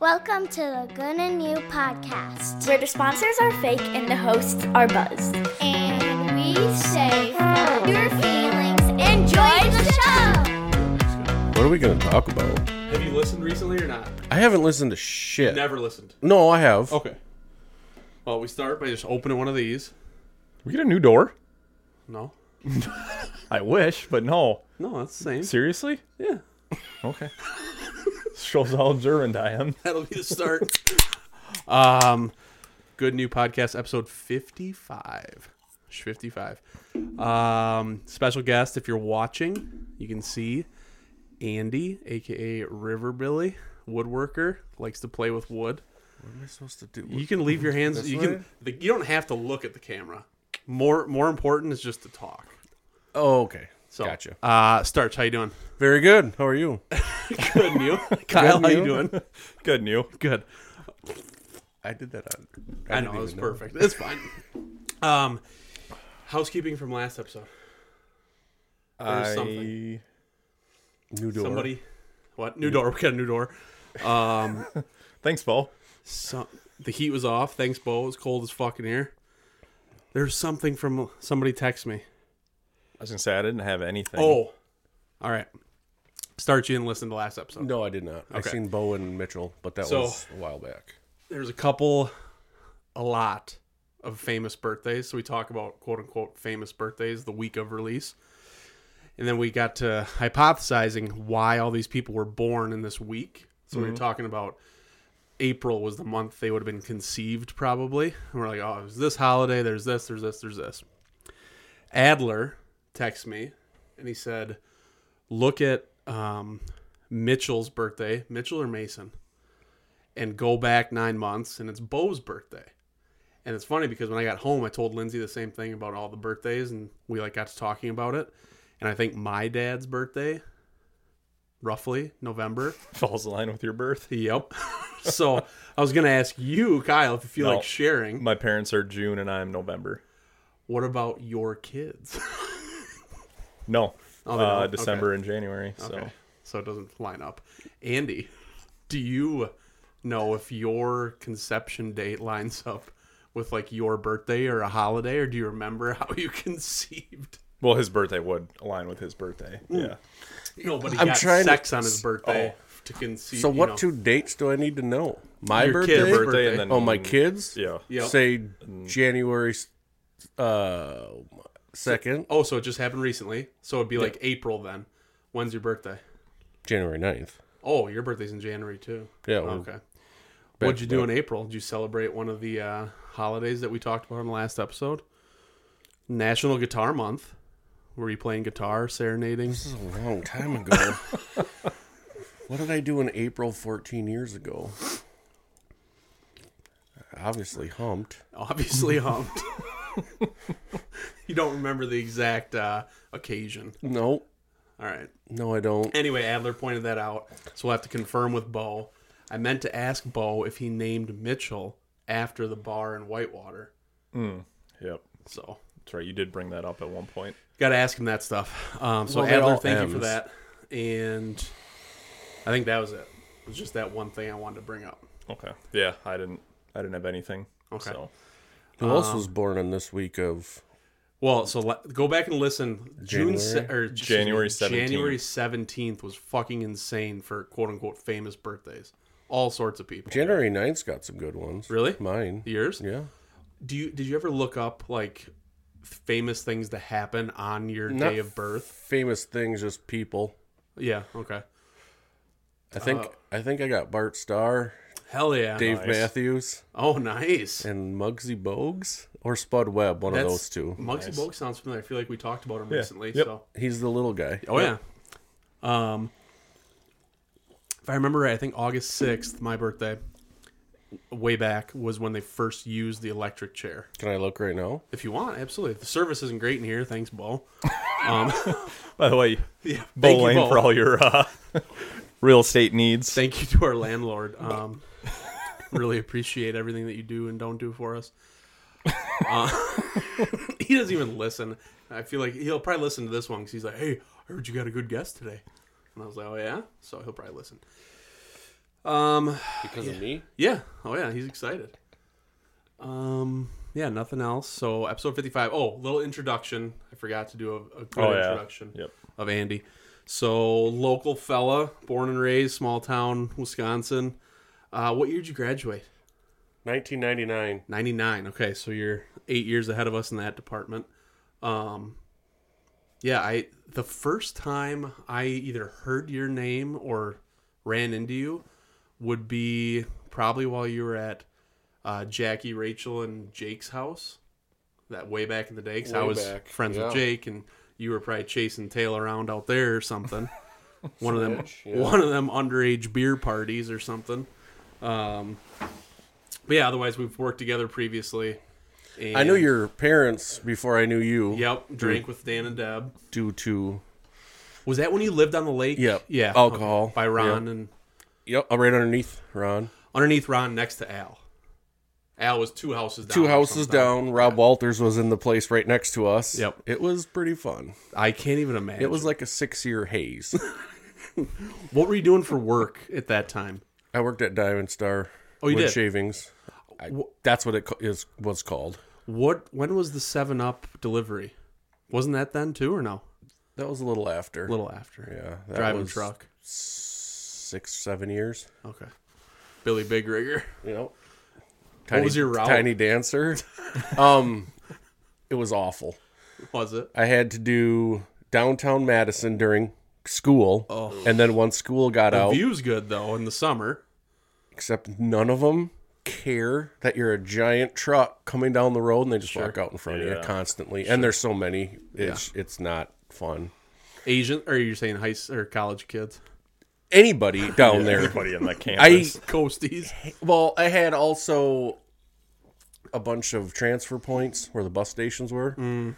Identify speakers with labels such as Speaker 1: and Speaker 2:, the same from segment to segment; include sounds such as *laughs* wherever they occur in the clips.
Speaker 1: Welcome to the Good and New podcast.
Speaker 2: where the sponsors are fake and the hosts are buzzed.
Speaker 1: And we say for your feelings, enjoy the show.
Speaker 3: What are we going to talk about?
Speaker 4: Have you listened recently or not?
Speaker 3: I haven't listened to shit.
Speaker 4: Never listened.
Speaker 3: No, I have.
Speaker 4: Okay. Well, we start by just opening one of these.
Speaker 5: We get a new door?
Speaker 4: No.
Speaker 5: I wish, but no.
Speaker 4: No, that's the same. *laughs*
Speaker 5: Seriously?
Speaker 4: Yeah.
Speaker 5: Okay. *laughs* Shows how observant I am.
Speaker 4: That'll be the start. *laughs* um good new podcast episode 55. Sh- 55. Um special guest if you're watching, you can see Andy aka Riverbilly, woodworker, likes to play with wood.
Speaker 3: What am I supposed to do?
Speaker 4: You can leave your hands you
Speaker 3: way?
Speaker 4: can the, you don't have to look at the camera. More more important is just to talk.
Speaker 3: Oh, okay.
Speaker 4: So,
Speaker 3: Gotcha.
Speaker 4: Uh, Starch, how you doing?
Speaker 3: Very good. How are
Speaker 4: *laughs*
Speaker 3: you?
Speaker 4: Good, and you? *laughs* Kyle,
Speaker 3: Good, and
Speaker 4: how you
Speaker 3: you?
Speaker 4: doing?
Speaker 5: Good new.
Speaker 4: Good.
Speaker 3: I did that on.
Speaker 4: I,
Speaker 3: didn't
Speaker 4: know it was
Speaker 3: even
Speaker 4: perfect. It's fine. Um, housekeeping from last episode. There's something.
Speaker 5: I
Speaker 3: New door.
Speaker 4: Somebody, what? New door. We got a new door. Um,
Speaker 5: thanks, Bo.
Speaker 4: so the heat was off. Thanks, Bo. It was cold as fucking here. There's something from somebody text me.
Speaker 5: I was gonna say I didn't have anything.
Speaker 4: Oh, all right. Start you and listen to last episode.
Speaker 3: No, I did not. I
Speaker 4: Okay.
Speaker 3: seen Bo and Mitchell, but that
Speaker 4: So-
Speaker 3: was a while back.
Speaker 4: there's a couple, a lot of famous birthdays. So we talk about quote unquote famous birthdays the week of release. And then we got to hypothesizing why all these people were born in this week. So we were talking about April was the month they would have been conceived, probably. And we're like, oh, there's this holiday, there's this, there's this, there's this. Adler texts me and he said, look at um, Mitchell's birthday, Mitchell or Mason, and go back nine months, and it's Bo's birthday. And it's funny because when I got home, I told Lindsay the same thing about all the birthdays, and we like got to talking about it. And I think my dad's birthday, roughly November.
Speaker 5: *laughs* Falls in line with your birth.
Speaker 4: Yep. *laughs* so I was gonna ask you, Kyle, if you feel
Speaker 5: No.
Speaker 4: like sharing.
Speaker 5: My parents are June and I'm November.
Speaker 4: What about your kids?
Speaker 5: No.
Speaker 4: Oh, they don't?
Speaker 5: uh,
Speaker 4: Okay.
Speaker 5: December and January. So
Speaker 4: Okay. So it doesn't line up. Andy, do you know if your conception date lines up with like your birthday or a holiday, or do you remember how you *laughs* conceived?
Speaker 5: Well his birthday would align with his birthday.
Speaker 4: Mm.
Speaker 5: Yeah.
Speaker 4: Nobody
Speaker 3: I'm
Speaker 4: got
Speaker 3: trying to- oh.
Speaker 4: sex on his birthday to conceive.
Speaker 3: So,
Speaker 4: you
Speaker 3: what
Speaker 4: know.
Speaker 3: two dates do I need to know? My
Speaker 4: Your
Speaker 3: birthday.
Speaker 4: kid's Mm. birthday.
Speaker 5: and then
Speaker 3: Oh, my kids.
Speaker 5: Yeah.
Speaker 4: Yep.
Speaker 3: Say January uh, second,
Speaker 4: Oh, so it just happened recently. So it'd be like April then. When's your birthday?
Speaker 3: January 9th.
Speaker 4: Oh, your birthday's in January too.
Speaker 3: Yeah. we're
Speaker 4: Oh, Okay.
Speaker 3: back
Speaker 4: What'd you
Speaker 3: to
Speaker 4: do
Speaker 3: that.
Speaker 4: in April? Did you celebrate one of the uh, holidays that we talked about in the last episode? National Guitar Month. Were you playing guitar, serenading?
Speaker 3: a long time ago. what did I do in April 14 years ago? Obviously humped.
Speaker 4: *laughs* Obviously humped. *laughs* you don't remember the exact uh, occasion.
Speaker 3: No,
Speaker 4: All right.
Speaker 3: no, I don't.
Speaker 4: Anyway, Adler pointed that out, so we'll have to confirm with Bo. I meant to ask Bo if he named Mitchell after the bar in Whitewater.
Speaker 5: Yep.
Speaker 4: So
Speaker 5: That's right. You did bring that up at one point.
Speaker 4: Got to ask him that stuff. Um, so
Speaker 3: Well, they're
Speaker 4: Adler,
Speaker 3: all
Speaker 4: thank you
Speaker 3: M's.
Speaker 4: for that. And I think that was it. It was just that one thing I wanted to bring up.
Speaker 5: Okay. Yeah, I didn't I didn't have anything.
Speaker 4: Okay.
Speaker 5: So
Speaker 4: Um,
Speaker 3: Who else was born on this week of?
Speaker 4: Well, so le- go back and listen. June se- or excuse me,
Speaker 5: January 17th.
Speaker 4: January seventeenth was fucking insane for quote unquote famous birthdays. All sorts of people.
Speaker 3: January 9th's got some good ones.
Speaker 4: Really?
Speaker 3: Mine.
Speaker 4: Years.
Speaker 3: Yeah.
Speaker 4: Do you did you ever look up like famous things to happen on your
Speaker 3: Not
Speaker 4: day of birth?
Speaker 3: Famous things, just people.
Speaker 4: Yeah. Okay.
Speaker 3: I think
Speaker 4: Oh.
Speaker 3: I think I got Bart Starr,
Speaker 4: Hell yeah.
Speaker 3: Dave
Speaker 5: Nice.
Speaker 3: Matthews,
Speaker 4: Oh, nice.
Speaker 3: and Muggsy Bogues or Spud Webb, one of
Speaker 4: That's-
Speaker 3: those two.
Speaker 4: Muggsy Bogues sounds familiar. I feel like we talked about him recently.
Speaker 5: Yep.
Speaker 4: So.
Speaker 3: He's the little guy.
Speaker 4: Oh yeah. Um, if I remember right, I think August sixth, my birthday, way back was when they first used the electric chair.
Speaker 3: Can I look right now?
Speaker 4: If you want, absolutely. The service isn't great in here. Thanks, Bo.
Speaker 5: by the way,
Speaker 4: Yeah,
Speaker 5: Bo
Speaker 4: thank you,
Speaker 5: Lane
Speaker 4: Bo.
Speaker 5: for all your uh, *laughs* real estate needs.
Speaker 4: Thank you to our *laughs* landlord. Um, really appreciate everything that you do and don't do for *laughs* us. Uh, *laughs* he doesn't even listen. I feel like he'll probably listen to this one because he's like, "Hey, I heard you got a good guest today," and I was like, "Oh yeah," so he'll probably listen. Um,
Speaker 3: Because of me?
Speaker 4: yeah. Oh yeah, he's excited. Um, yeah, nothing else. So episode fifty-five. Oh, little introduction. I forgot to do a, a good
Speaker 5: Oh, yeah.
Speaker 4: introduction
Speaker 5: Yep.
Speaker 4: of Andy. So local fella, born and raised, small town, Wisconsin. Uh, what year did you graduate?
Speaker 3: 1999.
Speaker 4: 99 okay so you're eight years ahead of us in that department um yeah i the first time i either heard your name or ran into you would be probably while you were at uh, jackie rachel and jake's house that way back in the day because i
Speaker 3: Way
Speaker 4: was
Speaker 3: back,
Speaker 4: friends
Speaker 3: yeah.
Speaker 4: with jake and you were probably chasing tail around out there
Speaker 3: *laughs*
Speaker 4: or something one of them
Speaker 3: Snitch, yeah.
Speaker 4: one of them underage beer parties or something um but yeah, otherwise we've worked together previously. And
Speaker 3: I knew your parents before I knew you.
Speaker 4: Yep, drank with Dan and Deb.
Speaker 3: Due to
Speaker 4: Was that when you lived on the lake?
Speaker 3: Yep.
Speaker 4: Yeah.
Speaker 3: Alcohol.
Speaker 4: by Ron
Speaker 3: Yep.
Speaker 4: and
Speaker 3: yep, uh, right underneath Ron.
Speaker 4: underneath Ron next to Al. Al was two houses down.
Speaker 3: Two
Speaker 4: or
Speaker 3: houses
Speaker 4: something.
Speaker 3: down, Rob Walters was in the place right next to us.
Speaker 4: Yep.
Speaker 3: it was pretty fun.
Speaker 4: I can't even imagine.
Speaker 3: It was like a six-year haze.
Speaker 4: what were you doing for work at that time?
Speaker 3: I worked at Diamond Star.
Speaker 4: Oh, you
Speaker 3: Wood
Speaker 4: did?
Speaker 3: shavings. I, that's what it co- is was called.
Speaker 4: What when was the seven up delivery? Wasn't that then too or no?
Speaker 3: That was a little after.
Speaker 4: A little after.
Speaker 3: yeah, that
Speaker 4: Driving
Speaker 3: was
Speaker 4: truck.
Speaker 3: Six, seven years.
Speaker 4: Okay. Billy Big Rigger. *laughs*
Speaker 3: Yep.
Speaker 4: What was your route?
Speaker 3: Tiny dancer. *laughs* um, it was awful.
Speaker 4: Was it?
Speaker 3: I had to do downtown Madison during school, and then once school got
Speaker 4: The
Speaker 3: out,
Speaker 4: view's good though in the summer.
Speaker 3: except none of them care that you're a giant truck coming down the road, and they just walk out in front of
Speaker 5: Yeah.
Speaker 3: you constantly. And there's so many, it's it's not fun.
Speaker 4: Asian or you're saying high s- or college kids?
Speaker 3: *laughs* Anybody down there
Speaker 5: Everybody on that
Speaker 3: I
Speaker 5: campus.
Speaker 4: *laughs* Coasties.
Speaker 3: well, I had also a bunch of transfer points where the bus stations were, and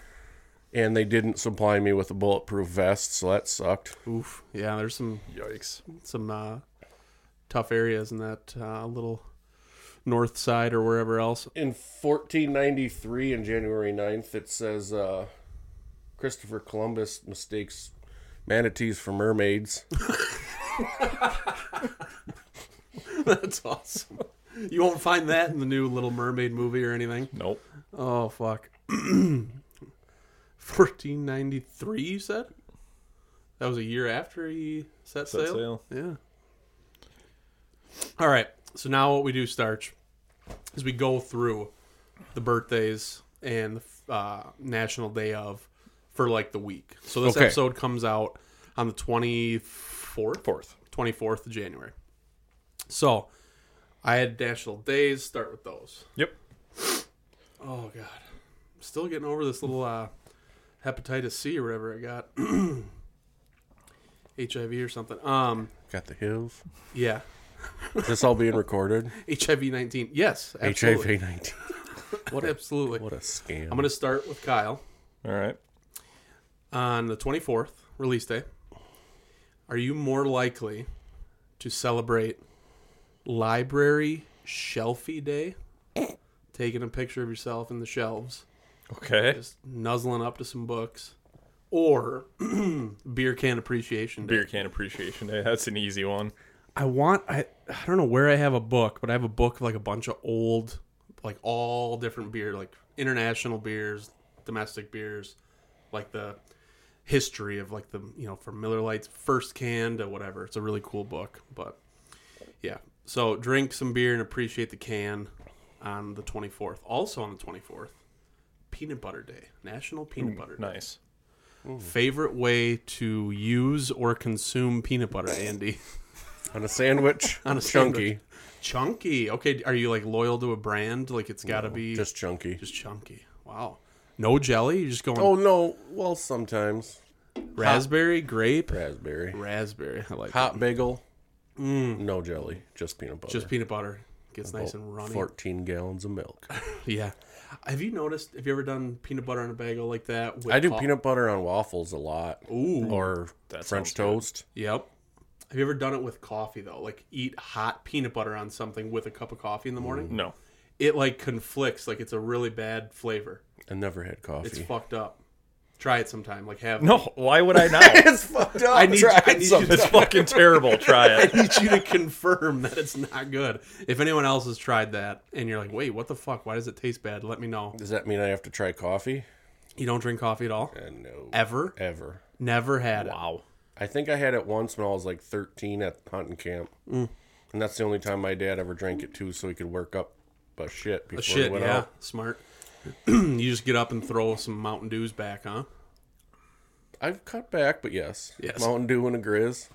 Speaker 3: they didn't supply me with a bulletproof vest, so that sucked.
Speaker 4: Oof. Yeah, there's some
Speaker 5: Yikes.
Speaker 4: some uh, tough areas in that uh, little north side or wherever else. *laughs*
Speaker 3: In 1493, in January 9th, it says uh, Christopher Columbus mistakes manatees for mermaids.
Speaker 4: That's awesome. You won't find that in the new Little Mermaid movie or anything.
Speaker 5: Nope.
Speaker 4: Oh fuck. *clears throat* 1493, you said? That was a year after he set,
Speaker 5: Set
Speaker 4: sail?
Speaker 5: sail.
Speaker 4: Yeah. All right. So now what we do, Starch, is we go through the birthdays and the uh, national day of for like the week. So this
Speaker 3: Okay.
Speaker 4: episode comes out on the 24th?
Speaker 5: Fourth.
Speaker 4: 24th of January. So I had national days. Start with those.
Speaker 5: Yep.
Speaker 4: Oh god, still getting over this little uh, hepatitis C or whatever I got, *clears throat* HIV or something. Um,
Speaker 3: Got the hills.
Speaker 4: yeah,
Speaker 3: Is this all being recorded?
Speaker 4: HIV nineteen. Yes, *laughs* absolutely.
Speaker 3: HIV 19.
Speaker 4: What absolutely.
Speaker 3: What a scam.
Speaker 4: I'm gonna start with Kyle
Speaker 5: All right.
Speaker 4: on the 24th release day. Are you more likely to celebrate Library Shelfie Day, taking a picture of yourself in the shelves?
Speaker 5: Okay.
Speaker 4: just nuzzling up to some books or *clears throat* beer can appreciation day.
Speaker 5: Beer can appreciation day. That's an easy one.
Speaker 4: I want I I don't know where I have a book, but I have a book of like a bunch of old like all different beer, like international beers, domestic beers, like the history of like the you know from Miller Lite's first can to whatever. It's a really cool book, but yeah. So drink some beer and appreciate the can on the 24th. Also on the 24th, peanut butter day, National Peanut Butter Day.
Speaker 5: Mm, Nice.
Speaker 4: Favorite way to use or consume peanut butter, Andy?
Speaker 3: on a sandwich.
Speaker 4: *laughs* On a
Speaker 3: chunky.
Speaker 4: sandwich. *laughs* chunky. Okay, are you like loyal to a brand? Like it's got to be
Speaker 3: Just chunky.
Speaker 4: just chunky. Wow. No jelly. You're just going
Speaker 3: Oh no! Well, sometimes
Speaker 4: raspberry, grape,
Speaker 3: raspberry,
Speaker 4: raspberry. I like
Speaker 3: hot bagel, no jelly, just peanut butter. Oh,
Speaker 4: it. Mm. just peanut butter. Gets nice and runny.
Speaker 3: Fourteen gallons of
Speaker 4: *laughs*
Speaker 3: milk.
Speaker 4: Yeah. Have you noticed? Have you ever done peanut butter on a bagel like that? With
Speaker 3: I do
Speaker 4: pop-
Speaker 3: peanut butter on waffles a lot,
Speaker 4: Ooh.
Speaker 3: or
Speaker 5: That
Speaker 3: French
Speaker 5: sounds good.
Speaker 3: toast.
Speaker 4: Yep. Have you ever done it with coffee though? Like eat hot peanut butter on something with a cup of coffee in the morning.
Speaker 5: No.
Speaker 4: It like conflicts. Like it's a really bad flavor.
Speaker 3: I never had coffee.
Speaker 4: It's fucked up. Try it sometime. Like have
Speaker 5: No, why would I *laughs* not?
Speaker 3: It's fucked up.
Speaker 4: I need,
Speaker 3: Try
Speaker 4: I
Speaker 3: it
Speaker 4: need you
Speaker 3: sometime.
Speaker 5: it's
Speaker 4: to,
Speaker 5: fucking terrible. Try
Speaker 4: *laughs* I
Speaker 5: it.
Speaker 4: need you to confirm that it's not good. If anyone else has tried that and you're like, wait, what the fuck? Why does it taste bad? Let me know.
Speaker 3: Does that mean I have to try coffee?
Speaker 4: You don't drink coffee at all?
Speaker 3: Uh, no.
Speaker 4: Ever?
Speaker 3: Ever.
Speaker 4: Never had it.
Speaker 5: Wow.
Speaker 3: I think I had it once when I was like 13 at hunting camp.
Speaker 4: Mm.
Speaker 3: And that's the only time my dad ever drank it too, so he could work up a shit before he
Speaker 4: Shit,
Speaker 3: went
Speaker 4: yeah,
Speaker 3: out.
Speaker 4: smart. *clears throat* you just get up and throw some Mountain Dews back, huh?
Speaker 3: I've cut back, but yes.
Speaker 4: Yes.
Speaker 3: Mountain Dew and a Grizz.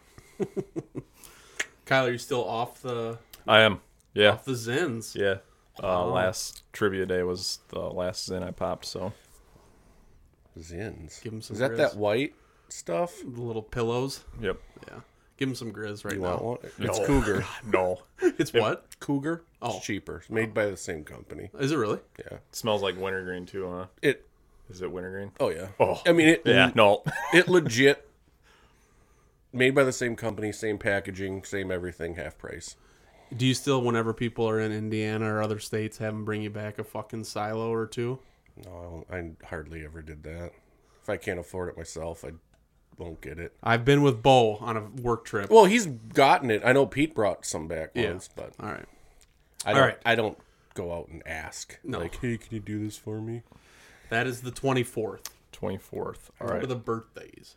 Speaker 4: Kyle, are you still off the
Speaker 5: *laughs* I am. Yeah.
Speaker 4: off the Zins?
Speaker 5: Yeah. Uh, Last trivia day was the last Zen I popped, so
Speaker 3: Zins.
Speaker 4: Give him some
Speaker 3: Is that
Speaker 4: Grizz.
Speaker 3: that white stuff?
Speaker 4: The little pillows.
Speaker 5: yep.
Speaker 4: Yeah, give him some grizz right
Speaker 3: You
Speaker 4: now.
Speaker 3: want one? It's
Speaker 5: No.
Speaker 3: Cougar.
Speaker 5: *laughs* No.
Speaker 4: *laughs* It's what?
Speaker 3: Cougar?
Speaker 4: Oh.
Speaker 3: It's cheaper. It's made by the same company.
Speaker 4: Is it really?
Speaker 3: Yeah.
Speaker 5: smells like wintergreen too, huh?
Speaker 3: It
Speaker 5: Is it wintergreen?
Speaker 3: Oh yeah.
Speaker 5: Oh.
Speaker 3: I mean it
Speaker 5: Yeah. *laughs* No.
Speaker 3: it legit made by the same company, same packaging, same everything, half price.
Speaker 4: Do you still, whenever people are in Indiana or other states, have them bring you back a fucking silo or two?
Speaker 3: No, I, don't, I hardly ever did that. If I can't afford it myself, I won't get it.
Speaker 4: I've been with Bo on a work trip.
Speaker 3: Well, he's gotten it. I know Pete brought some back
Speaker 4: Yeah.
Speaker 3: once, but
Speaker 4: All right.
Speaker 3: I don't.
Speaker 4: right.
Speaker 3: I don't go out and ask.
Speaker 4: No.
Speaker 3: Like, hey, can you do this for me?
Speaker 4: That is the 24th.
Speaker 5: Twenty fourth. All
Speaker 4: What are
Speaker 5: right.
Speaker 4: the birthdays?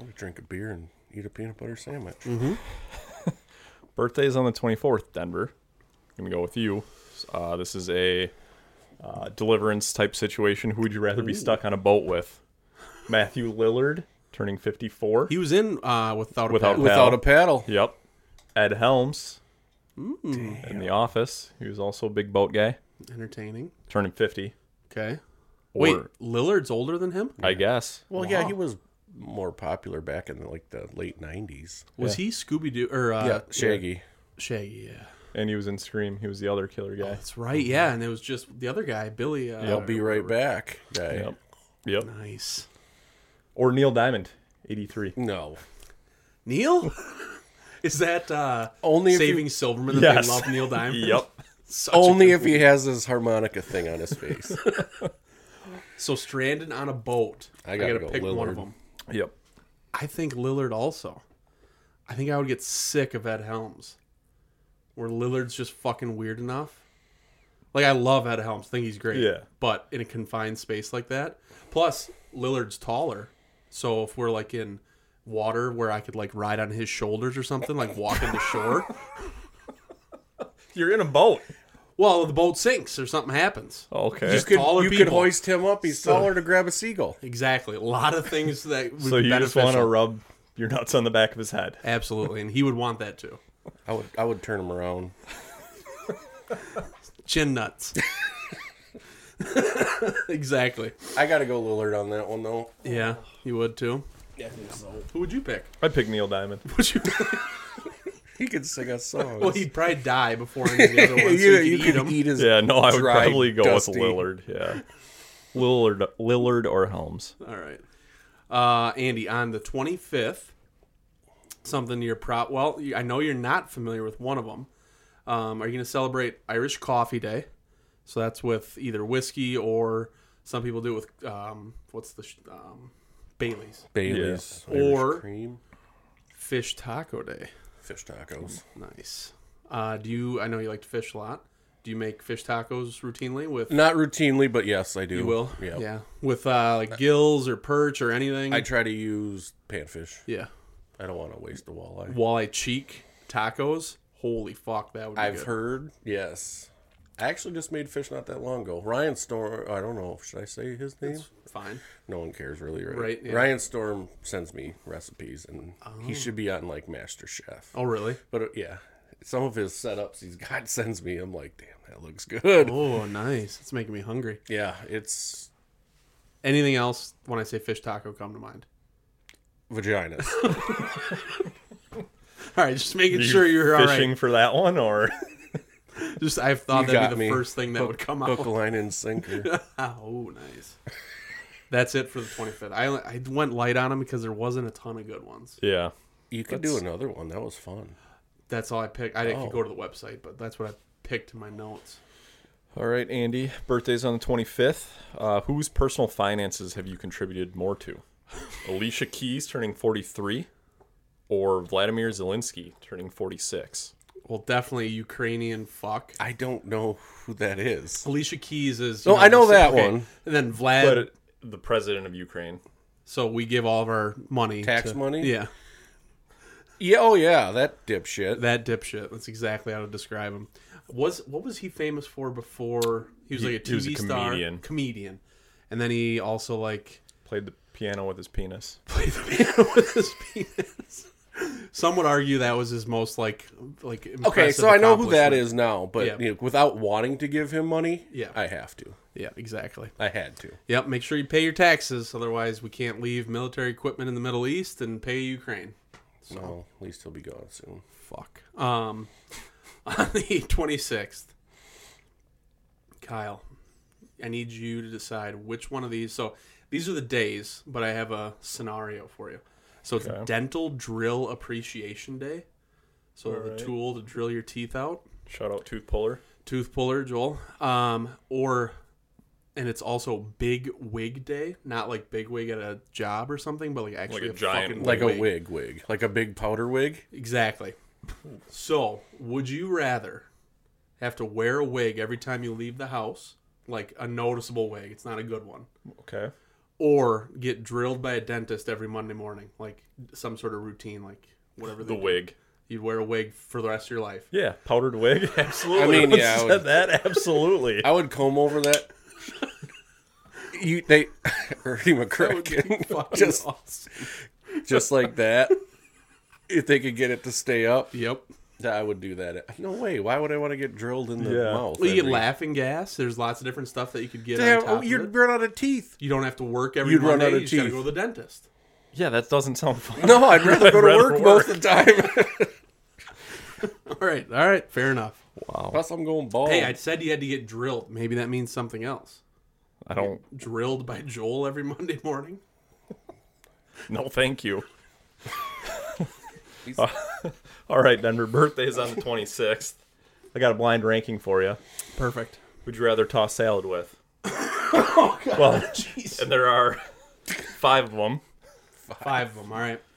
Speaker 3: I'm gonna drink a beer and eat a peanut butter sandwich.
Speaker 5: Birthday is on the twenty fourth. Denver. I'm gonna go with you. Uh, this is a uh, deliverance type situation. Who would you rather be stuck on a boat with? Matthew Lillard turning fifty four.
Speaker 4: He was in uh, without a
Speaker 5: Without
Speaker 4: Paddle.
Speaker 3: Without a paddle.
Speaker 5: Yep. Ed Helms. In the office, he was also a big boat guy,
Speaker 4: entertaining.
Speaker 5: turning fifty.
Speaker 4: Okay. Wait,
Speaker 5: Or-
Speaker 4: Lillard's older than him?
Speaker 5: I guess.
Speaker 3: Well, yeah, he was more popular back in like the late '90s.
Speaker 4: Was he Scooby Doo or uh,
Speaker 3: yeah, Shaggy.
Speaker 4: Shaggy? Yeah,
Speaker 5: And he was in Scream. He was the other killer guy.
Speaker 4: that's right. Yeah, and it was just the other guy, Billy. Uh,
Speaker 3: I'll be right back, guy.
Speaker 5: Yep. Yep.
Speaker 4: Nice.
Speaker 5: Or Neil Diamond, eighty three.
Speaker 3: No,
Speaker 4: Neil? *laughs* Is that uh,
Speaker 3: Only if you-
Speaker 4: Saving Silverman that
Speaker 5: Yes.
Speaker 4: they love
Speaker 3: *laughs*
Speaker 4: Neil Diamond?
Speaker 5: Yep.
Speaker 4: Such a
Speaker 3: only
Speaker 4: good-
Speaker 3: if he has his harmonica thing on his *laughs* face.
Speaker 4: so stranded on a boat.
Speaker 3: I gotta
Speaker 4: gotta
Speaker 3: go
Speaker 4: pick one of
Speaker 3: Lillard.
Speaker 4: them.
Speaker 5: Yep.
Speaker 4: I think Lillard also. I think I would get sick of Ed Helms. Where Lillard's just fucking weird enough. Like I love Ed Helms, think he's great.
Speaker 5: Yeah.
Speaker 4: But in a confined space like that. Plus, Lillard's taller. So if we're like in water where I could like ride on his shoulders or something, like walk in the shore.
Speaker 5: You're in a boat.
Speaker 4: Well, the boat sinks or something happens.
Speaker 5: Okay.
Speaker 4: Just
Speaker 3: Could-
Speaker 4: Taller
Speaker 3: you could
Speaker 4: people.
Speaker 3: hoist him up. He's taller to grab a seagull.
Speaker 4: Exactly. A lot of things that would
Speaker 5: so
Speaker 4: be
Speaker 5: you just
Speaker 4: beneficial.
Speaker 5: want to rub your nuts on the back of his head.
Speaker 4: Absolutely. And he would want that too.
Speaker 3: I would. I would turn him around.
Speaker 4: Chin nuts. *laughs* exactly.
Speaker 3: I gotta go Lillard on that one though.
Speaker 4: Yeah, you would too. Who would you pick? *laughs*
Speaker 5: I'd pick Neil Diamond.
Speaker 4: Would you?
Speaker 3: He could sing a song. *laughs*
Speaker 4: well, *laughs* he'd probably die before any of the other ones.
Speaker 3: you,
Speaker 4: so you
Speaker 3: you
Speaker 4: could
Speaker 3: could
Speaker 4: eat him.
Speaker 3: eat his.
Speaker 5: *laughs* Yeah, no, I would
Speaker 3: dried,
Speaker 5: probably go
Speaker 3: dusty-
Speaker 5: with Lillard. Yeah. Lillard, Lillard or Helms.
Speaker 4: All right, uh, Andy. On the twenty fifth, something you're proud. Well, you- I know you're not familiar with one of them. Um, are you going to celebrate Irish Coffee Day? So that's with either whiskey or some people do it with um, what's the sh- um, Bailey's
Speaker 3: Bailey's
Speaker 4: Yeah.
Speaker 3: Irish
Speaker 4: Or-
Speaker 3: cream
Speaker 4: Fish Taco Day.
Speaker 3: fish tacos.
Speaker 4: Nice. Uh, do you? I know you like to fish a lot. Do you make fish tacos routinely with?
Speaker 3: Not routinely, but yes, I do.
Speaker 4: You will.
Speaker 3: Yeah.
Speaker 4: Yeah. With uh, like gills or perch or anything.
Speaker 3: I try to use panfish.
Speaker 4: yeah.
Speaker 3: I don't want to waste a walleye.
Speaker 4: Walleye cheek tacos. Holy fuck, that would be
Speaker 3: I've
Speaker 4: good.
Speaker 3: heard yes. I actually just made fish not that long ago. Ryan Storm. I don't know. Should I say his name?
Speaker 4: Fine.
Speaker 3: no one cares really, right?
Speaker 4: Right, yeah.
Speaker 3: Ryan Storm sends me recipes, and he should be on like Master Chef.
Speaker 4: Oh really?
Speaker 3: But uh, yeah, some of his setups he's *laughs* got sends me. I'm like, damn, that looks good.
Speaker 4: Oh, nice. It's making me hungry.
Speaker 3: Yeah, it's
Speaker 4: Anything else when I say fish taco come to mind? *laughs*
Speaker 3: vaginas.
Speaker 4: All right, just making
Speaker 5: You
Speaker 4: sure you're all
Speaker 5: fishing
Speaker 4: right.
Speaker 5: for that one, or
Speaker 4: Just I've thought
Speaker 3: You got
Speaker 4: that'd be
Speaker 3: me.
Speaker 4: the first thing that would come
Speaker 3: Hook,
Speaker 4: out.
Speaker 3: line, and
Speaker 4: *laughs*
Speaker 3: sinker.
Speaker 4: Oh, nice. That's it for the 25th. I, I went light on them because there wasn't a ton of good ones.
Speaker 5: *laughs* yeah,
Speaker 3: You could do another one. That was fun.
Speaker 4: That's all I picked. I didn't
Speaker 3: Oh.
Speaker 4: go to the website, but that's what I picked in my notes.
Speaker 5: All right, Andy. Birthday's on the 25th. Uh, whose personal finances have you contributed more to? Alicia Keys turning 43 or Vladimir Zelensky turning 46?
Speaker 4: Well, definitely Ukrainian fuck.
Speaker 3: I don't know who that is.
Speaker 4: Alicia Keys is.
Speaker 3: No, Oh, I know
Speaker 4: the-
Speaker 3: that one.
Speaker 4: And then Vlad.
Speaker 5: But the president of Ukraine.
Speaker 4: so we give all of our money.
Speaker 3: Tax
Speaker 4: to-
Speaker 3: money?
Speaker 4: Yeah.
Speaker 3: Yeah, oh yeah, that dipshit.
Speaker 4: That dipshit. That's exactly how to describe him. Was What was he famous for before? He was
Speaker 5: He-
Speaker 4: like a TV
Speaker 5: he was a
Speaker 4: star.
Speaker 5: comedian.
Speaker 4: Comedian. And then he also, like, *laughs*
Speaker 5: Played the piano with his penis.
Speaker 4: played the piano *laughs* with his penis. Some would argue that was his most, like, like
Speaker 3: okay,
Speaker 4: impressive
Speaker 3: so I know who that
Speaker 4: accomplishment.
Speaker 3: is now, but
Speaker 4: Yeah.
Speaker 3: you know, without wanting to give him money,
Speaker 4: Yeah.
Speaker 3: I have to.
Speaker 4: Yeah, exactly.
Speaker 3: I had to.
Speaker 4: Yep, make sure you pay your taxes, otherwise we can't leave military equipment in the Middle East and pay Ukraine.
Speaker 3: So at least he'll be gone soon.
Speaker 4: Fuck. Um, *laughs* on the twenty sixth, Kyle, I need you to decide which one of these. So these are the days, but I have a scenario for you. So it's
Speaker 5: Okay.
Speaker 4: Dental Drill Appreciation Day. So the
Speaker 5: Alright.
Speaker 4: tool to drill your teeth out,
Speaker 5: Shout out Tooth Puller.
Speaker 4: tooth puller, Joel. Um, or and it's also Big Wig Day, not like Big Wig at a job or something, but like actually
Speaker 5: a
Speaker 4: a,
Speaker 5: giant
Speaker 4: fucking
Speaker 3: Like a wig wig. Like a big powder wig.
Speaker 4: Exactly. So, would you rather have to wear a wig every time you leave the house, like a noticeable wig, it's not a good one,
Speaker 5: Okay.
Speaker 4: or get drilled by a dentist every Monday morning, like some sort of routine, like whatever
Speaker 5: The
Speaker 4: they do.
Speaker 5: wig.
Speaker 4: You'd wear a wig for the rest of your life.
Speaker 5: Yeah, powdered wig. *laughs* Absolutely.
Speaker 3: I mean,
Speaker 5: Everyone
Speaker 3: yeah, I
Speaker 5: said
Speaker 3: would-
Speaker 5: that absolutely.
Speaker 3: I would comb over that. you they *laughs* Ernie *laughs* McCracken.
Speaker 5: *laughs*
Speaker 4: Fucking
Speaker 3: just
Speaker 4: awesome.
Speaker 3: just like that. If they could get it to stay up,
Speaker 4: Yep.
Speaker 3: I would do that. No way. Why would I want to get drilled in the
Speaker 5: Yeah.
Speaker 3: mouth?
Speaker 4: Well, you get
Speaker 3: every-
Speaker 4: laughing gas. There's lots of different stuff that you could get.
Speaker 3: Damn,
Speaker 4: on top
Speaker 3: oh,
Speaker 4: of
Speaker 3: you'd
Speaker 4: it.
Speaker 3: run out of teeth.
Speaker 4: You don't have to work every
Speaker 3: You'd run
Speaker 4: Monday.
Speaker 3: out of
Speaker 4: you just gotta
Speaker 3: teeth.
Speaker 4: go to the dentist.
Speaker 5: *laughs*
Speaker 4: *laughs*
Speaker 5: yeah, that doesn't sound fun.
Speaker 3: No, I'd rather *laughs* go to
Speaker 5: rather
Speaker 3: work, most of the *laughs* time.
Speaker 4: All right. All right. Fair enough.
Speaker 3: Plus, I'm going bald.
Speaker 4: Hey, I said you had to get drilled. Maybe that means something else.
Speaker 5: I don't.
Speaker 4: drilled by Joel every *laughs* Monday morning.
Speaker 5: No, thank *laughs* you. Uh, *laughs* All right, Denver. Birthday's on the 26th. I got a blind ranking for you.
Speaker 4: Perfect.
Speaker 5: Would you rather toss salad with? *laughs* oh, God. Well, and there are five of them.
Speaker 4: Five of them. All right. *laughs*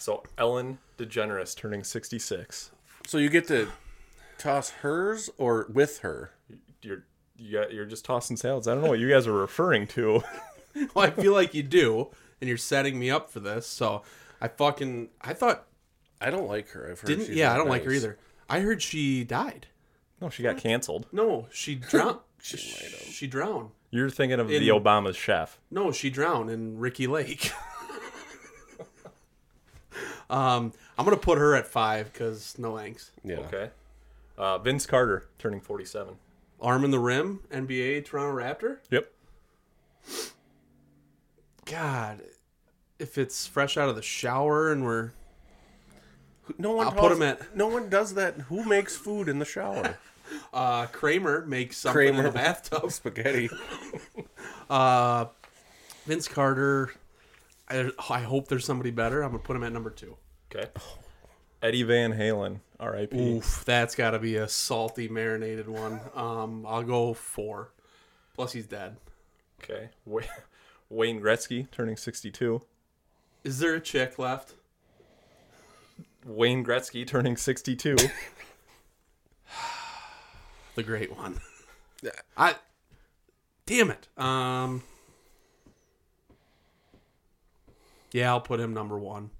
Speaker 5: So Ellen DeGeneres turning 66.
Speaker 3: so you get to toss hers or with her?
Speaker 5: You're you got, you're just tossing salads. I don't know what you guys are referring to. *laughs*
Speaker 4: Well, I feel like you do, and you're setting me up for this. So I fucking I thought
Speaker 3: I don't like her. I've heard
Speaker 4: didn't
Speaker 3: she's
Speaker 4: yeah
Speaker 3: not
Speaker 4: I don't like her
Speaker 3: nice.
Speaker 4: either. I heard she died.
Speaker 5: No, she got canceled.
Speaker 4: No, *laughs* she drowned. she, she drowned.
Speaker 5: You're thinking of
Speaker 4: In-
Speaker 5: the Obama's chef.
Speaker 4: No, she drowned in Ricky Lake. *laughs* um, I'm gonna put her at five because no thanks.
Speaker 3: Yeah.
Speaker 5: Okay. Uh, Vince Carter turning 47.
Speaker 4: Arm in the rim, NBA Toronto Raptor.
Speaker 5: Yep.
Speaker 4: God, if it's fresh out of the shower and we're
Speaker 3: No one.
Speaker 4: I'll
Speaker 3: toss-
Speaker 4: put 'em at-
Speaker 3: No one does that. Who makes food in the
Speaker 4: *laughs*
Speaker 3: shower?
Speaker 4: Uh, Kramer makes something in
Speaker 3: Kramer. *laughs*
Speaker 4: the bathtub.
Speaker 3: Spaghetti.
Speaker 4: Vince Carter. I, I hope there's somebody better. I'm gonna put him at number two.
Speaker 5: Okay. Eddie Van Halen, R.I.P.
Speaker 4: Oof, that's got to be a salty marinated one. Um, I'll go four. Plus he's dead.
Speaker 5: Okay. Wa- *laughs* Wayne Gretzky turning 62.
Speaker 4: Is there a chick left?
Speaker 5: Wayne Gretzky turning 62.
Speaker 4: The great one. I. Damn it. Um. Yeah, I'll put him number one.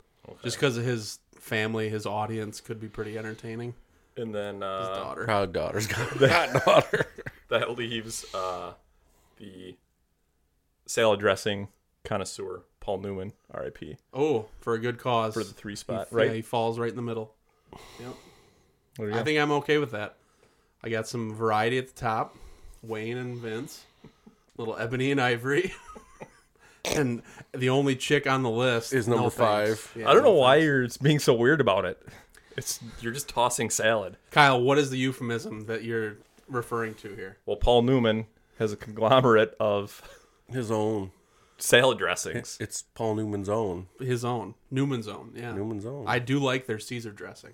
Speaker 4: Just because of his family, his audience could be pretty entertaining.
Speaker 5: and then
Speaker 4: His
Speaker 5: *laughs* uh,
Speaker 4: daughter.
Speaker 3: Proud daughter's got *laughs* that daughter.
Speaker 5: *laughs* that leaves uh, the salad dressing connoisseur, Paul Newman, R.I.P.
Speaker 4: Oh, for a good cause.
Speaker 5: For the three spot,
Speaker 4: He-
Speaker 5: right?
Speaker 4: Yeah, he falls right in the middle.
Speaker 5: What do you
Speaker 4: I
Speaker 5: got?
Speaker 4: think I'm okay with that. I got some variety at the top. Wayne and Vince, little Ebony and Ivory, *laughs* and the only chick on the list
Speaker 3: Is
Speaker 4: no
Speaker 3: number
Speaker 4: thanks.
Speaker 3: five.
Speaker 4: Yeah,
Speaker 5: I don't know
Speaker 4: no
Speaker 5: why
Speaker 4: thanks.
Speaker 5: you're being so weird about it. It's you're just tossing salad.
Speaker 4: Kyle, what is the euphemism that you're referring to here?
Speaker 5: Well, Paul Newman has a conglomerate of
Speaker 3: His own.
Speaker 5: salad dressings.
Speaker 3: It's Paul Newman's own.
Speaker 4: His own Newman's own. Yeah,
Speaker 3: Newman's own.
Speaker 4: I do like their Caesar dressing.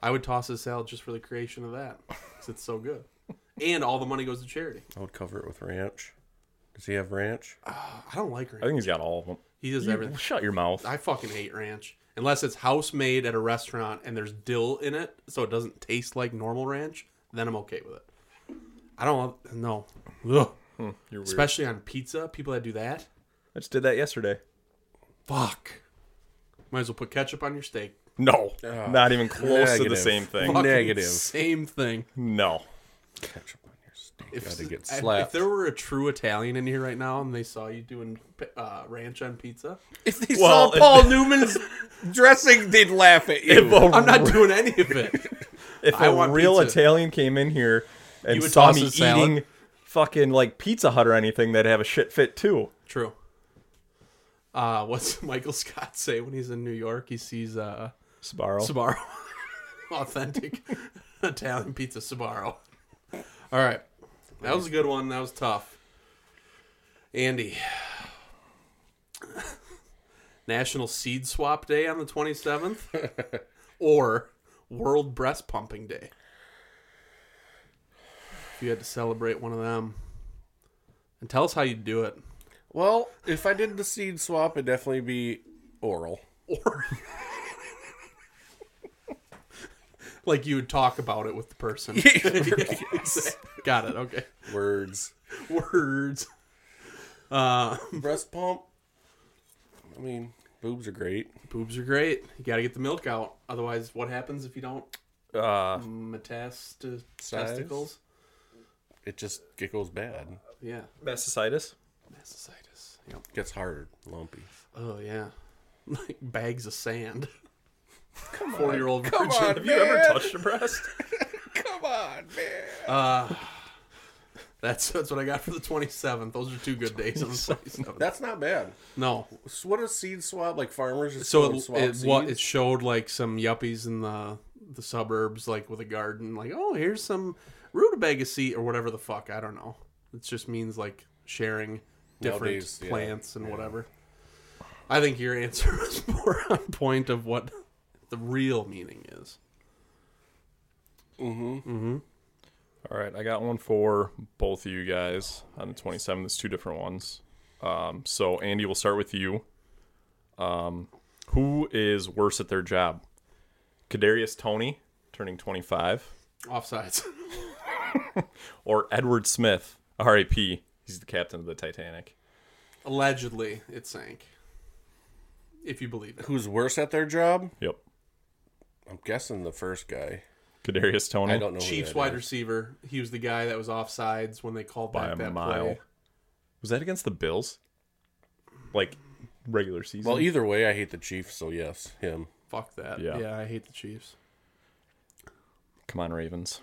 Speaker 4: I would toss his salad just for the creation of that because it's so good. and all the money goes to charity.
Speaker 3: I would cover it with ranch. Does he have ranch?
Speaker 4: I don't like
Speaker 5: I
Speaker 4: ranch.
Speaker 5: think he's got all of them.
Speaker 4: He does everything.
Speaker 5: Shut your mouth.
Speaker 4: I fucking hate ranch unless it's house made at a restaurant and there's dill in it, so it doesn't taste like normal ranch. Then I'm okay with it. I don't no, Ugh.
Speaker 5: Hmm, You're weird.
Speaker 4: especially on pizza. People that do that,
Speaker 5: I just did that yesterday.
Speaker 4: fuck. Might as well put ketchup on your steak.
Speaker 5: No,
Speaker 4: Oh,
Speaker 5: not even close to the
Speaker 3: negative.
Speaker 5: same thing.
Speaker 4: Fucking
Speaker 3: Negative.
Speaker 4: Same thing.
Speaker 5: No.
Speaker 3: Ketchup on your steak.
Speaker 4: If,
Speaker 3: Gotta get
Speaker 4: I- if
Speaker 3: slapped.
Speaker 4: there were a true Italian in here right now and they saw you doing uh, ranch on
Speaker 3: *laughs*
Speaker 4: pizza,
Speaker 3: If they
Speaker 5: Well,
Speaker 3: saw *laughs* Paul Newman's dressing, they'd laugh at
Speaker 5: If
Speaker 3: you.
Speaker 5: a,
Speaker 4: I'm not doing any of it.
Speaker 3: *laughs*
Speaker 5: if
Speaker 4: I
Speaker 5: a
Speaker 4: want
Speaker 5: real
Speaker 4: pizza.
Speaker 5: Italian came in here and
Speaker 4: You would
Speaker 5: saw
Speaker 4: toss
Speaker 5: me
Speaker 4: a salad.
Speaker 5: eating fucking like Pizza Hut or anything, they'd have a shit fit too.
Speaker 4: True. Uh, what's *laughs* Michael Scott say when he's in New York? He sees uh,
Speaker 5: Sbarro.
Speaker 4: Sbarro. *laughs* Authentic *laughs* Italian pizza Sbarro. All right. That was a good one. That was tough. Andy. National Seed Swap Day on the 27th or World Breast Pumping Day. If you had to celebrate one of them. And tell us how you do it.
Speaker 3: Well, if I did the seed swap, it'd definitely be *laughs* oral.
Speaker 4: Or like you would talk about it with the person.
Speaker 3: *laughs*
Speaker 4: Got it. Okay.
Speaker 3: Words.
Speaker 4: Words.
Speaker 3: Breast pump. I mean, boobs are great.
Speaker 4: Boobs are great. You got to get the milk out. Otherwise, what happens if you don't?
Speaker 5: Uh,
Speaker 4: Metast-
Speaker 3: Size?
Speaker 4: testicles.
Speaker 3: It just it goes bad.
Speaker 4: Yeah.
Speaker 5: Mastitis.
Speaker 4: Mastitis. Yep.
Speaker 3: Gets harder, lumpy.
Speaker 4: Oh yeah. *laughs* Like bags of sand. Four-year-old virgin.
Speaker 5: Have you ever touched a breast?
Speaker 3: Come on, man.
Speaker 4: *laughs* That's that's what I got for the 27th. Those are two good days on the 27th.
Speaker 3: That's not bad.
Speaker 4: No.
Speaker 3: So what a seed swap like farmers just
Speaker 4: So
Speaker 3: go and
Speaker 4: it,
Speaker 3: swap
Speaker 4: it,
Speaker 3: seeds?
Speaker 4: what it showed like some yuppies in the the suburbs like with a garden like oh here's some rutabaga seed or whatever the fuck I don't know. It just means like sharing different
Speaker 3: Nowadays, yeah.
Speaker 4: plants and whatever. I think your answer *laughs* was more on point of what the real meaning is.
Speaker 5: All right, I got one for both of you guys on the 27th. It's two different ones. Um, so, Andy, we'll start with you. Um, who is worse at their job? Kadarius Tony, turning 25,
Speaker 4: Offsides. *laughs*
Speaker 5: or Edward Smith, RAP? He's the captain of the Titanic.
Speaker 4: Allegedly it sank. If you believe it.
Speaker 3: Who's worse at their job?
Speaker 5: Yep.
Speaker 3: I'm guessing the first guy.
Speaker 5: Kadarius Tony.
Speaker 3: I don't know. who
Speaker 4: Chiefs
Speaker 3: that
Speaker 4: wide
Speaker 3: is.
Speaker 4: receiver. He was the guy that was offsides when they called
Speaker 5: By
Speaker 4: back
Speaker 5: a
Speaker 4: that
Speaker 5: mile.
Speaker 4: play.
Speaker 5: Was that against the Bills? Like regular season?
Speaker 3: Well, either way, I hate the Chiefs, so yes, him.
Speaker 4: Fuck that.
Speaker 5: Yeah.
Speaker 4: yeah, I hate the Chiefs.
Speaker 5: Come on, Ravens.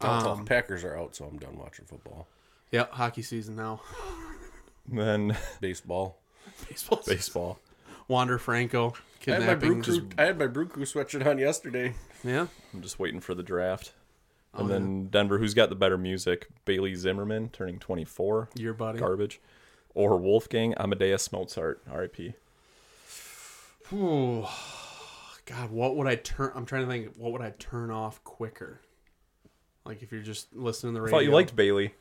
Speaker 3: Um, Packers are out, so I'm done watching football.
Speaker 4: Yep, hockey season now. *laughs*
Speaker 5: Then *laughs*
Speaker 3: Baseball.
Speaker 4: Baseball.
Speaker 5: baseball.
Speaker 4: Wander Franco
Speaker 3: I had my
Speaker 4: kidnapping.
Speaker 3: brew
Speaker 4: Just,
Speaker 3: crew. I had my brew crew sweatshirt on yesterday.
Speaker 4: yeah,
Speaker 5: I'm just waiting for the draft.
Speaker 4: Oh,
Speaker 5: And then Denver, who's got the better music? Bailey Zimmerman, turning 24,
Speaker 4: your buddy.
Speaker 5: garbage, or Wolfgang Amadeus Mozart, R.I.P.
Speaker 4: Ooh, God, what would I turn? I'm trying to think. What would I turn off quicker? Like if you're just listening to the
Speaker 5: I
Speaker 4: radio.
Speaker 5: thought you liked Bailey.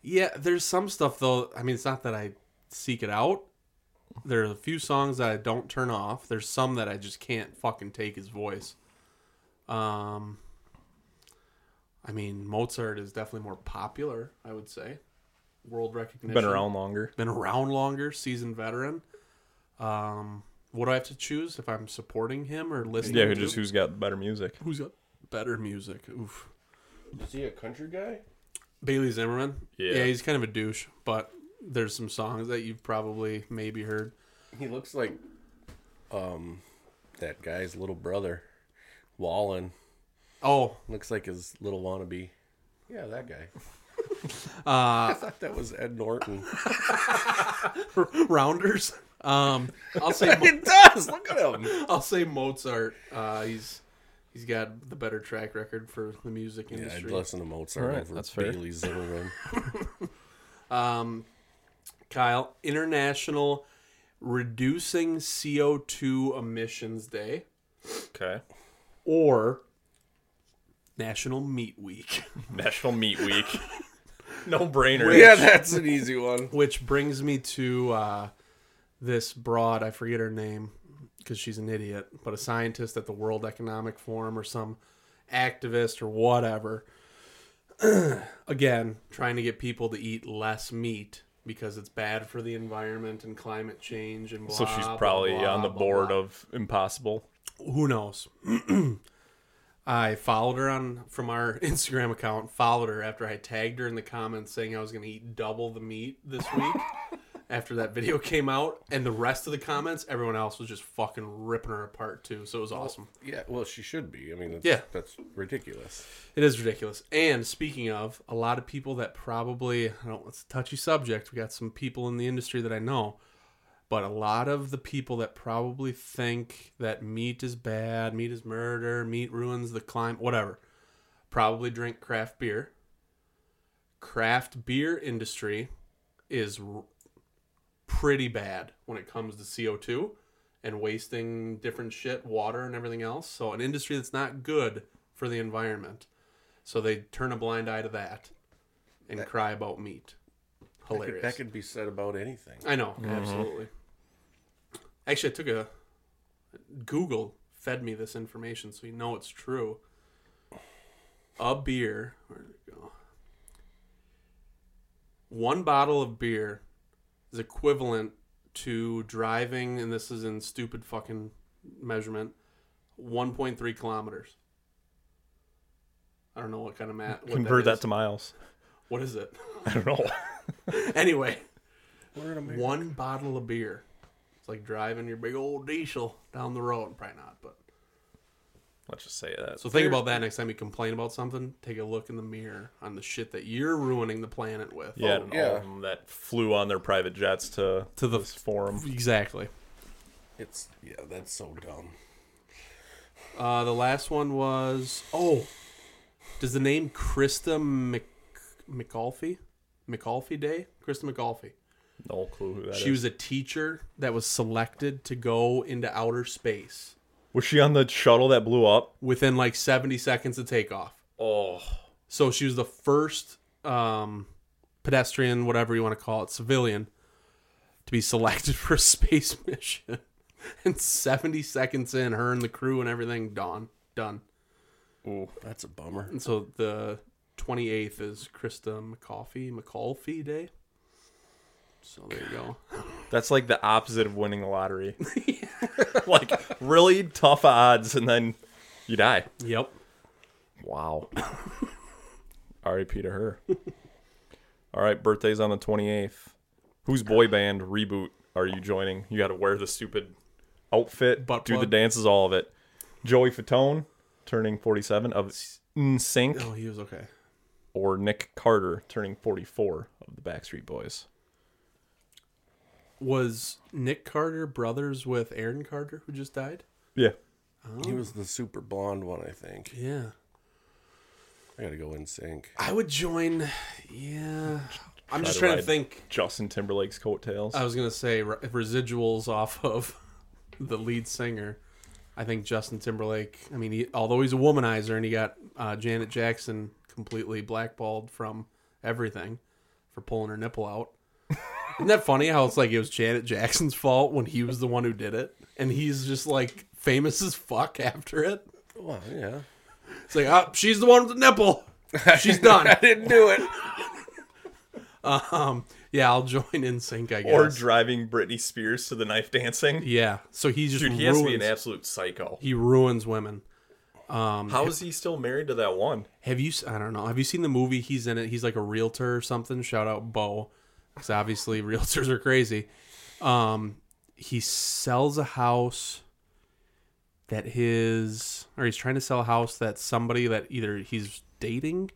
Speaker 4: Yeah, there's some stuff though. I mean, it's not that I seek it out. There are a few songs that I don't turn off. There's some that I just can't fucking take his voice. Um, I mean, Mozart is definitely more popular. I would say, world recognition.
Speaker 5: Been around longer.
Speaker 4: been around longer, seasoned veteran. Um, what do I have to choose if I'm supporting him or listening?
Speaker 5: Yeah,
Speaker 4: to
Speaker 5: who just who's got better music?
Speaker 4: who's got better music? Oof,
Speaker 3: Is he a country guy?
Speaker 4: Bailey Zimmerman.
Speaker 5: Yeah.
Speaker 4: he's kind of a douche, but there's some songs that you've probably maybe heard.
Speaker 3: He looks like, um, that guy's little brother, Wallen.
Speaker 4: Oh, *laughs*
Speaker 3: Looks like his little wannabe. Yeah, that guy. *laughs* I thought that was Ed Norton.
Speaker 4: Rounders. Um, I'll say Mo-
Speaker 5: *laughs*
Speaker 3: it does. Look at him.
Speaker 4: I'll say Mozart. Uh, he's he's got the better track record for the music
Speaker 3: Yeah, I'd
Speaker 4: industry.
Speaker 3: listen to Mozart
Speaker 5: All right,
Speaker 3: over
Speaker 5: that's fair.
Speaker 3: Bailey Zimmerman.
Speaker 4: Kyle, International Reducing CO2 Emissions Day.
Speaker 5: Okay.
Speaker 4: or National Meat Week. *laughs*
Speaker 5: National Meat Week. no brainer.
Speaker 3: Yeah, that's an easy one.
Speaker 4: Which brings me to uh, this broad, I forget her name because she's an idiot, but a scientist at the World Economic Forum or some activist or whatever. *clears throat* Again, trying to get people to eat less meat because it's bad for the environment and climate change and blah,
Speaker 5: So she's
Speaker 4: blah,
Speaker 5: probably
Speaker 4: blah,
Speaker 5: on the
Speaker 4: blah,
Speaker 5: board
Speaker 4: blah.
Speaker 5: of impossible.
Speaker 4: who knows *clears throat* i followed her on from our *laughs* instagram account followed her after i tagged her in the comments saying i was going to eat double the meat this week after that video came out and the rest of the comments everyone else was just fucking ripping her apart too so it was awesome
Speaker 3: Yeah, well, she should be. I mean, that's,
Speaker 4: Yeah.
Speaker 3: that's ridiculous.
Speaker 4: it is ridiculous and speaking of a lot of people that probably i don't it's a touchy subject we got some people in the industry that i know but a lot of the people that probably think that meat is bad, meat is murder, meat ruins the climate, whatever, probably drink craft beer. Craft beer industry is r- pretty bad when it comes to CO2 and wasting different shit, water and everything else. So an industry that's not good for the environment. So they turn a blind eye to that and cry about meat.
Speaker 3: That could,
Speaker 4: Hilarious.
Speaker 3: that could be said about anything.
Speaker 4: I know,
Speaker 5: Mm-hmm.
Speaker 4: absolutely. Actually, I took a Google fed me this information, so you know it's true. A beer, where did it go? One bottle of beer is equivalent to driving, and this is in stupid fucking measurement, 1.3 kilometers. I don't know what kind of math. what
Speaker 5: Convert that,
Speaker 4: is.
Speaker 5: to miles. *laughs*
Speaker 4: what is it?
Speaker 5: I don't know.
Speaker 4: anyway.
Speaker 3: We're in America.
Speaker 4: One bottle of beer. It's like driving your big old diesel down the road. Probably not, but
Speaker 5: Let's just say that.
Speaker 4: so think about that next time you complain about something. Take a look in the mirror on the shit that you're ruining the planet with.
Speaker 5: Yeah,
Speaker 4: Oh,
Speaker 5: and all
Speaker 3: yeah.
Speaker 5: of them that flew on their private jets to
Speaker 4: To the-
Speaker 5: this forum.
Speaker 4: exactly.
Speaker 3: It's yeah, that's so dumb.
Speaker 4: Uh, the last one was oh, does the name Krista Mc, McAuliffe McAuliffe Day Krista McAuliffe?
Speaker 5: No clue who that
Speaker 4: She was a teacher that was selected to go into outer space
Speaker 5: was she on the shuttle that blew up?
Speaker 4: within like 70 seconds of takeoff.
Speaker 5: Oh,
Speaker 4: So she was the first um, pedestrian, whatever you want to call it, civilian, to be selected *laughs* for a space mission. and 70 seconds in, her and the crew and everything done. Done.
Speaker 3: That's a bummer.
Speaker 4: And so the 28th is Krista McAuliffe, McAuliffe Day. So there you go.
Speaker 5: that's like the opposite of winning
Speaker 4: *laughs*
Speaker 5: the lottery. *laughs* like really tough odds, and then you die.
Speaker 4: Yep.
Speaker 5: Wow. *laughs* R.I.P. to her. All right, birthday's on the 28th. Whose boy band reboot are you joining? You got to wear the stupid outfit,
Speaker 4: Butt
Speaker 5: do the
Speaker 4: plug.
Speaker 5: dances, all of it. Joey Fatone, turning 47, of NSYNC,
Speaker 4: Oh, he was okay.
Speaker 5: or Nick Carter, turning 44, of the Backstreet Boys.
Speaker 4: Was Nick Carter brothers with Aaron Carter, who just died?
Speaker 5: Yeah.
Speaker 3: He was the super blonde one, I think.
Speaker 4: Yeah.
Speaker 3: I gotta go in sync.
Speaker 4: I would join. Yeah. I'm just
Speaker 5: to
Speaker 4: trying to
Speaker 5: ride-
Speaker 4: think.
Speaker 5: Justin Timberlake's coattails.
Speaker 4: I was gonna say re- residuals off of *laughs* the lead singer. I think Justin Timberlake. I mean, he, although he's a womanizer and he got uh, Janet Jackson completely blackballed from everything for pulling her nipple
Speaker 5: *laughs*
Speaker 4: out. Isn't that funny? How it's like it was Janet Jackson's fault when he was the one who did it, and he's just like famous as fuck after it.
Speaker 3: Well, yeah.
Speaker 4: It's like, oh, she's the one with the nipple. She's done.
Speaker 5: *laughs*
Speaker 3: Didn't do *laughs* it.
Speaker 4: yeah, I'll join in sync. I guess.
Speaker 5: or driving Britney Spears to the knife dancing.
Speaker 4: yeah. So he just
Speaker 5: Dude, he has to be an
Speaker 4: ruins-
Speaker 5: absolute psycho.
Speaker 4: he ruins women.
Speaker 5: How is he still married to that one?
Speaker 4: Have you? s- I don't know. Have you seen the movie he's in? It. He's like a realtor or something. Shout out Bo, because obviously *laughs* realtors are crazy. Um, he sells a house that his, or he's trying to sell a house that somebody that either he's dating,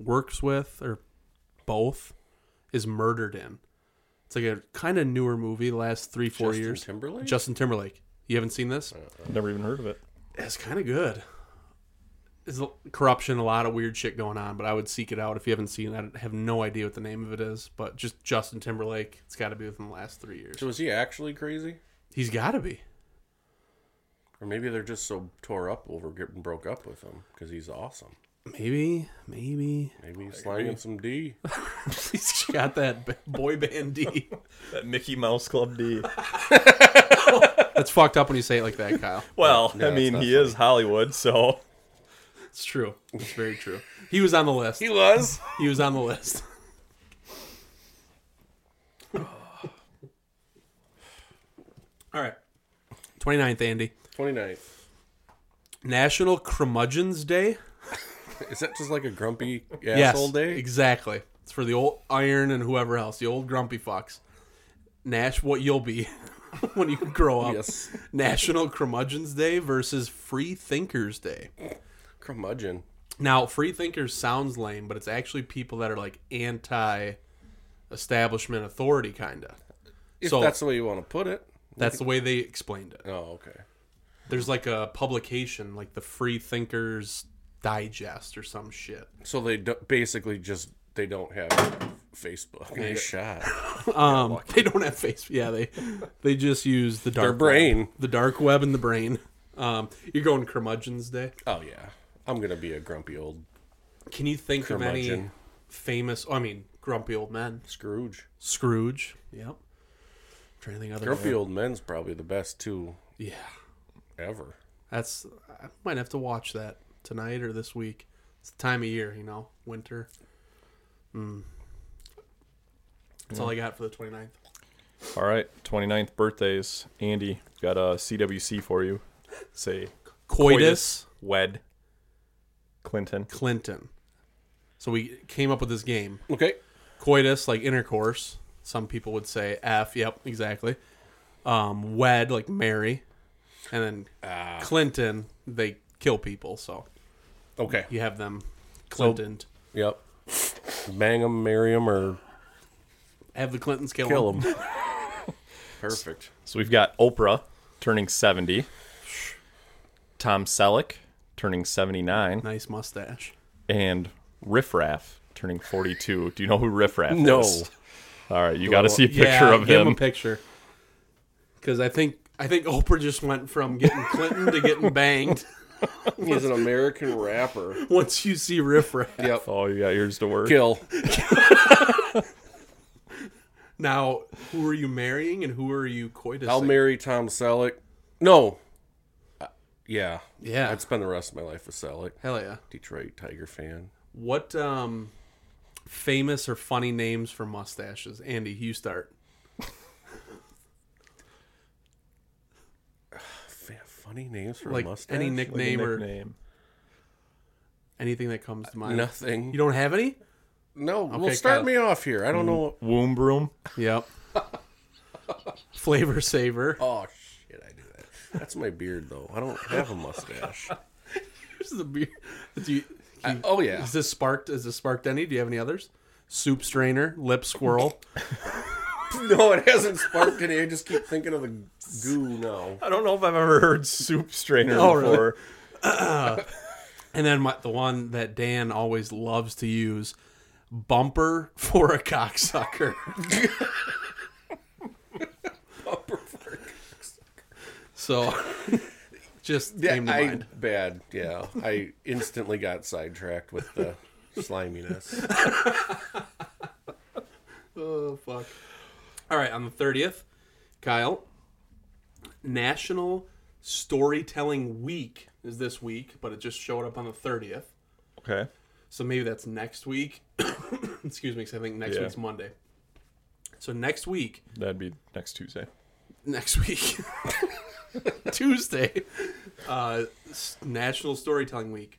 Speaker 4: works with, or both, is murdered in. It's like a kind of newer movie, the last three four
Speaker 3: Justin
Speaker 4: years.
Speaker 3: Timberlake?
Speaker 4: Justin Timberlake. You haven't seen this?
Speaker 5: Never even heard of it.
Speaker 4: It's kind of good. There's a- corruption, a lot of weird shit going on, but I would seek it out if you haven't seen it. I don't- have no idea what the name of it is, but just Justin Timberlake. It's got to be within the last three years.
Speaker 3: So is he actually crazy?
Speaker 4: He's got to be.
Speaker 3: Or maybe they're just so tore up over getting broke up with him because he's awesome.
Speaker 4: Maybe, maybe. *laughs*
Speaker 3: Maybe slanging some D.
Speaker 4: He's got that b- boy band D.
Speaker 5: That Mickey Mouse Club D. *laughs*
Speaker 4: That's fucked up when you say it like that, Kyle.
Speaker 5: Well, I
Speaker 3: it's
Speaker 5: mean,
Speaker 3: not
Speaker 5: he is Hollywood, so
Speaker 4: It's true. It's very true. He was on the
Speaker 3: *laughs*
Speaker 4: list.
Speaker 3: He was.
Speaker 4: He was on the list. All right. 29th, Andy.
Speaker 3: 29th.
Speaker 4: National Curmudgeon's Day.
Speaker 3: Is that just like a grumpy asshole day?
Speaker 4: Exactly. It's for the old iron and whoever else, the old grumpy fucks. Nash, what you'll be *laughs* when you grow up.
Speaker 3: Yes.
Speaker 4: National Curmudgeon's Day versus Free Thinkers Day.
Speaker 3: Curmudgeon.
Speaker 4: Now, free thinkers sounds lame, but it's actually people that are like anti establishment authority, kind of.
Speaker 3: If
Speaker 4: So-
Speaker 3: that's the way you want to put it.
Speaker 4: That's the way they explained it.
Speaker 3: Oh, okay.
Speaker 4: There's like a publication, like the Free Thinkers Digest or some shit.
Speaker 3: So they do, basically just they don't have Facebook. And they shot
Speaker 4: Um, they don't have face.
Speaker 3: *laughs*
Speaker 4: Yeah, they they just use the dark
Speaker 3: their brain.
Speaker 4: web. the dark web and the brain. Um, you're going curmudgeon's day.
Speaker 3: Oh yeah, I'm gonna be a grumpy old
Speaker 4: Can you think of any
Speaker 3: Curmudgeon.
Speaker 4: famous? I mean, grumpy old men.
Speaker 3: Scrooge.
Speaker 4: Scrooge. Yep. trying to think of other
Speaker 3: Grumpy old men's probably the best two
Speaker 4: Yeah,
Speaker 3: ever.
Speaker 4: that's. I might have to watch that tonight or this week. It's the time of year, you know, winter. Mm. That's
Speaker 3: Hmm.
Speaker 4: all I got for the 29th.
Speaker 5: all right. 29th birthdays, Andy got a CWC for you. Say
Speaker 4: Coitus
Speaker 5: wed Clinton.
Speaker 4: Clinton. So we came up with this game.
Speaker 3: Okay.
Speaker 4: coitus like intercourse some people would say f yep exactly um wed like marry and then clinton they kill people so
Speaker 3: Okay.
Speaker 4: you have them clinton
Speaker 3: Yep. Bang 'em, marry 'em, or
Speaker 4: have the clintons kill,
Speaker 3: kill
Speaker 4: him.
Speaker 3: 'em. Perfect.
Speaker 5: So we've got Oprah turning 70, Tom Selleck turning 79,
Speaker 4: nice mustache
Speaker 5: and Riff Raff turning 42. Do you know who Riff Raff
Speaker 3: No.
Speaker 5: is? All right, you got to see a picture
Speaker 4: yeah,
Speaker 5: of
Speaker 4: give him
Speaker 5: him.
Speaker 4: a picture because i think i think oprah just went from getting clinton to getting banged
Speaker 3: *laughs*
Speaker 4: *laughs*
Speaker 3: He's an American *laughs* rapper.
Speaker 4: once you see riff raff
Speaker 3: Yep.
Speaker 5: Oh, you got yours to work.
Speaker 3: Kill.
Speaker 4: now who are you marrying and who are you coitus
Speaker 3: I'll marry Tom Selleck. No. Uh, yeah.
Speaker 4: Yeah.
Speaker 3: I'd spend the rest of my life with Selleck.
Speaker 4: hell yeah
Speaker 3: Detroit Tiger fan.
Speaker 4: What um famous or funny names for mustaches? Andy, you start.
Speaker 3: F- funny names for
Speaker 4: Like
Speaker 3: a mustache.
Speaker 4: any
Speaker 5: Like a
Speaker 4: nickname or
Speaker 5: nickname.
Speaker 4: anything that comes to mind.
Speaker 3: Nothing.
Speaker 4: You don't have any?
Speaker 3: no. well,
Speaker 4: Okay,
Speaker 3: start
Speaker 4: Kyle.
Speaker 3: me off here. I don't know.
Speaker 5: Womb Broom.
Speaker 3: *laughs*
Speaker 4: Yep. Flavor saver. *laughs*
Speaker 3: Oh shit! I do that. That's my beard though. I don't have a mustache.
Speaker 4: This is a beer. Do you,
Speaker 3: *laughs* I- oh yeah.
Speaker 4: Is this sparked? Is this sparked any? Do you have any others? Soup strainer,
Speaker 3: *laughs*
Speaker 4: lip squirrel.
Speaker 3: *laughs* No, it hasn't sparked any. I just keep thinking of the goo *laughs* now.
Speaker 5: I don't know if I've ever heard Soup Strainer
Speaker 4: Oh, really?
Speaker 5: before.
Speaker 4: and then my, the one that Dan always loves to use, bumper *laughs* for a cocksucker. So *laughs* just
Speaker 3: Yeah,
Speaker 4: came to
Speaker 3: I
Speaker 4: mind.
Speaker 3: bad. Yeah, I instantly got sidetracked with the *laughs* sliminess.
Speaker 4: Oh fuck. All right, on the thirtieth, Kyle. National Storytelling Week is this week, but it just showed up on the thirtieth.
Speaker 5: Okay.
Speaker 4: So maybe that's next week. *coughs* Excuse me, because I think next
Speaker 5: Yeah.
Speaker 4: week's Monday. So next week,
Speaker 5: That'd be
Speaker 4: *laughs*
Speaker 5: next Tuesday.
Speaker 4: next week, *laughs* Tuesday, uh, s- National Storytelling Week.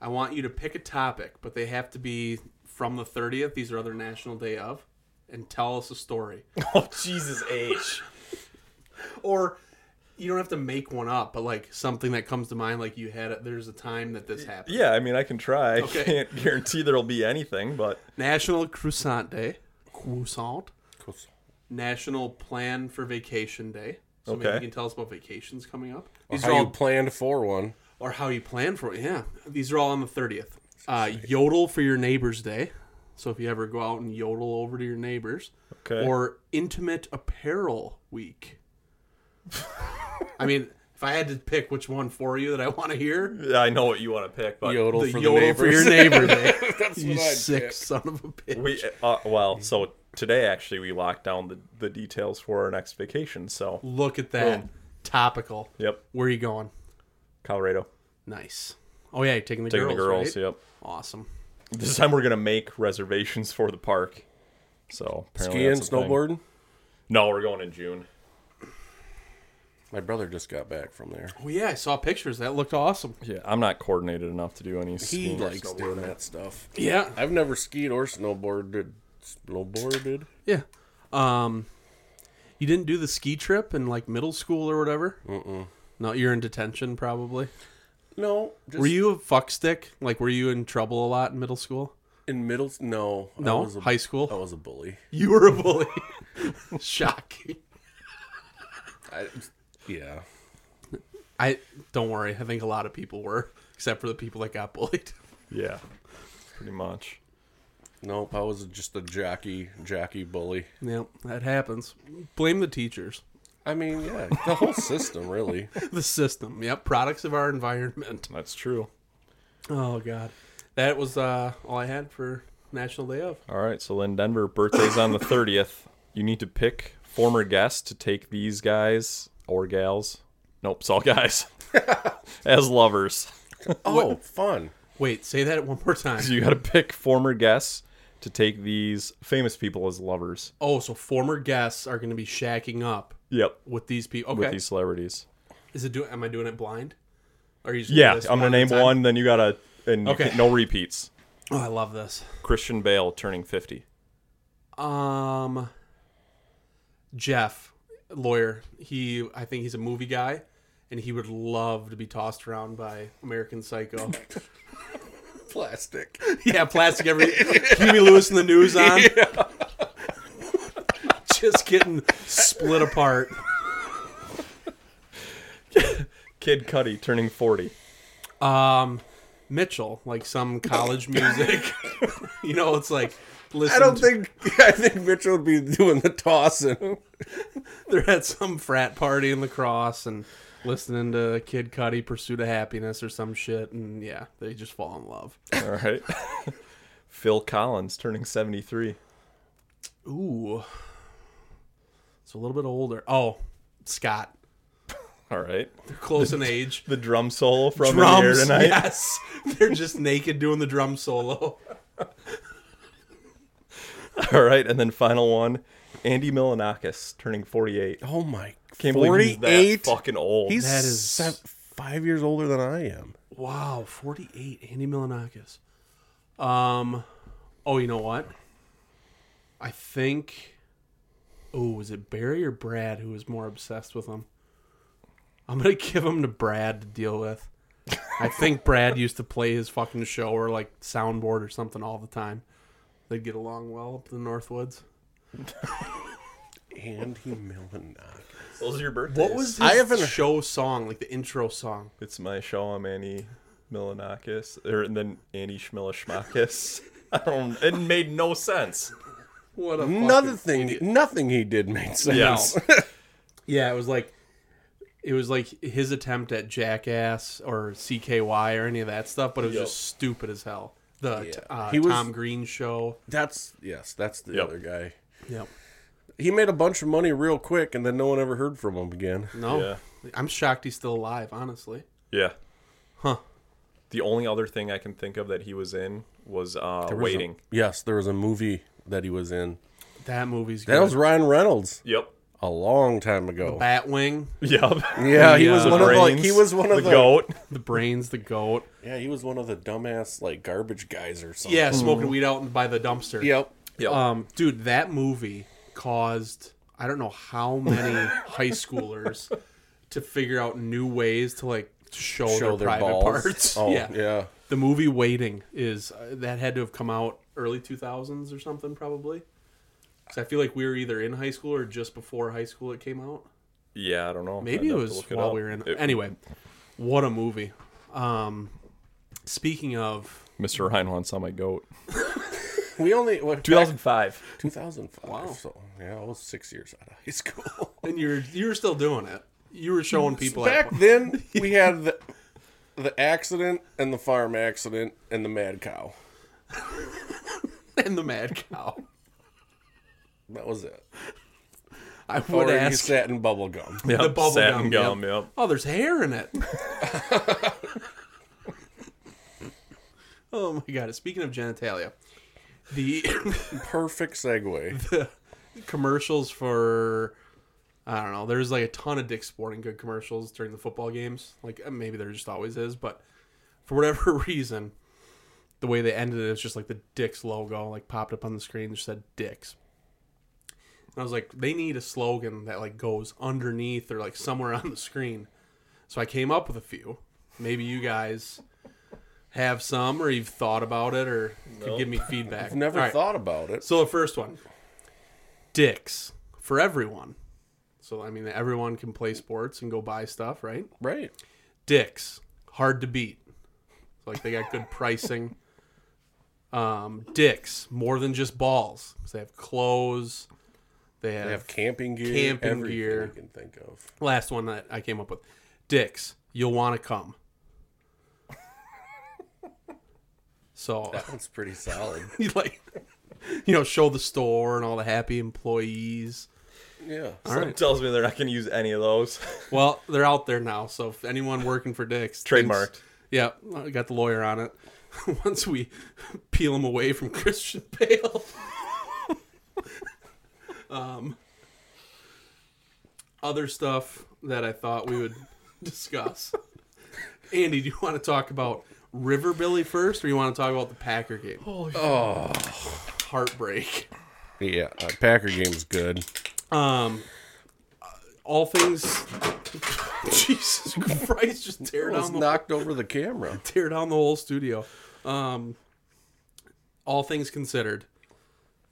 Speaker 4: I want you to pick a topic, but they have to be from the 30th. These are other National Day of, and tell us a story.
Speaker 5: Oh, Jesus H.
Speaker 4: or you don't have to make one up, but like something that comes to mind, like you had. There's a time that this happened.
Speaker 5: Yeah, I mean, I can try.
Speaker 4: Okay.
Speaker 5: I can't guarantee there'll be anything, but
Speaker 4: National Croissant Day. Croissant. National Plan for Vacation Day. So maybe
Speaker 5: Okay.
Speaker 4: you can tell us about vacations coming up.
Speaker 3: Or
Speaker 4: These
Speaker 3: how
Speaker 4: are all,
Speaker 3: you planned for one?
Speaker 4: or how you plan for it. Yeah, these are all on the thirtieth. Uh, yodel for your neighbors' day. So if you ever go out and yodel over to your neighbors,
Speaker 5: Okay.
Speaker 4: or intimate apparel week. I mean, If I had to pick which one for you that I want to hear,
Speaker 5: Yeah, I know what you want to pick, but
Speaker 3: Yodel
Speaker 4: the
Speaker 3: for the
Speaker 4: yodel
Speaker 3: neighbors.
Speaker 4: for your neighbor. Dave.
Speaker 3: That's
Speaker 4: you
Speaker 3: what I'd
Speaker 4: sick
Speaker 3: pick.
Speaker 4: son of a bitch.
Speaker 5: we uh, well, so today actually we locked down the, the details for our next vacation. So
Speaker 4: Look at that.
Speaker 5: Boom.
Speaker 4: Topical.
Speaker 5: yep,
Speaker 4: Where are you going?
Speaker 5: Colorado
Speaker 4: Nice. Oh yeah, you're taking the
Speaker 5: taking
Speaker 4: girls.
Speaker 5: the girls.
Speaker 4: right?
Speaker 5: Yep.
Speaker 4: Awesome.
Speaker 5: This time we're gonna make reservations for the park. So apparently
Speaker 3: Skiing,
Speaker 5: that's a thing.
Speaker 3: snowboarding.
Speaker 5: No, we're going in June.
Speaker 3: My brother just got back from there.
Speaker 4: Oh yeah, I saw pictures. That looked awesome.
Speaker 5: Yeah, I'm not coordinated enough to do any
Speaker 3: He
Speaker 5: skiing. or
Speaker 3: likes
Speaker 5: snowboarding.
Speaker 3: doing that stuff.
Speaker 4: Yeah.
Speaker 3: I've never skied or snowboarded. Snowboarded.
Speaker 4: Yeah. Um, you didn't do the ski trip in like middle school or whatever. Mm-mm. No, you're in detention probably.
Speaker 3: No. Just
Speaker 4: Were you a fuckstick? Like, were you in trouble a lot in middle school?
Speaker 3: in middle? No. I
Speaker 4: No,
Speaker 3: was a-
Speaker 4: high school.
Speaker 3: I was a bully.
Speaker 4: You were a bully. *laughs* Shocking.
Speaker 3: I, yeah.
Speaker 4: I don't worry. I think a lot of people were, except for the people that got bullied.
Speaker 5: Yeah, pretty much.
Speaker 3: Nope. I was just a jockey, jockey bully.
Speaker 4: Yeah, that happens. Blame the teachers.
Speaker 3: I mean, yeah, the whole system really.
Speaker 4: The system. Yep. Products of our environment.
Speaker 5: That's true.
Speaker 4: Oh, God. That was uh, all I had for National Day of.
Speaker 5: All right, so Lynn Denver, birthday's *laughs* on the 30th. You need to pick former guests to take these guys or gals. Nope, it's all *laughs* guys. As lovers. *laughs*
Speaker 3: Oh, fun.
Speaker 4: Wait, say that one more time.
Speaker 5: So you got to pick former guests to take these famous people as lovers.
Speaker 4: Oh, so former guests are going to be shacking up
Speaker 5: Yep.
Speaker 4: with these people. Okay.
Speaker 5: With these celebrities.
Speaker 4: Is it doing? Am I doing it blind? Or are you just
Speaker 5: Yeah,
Speaker 4: list
Speaker 5: I'm going to
Speaker 4: at a
Speaker 5: name
Speaker 4: time?
Speaker 5: one, then you got to. And you
Speaker 4: Okay.
Speaker 5: can- no repeats.
Speaker 4: Oh, I love this.
Speaker 5: Christian Bale turning 50.
Speaker 4: Um, Jeff, lawyer. He, I think he's a movie guy, and he would love to be tossed around by
Speaker 3: *laughs*
Speaker 4: American Psycho.
Speaker 3: Plastic.
Speaker 4: yeah, plastic every Huey Lewis in the news
Speaker 3: *laughs*
Speaker 4: on. Just getting split apart.
Speaker 5: Kid Cudi turning 40.
Speaker 4: Um, Mitchell, like some college music. *laughs* you know, it's like listen.
Speaker 3: I don't
Speaker 4: to-
Speaker 3: think *laughs* I think Mitchell would be doing the tossing.
Speaker 4: they're at some frat party in lacrosse and listening to Kid Cudi Pursuit of Happiness or some shit and yeah, they just fall in love.
Speaker 5: All right. *laughs* Phil Collins turning 73.
Speaker 4: Ooh. It's a little bit older. Oh, Scott.
Speaker 5: All right.
Speaker 4: They're close in age.
Speaker 5: The drum solo from In the Air
Speaker 4: Drums,
Speaker 5: tonight.
Speaker 4: yes. *laughs* They're just naked doing the drum solo.
Speaker 5: *laughs* All right, and then final one, Andy Milanakis turning 48.
Speaker 3: Oh my!
Speaker 5: Can't believe he's
Speaker 3: 48?
Speaker 5: that fucking old.
Speaker 3: He's
Speaker 4: That is-
Speaker 3: sev- five years older than I am.
Speaker 4: Wow, 48, Andy Milanakis. Um, oh, you know what? I think. Oh, was it Barry or Brad who was more obsessed with him? I'm gonna *laughs* give him to Brad to deal with. I think Brad used to play his fucking show or like soundboard or something all the time. They'd get along well up in the Northwoods.
Speaker 3: Andy Milanakis.
Speaker 5: Those are your birthdays.
Speaker 4: What was his
Speaker 3: I haven't-
Speaker 4: show song, like the intro song?
Speaker 5: It's my show. I'm Andy Milanakis, or and then Andy Schmilishmakis. *laughs* I don't. It made no sense.
Speaker 4: What a
Speaker 3: Another
Speaker 4: fucking
Speaker 3: thing, nothing he did made sense. *laughs*
Speaker 4: Yeah, it was like it was like his attempt at Jackass or CKY or any of that stuff, but it was
Speaker 5: Yep.
Speaker 4: just stupid as hell. The
Speaker 3: Yeah.
Speaker 4: uh,
Speaker 3: He was-
Speaker 4: Tom Green show.
Speaker 3: That's yes, that's the
Speaker 5: Yep.
Speaker 3: other guy.
Speaker 4: Yep.
Speaker 3: He made a bunch of money real quick, and then no one ever heard from him again.
Speaker 4: No,
Speaker 5: Yeah.
Speaker 4: I'm shocked he's still alive. Honestly,
Speaker 5: Yeah.
Speaker 4: Huh.
Speaker 5: The only other thing I can think of that he was in was uh,
Speaker 3: There was a-
Speaker 5: waiting.
Speaker 3: yes, there was a movie that he was in.
Speaker 4: that movie's good.
Speaker 3: That was Ryan Reynolds
Speaker 5: Yep. *laughs*
Speaker 3: a long time ago.
Speaker 4: Batwing,
Speaker 5: Yep.
Speaker 3: Yeah, he
Speaker 4: The,
Speaker 3: was
Speaker 4: uh,
Speaker 3: one of the, like,
Speaker 5: Brains,
Speaker 3: he was one of the,
Speaker 5: goat.
Speaker 4: the brains, the goat.
Speaker 3: yeah he was one of the dumbass like garbage guys or something.
Speaker 4: Yeah, smoking weed out by the dumpster.
Speaker 3: Yep.
Speaker 5: Yep.
Speaker 4: Um, dude, that movie caused I don't know
Speaker 3: *laughs*
Speaker 4: how many high schoolers to figure out new ways to like show,
Speaker 3: Show
Speaker 4: their,
Speaker 3: their
Speaker 4: private
Speaker 3: balls. *laughs*
Speaker 4: parts.
Speaker 3: Oh
Speaker 4: *laughs* yeah.
Speaker 3: yeah. yeah.
Speaker 4: The movie Waiting is uh, that had to have come out early 2000s or something probably. Cuz I feel like we were either in high school or just before high school it came out.
Speaker 5: yeah, I don't know.
Speaker 4: Maybe
Speaker 5: I'd
Speaker 4: it
Speaker 5: have to
Speaker 4: was
Speaker 5: look
Speaker 4: while
Speaker 5: up.
Speaker 4: we were in *laughs*
Speaker 5: It-
Speaker 4: Anyway, what a movie. Um speaking of
Speaker 5: Mr. Ryan once saw my goat.
Speaker 3: *laughs* We only what
Speaker 5: 2005.
Speaker 3: 2005.
Speaker 4: Wow.
Speaker 3: So yeah, I was six years out of high school.
Speaker 4: *laughs* and you're you're still doing it. you were showing people
Speaker 3: Back
Speaker 4: at- *laughs*
Speaker 3: then, we had the, the accident and the farm accident and the mad cow.
Speaker 4: and the mad cow. *laughs*
Speaker 3: That was it.
Speaker 4: I
Speaker 3: Or
Speaker 4: would
Speaker 3: you
Speaker 4: ask
Speaker 3: sat in bubble gum.
Speaker 5: *laughs* Yep,
Speaker 4: the bubble
Speaker 5: satin
Speaker 4: gum.
Speaker 5: gum. Yep.
Speaker 4: Oh, there's hair in
Speaker 5: *laughs*
Speaker 4: it. *laughs* oh my god! Speaking of genitalia, the
Speaker 3: Perfect
Speaker 4: *laughs*
Speaker 3: segue.
Speaker 4: commercials for I don't know. There's like a ton of Dick Sporting Good commercials during the football games. Like uh, maybe there just always is, but for whatever *laughs* reason, the way they ended it is just like the Dick's logo like popped up on the screen. Just said Dick's. And I was like, they need a slogan that like goes underneath or like somewhere *laughs* on the screen. So I came up with a few. Maybe you guys have some, or you've thought about it, or could give me feedback.
Speaker 3: I've never
Speaker 4: All right.
Speaker 3: thought about it.
Speaker 4: So the first one, dicks for everyone. So I mean, everyone can play sports and go buy stuff, right?
Speaker 3: Right.
Speaker 4: Dicks hard to beat. So, like they got good pricing. Um, dicks more than just balls. 'cause they have clothes. They have,
Speaker 3: They have camping gear.
Speaker 4: Camping
Speaker 3: everything
Speaker 4: gear.
Speaker 3: you can think of.
Speaker 4: last one that I came up with. Dicks, you'll want to come. So *laughs*
Speaker 3: That's pretty solid.
Speaker 4: you like, you know, show the store and all the happy employees.
Speaker 3: *laughs* Yeah.
Speaker 5: Something tells me they're not going to use any
Speaker 3: *laughs*
Speaker 5: of those.
Speaker 4: Well, they're out there now, so if anyone working for Dick's
Speaker 5: Trademarked.
Speaker 4: thinks- yeah, I got the lawyer on it. *laughs* Once we peel him away from Christian Bale. *laughs* um, other stuff that I thought we would discuss. Andy, do you want to talk about Riverbilly first, or you want to talk about the Packer game? Holy heartbreak.
Speaker 3: Yeah. Uh, Packer game's good.
Speaker 4: Um, uh, all things. *laughs* Jesus Christ! Just tear
Speaker 3: Almost
Speaker 4: down the
Speaker 3: knocked over the camera.
Speaker 4: tear down the whole studio. Um, all things considered,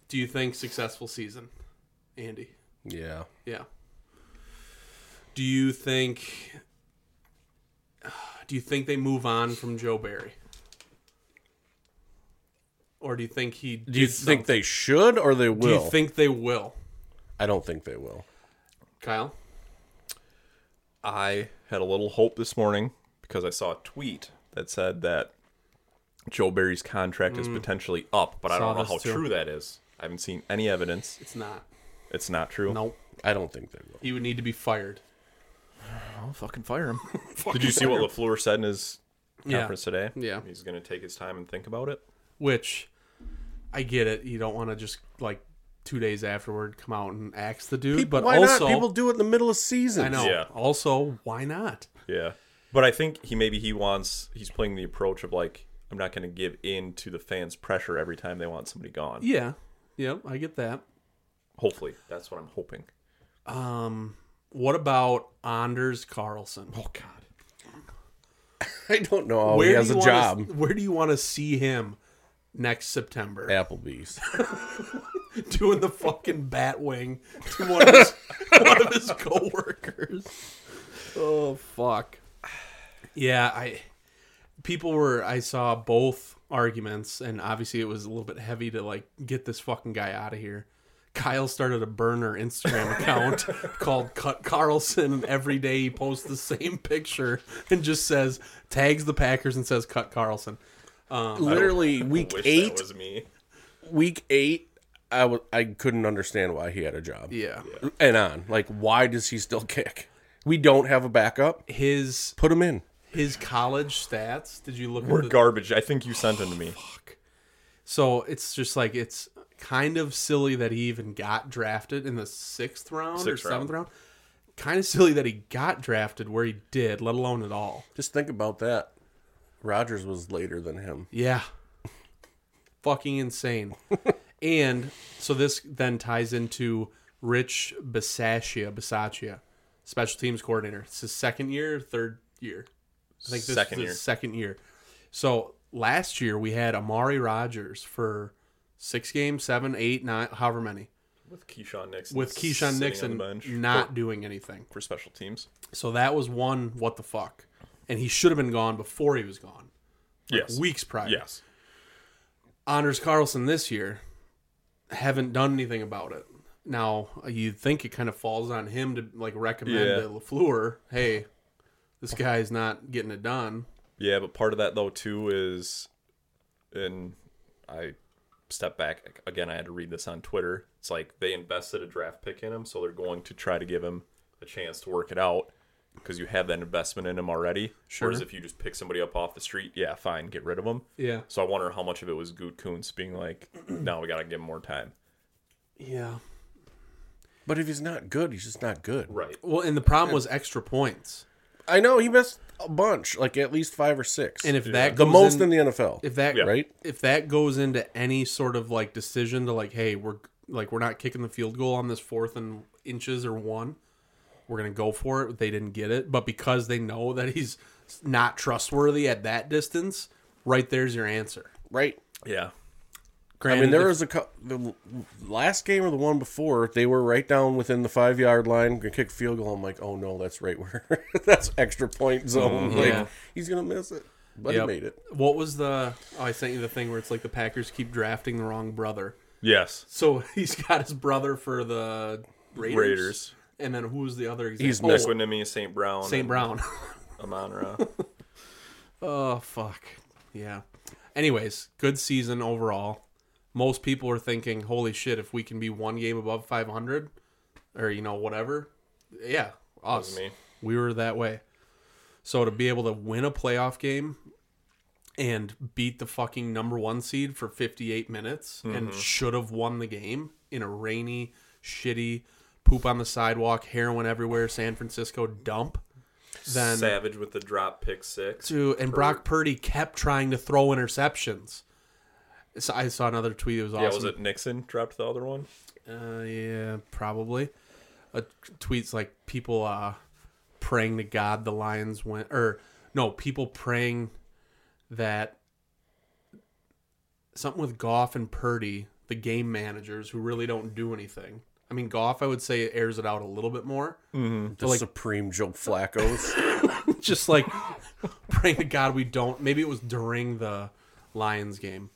Speaker 4: do you think successful season, Andy?
Speaker 3: Yeah.
Speaker 4: Yeah. Do you think? Do you think they move on from Joe Barry? Or do you think he?
Speaker 3: Do you think they should or they
Speaker 4: Do
Speaker 3: will?
Speaker 4: you think they will,
Speaker 3: I don't think they will.
Speaker 4: Kyle?
Speaker 5: I had a little hope this morning because I saw a tweet that said that Joe Barry's contract
Speaker 3: Mm.
Speaker 5: is potentially up, but I
Speaker 4: Saw
Speaker 5: don't know
Speaker 4: this
Speaker 5: how
Speaker 4: too.
Speaker 5: true that is. I haven't seen any evidence.
Speaker 4: It's not.
Speaker 5: It's not true.
Speaker 4: Nope.
Speaker 3: I don't think they will.
Speaker 4: He would need to be fired.
Speaker 5: I'll fucking fire *laughs* him. Did you see what LaFleur said in his conference today?
Speaker 4: Yeah.
Speaker 5: He's going to take his time and think about it.
Speaker 4: which I get it. You don't want to just like two days afterward come out and axe the dude, but
Speaker 3: Why
Speaker 4: also
Speaker 3: not? People do it in the middle of season.
Speaker 4: I know.
Speaker 5: Yeah.
Speaker 4: Also, why not?
Speaker 5: Yeah. But I think he maybe he wants he's playing the approach of like I'm not going to give in to the fans' pressure every time they want somebody gone.
Speaker 4: Yeah, yeah, I get that.
Speaker 5: Hopefully, that's what I'm hoping.
Speaker 4: What about Anders Carlson?
Speaker 5: Oh God.
Speaker 3: *laughs* I don't know how he
Speaker 4: do
Speaker 3: has
Speaker 4: you
Speaker 3: a
Speaker 4: wanna-
Speaker 3: job.
Speaker 4: where do you want to see him next September? *laughs*
Speaker 3: Applebee's.
Speaker 4: Doing the fucking bat wing to one of his, *laughs* one of his coworkers. Oh fuck. Yeah, I people were I saw both arguments and obviously it was a little bit heavy to like get this fucking guy out of here. Kyle started a burner Instagram account *laughs* called Cut Carlson and every day he posts the same picture and just says tags the Packers and says Cut Carlson. *laughs*
Speaker 3: Literally week
Speaker 5: Wish
Speaker 3: eight.
Speaker 5: that was me.
Speaker 3: Week eight. I w- I couldn't understand why he had a job.
Speaker 4: Yeah.
Speaker 3: And on. Like, why does he still *laughs* kick? We don't have a backup.
Speaker 4: His
Speaker 3: Put him in.
Speaker 4: his college stats. Did you look?
Speaker 5: We're
Speaker 4: at the,
Speaker 5: garbage. I think you sent them to me.
Speaker 4: so it's just like it's kind of silly that he even got drafted in the sixth round or
Speaker 5: Sixth round.
Speaker 4: seventh round. Kind of silly that he got drafted where he did, let alone at all.
Speaker 3: Just think about that. Rogers was later than him.
Speaker 4: Yeah, fucking
Speaker 5: *laughs*
Speaker 4: insane. and so this then ties into Rich Bisaccia, Bisaccia, special teams coordinator. It's his second year, or third year. I think this
Speaker 5: Second
Speaker 4: is his
Speaker 5: year.
Speaker 4: second year. So last year we had Amari Rogers for six games, seven, eight, nine, however many,
Speaker 5: With Keyshawn Nixon.
Speaker 4: with Keyshawn
Speaker 5: sitting
Speaker 4: Nixon
Speaker 5: on the bench
Speaker 4: not
Speaker 5: for,
Speaker 4: doing anything.
Speaker 5: for special teams.
Speaker 4: So that was one what the fuck, and he should have been gone before he was gone
Speaker 5: Yes.
Speaker 4: weeks prior.
Speaker 5: Yes.
Speaker 4: Anders Carlson this year haven't done anything about it. Now you'd think it kind of falls on him to like recommend
Speaker 5: Yeah.
Speaker 4: to Lafleur, hey, this guy's not getting it done.
Speaker 5: Yeah, but part of that though too is, and I step back again. I had to read this on Twitter. It's like they invested a draft pick in him, so they're going to try to give him a chance to work it out because you have that investment in him already. Whereas
Speaker 4: Sure.
Speaker 5: if you just pick somebody up off the street, yeah, fine, get rid of him.
Speaker 4: Yeah,
Speaker 5: So I wonder how much of it was Gut Kuntz being like, *clears throat* "No, we got to give him more time."
Speaker 4: yeah.
Speaker 3: But if he's not good, he's just not good.
Speaker 5: Right.
Speaker 4: Well, and the problem was extra points,
Speaker 3: I know he missed a bunch, like at least five or six.
Speaker 4: and if that
Speaker 3: the
Speaker 4: goes
Speaker 3: most in,
Speaker 4: in,
Speaker 3: the NFL,
Speaker 4: if that
Speaker 5: Yeah.
Speaker 3: right?
Speaker 4: if that goes into any sort of like decision to like, hey, we're like we're not kicking the field goal on this fourth and inches or one, we're gonna go for it. They didn't get it, but because they know that he's not trustworthy at that distance, right there's your answer.
Speaker 3: Right.
Speaker 5: Yeah.
Speaker 3: I
Speaker 4: Granted,
Speaker 3: mean, there
Speaker 4: if-
Speaker 3: was a cou- the last game or the one before they were right down within the five yard line. Gonna kick field goal. I'm like, oh no, that's right where *laughs* that's extra point zone. Like
Speaker 4: Mm-hmm. Yeah.
Speaker 3: he's gonna miss it, but
Speaker 4: Yep.
Speaker 3: he made it.
Speaker 4: What was the? Oh, I sent you the thing where it's like the Packers keep drafting the wrong brother.
Speaker 5: Yes.
Speaker 4: So *laughs* he's got his brother for the Raiders, Oh.
Speaker 5: Raiders.
Speaker 4: and then who's the other?
Speaker 3: He's
Speaker 4: example?
Speaker 3: missing.
Speaker 5: Equanimity, St. Brown.
Speaker 4: St. Brown. *laughs*
Speaker 5: Amonra.
Speaker 4: oh fuck, yeah. Anyways, good season overall. Most people are thinking, "Holy shit! If we can be one game above 500, or you know whatever, yeah, us.
Speaker 5: was me.
Speaker 4: We were that way. So to be able to win a playoff game and beat the fucking number one seed for 58 minutes and should have won the game in a rainy, shitty, poop on the sidewalk, heroin everywhere, San Francisco dump. *laughs* Then
Speaker 5: Savage with the drop pick six.
Speaker 4: to and Brock Purdy kept trying to throw interceptions. So I saw another tweet. It was awesome.
Speaker 5: Yeah, was it Nixon dropped the other one?
Speaker 4: Uh, yeah, probably. A tweets like people uh, praying to God the Lions win, or no, people praying that something with Goff and Purdy, the game managers who really don't do anything. I mean, Goff, I would say airs it out a little bit more.
Speaker 3: The
Speaker 4: like-
Speaker 3: supreme Joe Flacco's.
Speaker 4: *laughs* Just like praying to God we don't. Maybe it was during the Lions game.